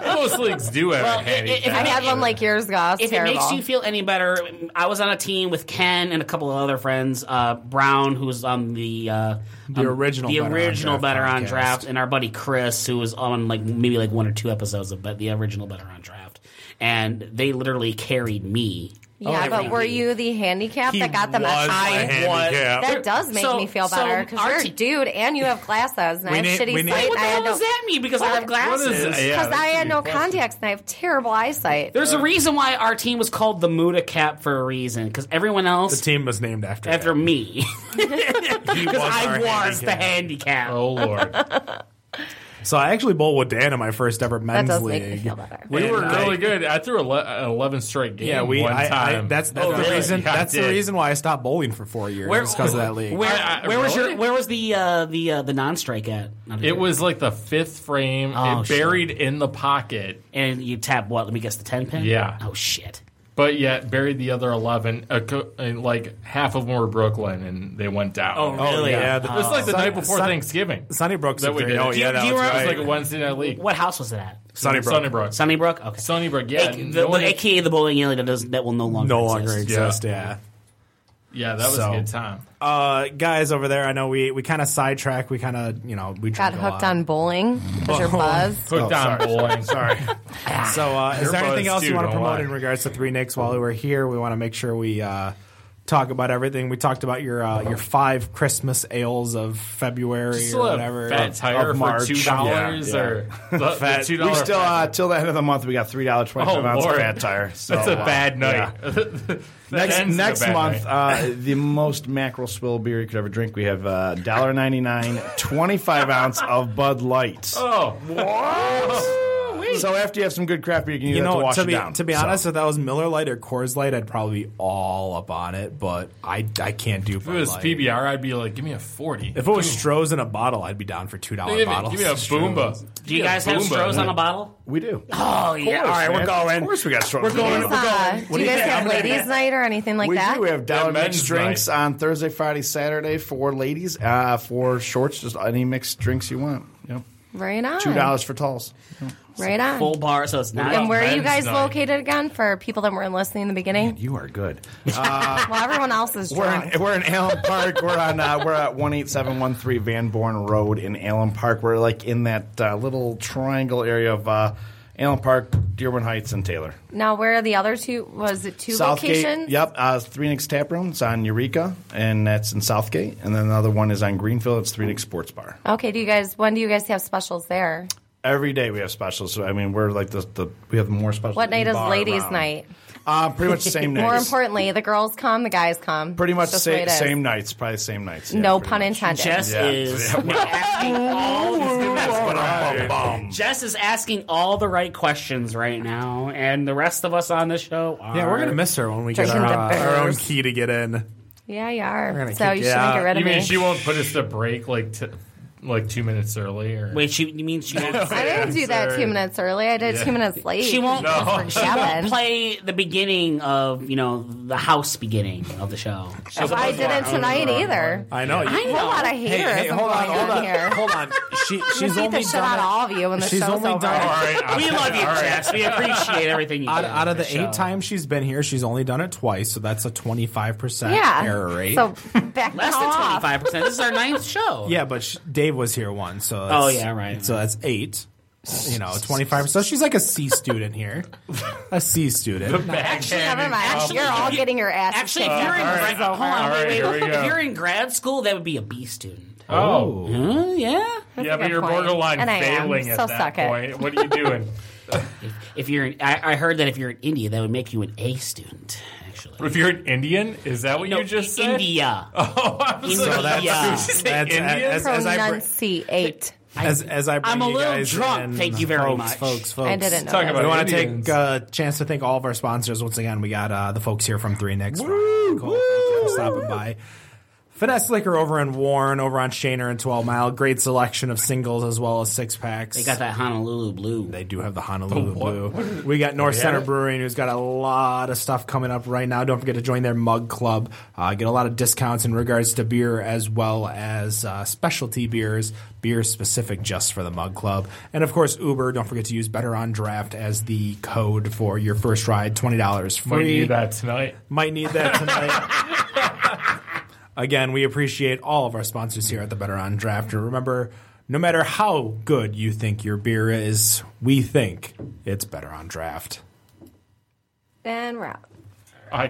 Most leagues do have
Well,
a handy.
if- if
I had one like yours, guys.
If
terrible.
it makes you feel any better, I was on a team with Ken and a couple of other friends. Uh, Brown, who was on the uh,
The
um,
original
the
Better on
original
Draft
better on
podcast.
draft, and our buddy Chris, who was on like maybe like one or two episodes of but the original better on draft, and they literally carried me.
yeah, but were you the handicap that got them
was
at
my
high?
handicap.
That does make
So-
me feel
so
better because
our
you're a
te-
dude and you have glasses and I
We
have
need-
shitty
we need-
sight.
What the
and I
hell
had
does
no-
that mean? Because I have
What
glasses.
is that? Yeah,
Because I
that's a
had no
good question.
contacts and I have terrible eyesight.
There's a reason why our team was called the Muda Cap for a reason. Because everyone
The
else
team was named after
after
him.
me,
He
because
was
I
our
was the
handicap.
handicap.
Oh lord.
So I actually bowled with Dan in my first ever
That
men's
does
league.
make me feel better.
We
And
were
I-
really good. I threw ele- an 11 straight game
Yeah, we.
one
I, I-
time.
that's that's
Oh,
the
really?
reason.
Yeah, I
that's the
did.
reason why I stopped bowling for four years because of that league.
Where,
I- I-
where was
really?
your where was the uh, the uh, the non strike at? Not a
It
jerk.
was like the fifth frame,
Oh,
it
shit.
buried in the pocket,
and you tap what? Let me guess the ten pin.
Yeah.
Oh shit.
but yet buried the other 11. A co- and like half of them were Brooklyn, and they went down.
Oh, really? Uh,
yeah,
It was like the
Uh,
Oh, Sun-
night before
Sun-
Thanksgiving.
Sunnybrook's
That
a
we
great-
did.
Oh
Do
you-
yeah, that
do you
was
remember-
It was
right.
like a Wednesday night league.
What house was it at?
Sunnybrook.
Sunnybrook.
Sunnybrook. Okay.
Sunnybrook,
Ac-
yeah.
the,
no one
the,
had-
AKA the bowling alley that does that will no longer
no
exist.
longer exists. Yeah.
Yeah, that was
So-
a good time.
Uh, guys over there, I know we we kind of sidetrack. We kind of you know we
Got
drank a
hooked
lot.
on bowling. Was your
Bowling.
buzz?
oh,
Hooked on bowling. Sorry.
So uh, is
Your
there anything
buzz,
else
too,
you want to
don't
promote
lie.
in regards to Three Nicks while we're here? We want to make sure we uh, talk about everything. We talked about your uh, your five Christmas ales of February
Just
or
a
whatever.
fat tire
of
for
March.
two dollars
Yeah, yeah.
or the- the
Fat.
two
we
dollars.
still uh, till the end of the month. We got three dollar twenty
Oh,
five ounce
Lord.
fat tire. So,
That's a
uh,
bad night.
Next next month, uh, the most mackerel swill beer you could ever drink. We have uh, $1.99, 25 ounce of Bud Light.
Oh,
So after you have some good craft beer, you can use
you
that to
know,
wash
to
it
be
down.
to be
So-
honest, if that was Miller Light or Coors Light, I'd probably be all up on it. But I I can't do.
if it was PBR, I'd be like, give me a forty.
If it was Stroh's in a bottle, I'd be down for two dollar
Give me,
bottles.
give me a boomba.
Do you guys have straws on a bottle?
we do.
Oh yeah. All right,
Man, Of course, we got strong. We're
Is, uh, do you guys have ladies' night or anything like
we
that?
do. We have dollar
men's
mixed drinks
night.
on Thursday, Friday, Saturday for ladies. Uh, for shorts, just any mixed drinks you want. Yep.
right on.
Two dollars for talls.
Right on.
full bar, so it's not.
and where are you guys
men's night.
located again for people that weren't listening in the beginning?
You are good.
well, everyone else is
Uh, We're
drunk.
in, we're in Allen Park. We're on uh, we're at one eight seven one three Van Born Road in Allen Park. We're like in that uh, little triangle area of uh, Allen Park, Dearborn Heights, and Taylor.
Now, where are the other two? Was it two
Southgate.
locations?
Yep. Uh, Three Nicks Tap Room. It's on Eureka, and that's in Southgate. And then the other one is on Greenfield. It's Three Nicks Sports Bar.
Okay. Do you guys? When do you guys have specials there?
Every day we have specials. So I mean, we're like the, the we have more specials.
What
than
night is
bar
ladies'
around.
night?
Uh, pretty much the same night.
More importantly, the girls come, the guys come.
Pretty
It's
much
just
sa-
the way it is.
same nights. Probably same nights. yeah,
no
pretty
pun
much.
intended.
Jess
Yeah.
is asking all Jess is asking all the right questions right now, and the rest of us on this show are
yeah, we're gonna miss her when we get
Drinking
our, uh,
the
our own
beers.
key to get in.
yeah, you are.
gonna
So
kick
you
you
shouldn't get
out.
rid
You
of
mean
me.
she won't put us to break like t- like two minutes early? Or
Wait, she you mean she won't,
I didn't do that
sorry.
two minutes early. I did two minutes late.
she won't
No.
For
she won't
Gavin.
play the beginning of you know the house beginning of the show.
If I didn't tonight either.
I know. You,
I know a lot of haters.
hey,
I'm
hold on,
going
hold on,
here.
hold on. She, she's
Beat the
only
shit
done
out
it-
of all of you when the
She's
show's
only
over.
done it-
we love you, Jess. We appreciate everything you do.
out, out of the
for show.
eight times she's been here, she's only done it twice, so that's a twenty five percent
yeah.
error rate.
So back
Less
the hell
Ah.
than twenty
off.
five percent. This is our ninth show.
yeah, but sh Dave was here once, so
Oh,
that's-
yeah, right.
So that's eight. You know, twenty five. So she's like a C student here, a C student.
Actually, never mind.
Actually,
you're all
you-
getting your ass.
Actually, if you're in grad, hold on,
All Uh, right,
wait,
here
wait.
we go.
If you're in grad school, that would be a B student.
Oh,
Huh? yeah.
yeah, but
good
you're
point.
borderline
And I am,
failing at
so
that
suck it.
point. What are you doing?
If you're, in, I, I heard that if you're in India, that would make you an A student. Actually,
if you're an Indian, is that what you just said?
India.
Oh, I was
So
like,
that's- Yeah.
Did you say
that's-
Indian?
as- as I br-
Pronunciate.
As as I bring
I'm a
you
little
guys
drunk,
in,
thank you very
folks,
much.
folks. Folks,
I didn't know.
Talk
that.
about
We want to
Indians.
take uh, a chance to thank all of our sponsors once again. We got uh, the folks here from Three Nicks. Woo, cool. Thank you for stopping by. Finesse Liquor over in Warren, over on Shaner and 12 Mile. Great selection of singles as well as six packs.
They got that Honolulu blue.
They do have the Honolulu Blue. We got North Center Brewing, who's got a lot of stuff coming up right now. Don't forget to join their mug club. Uh, get a lot of discounts in regards to beer as well as uh, specialty beers, beer specific just for the mug club. And of course, Uber. Don't forget to use Better on Draft as the code for your first ride. Twenty dollars
Might
free.
need that tonight.
Might need that tonight. Again, we appreciate all of our sponsors here at the Better on Draft. And remember, no matter how good you think your beer is, we think it's better on draft.
Then we're out.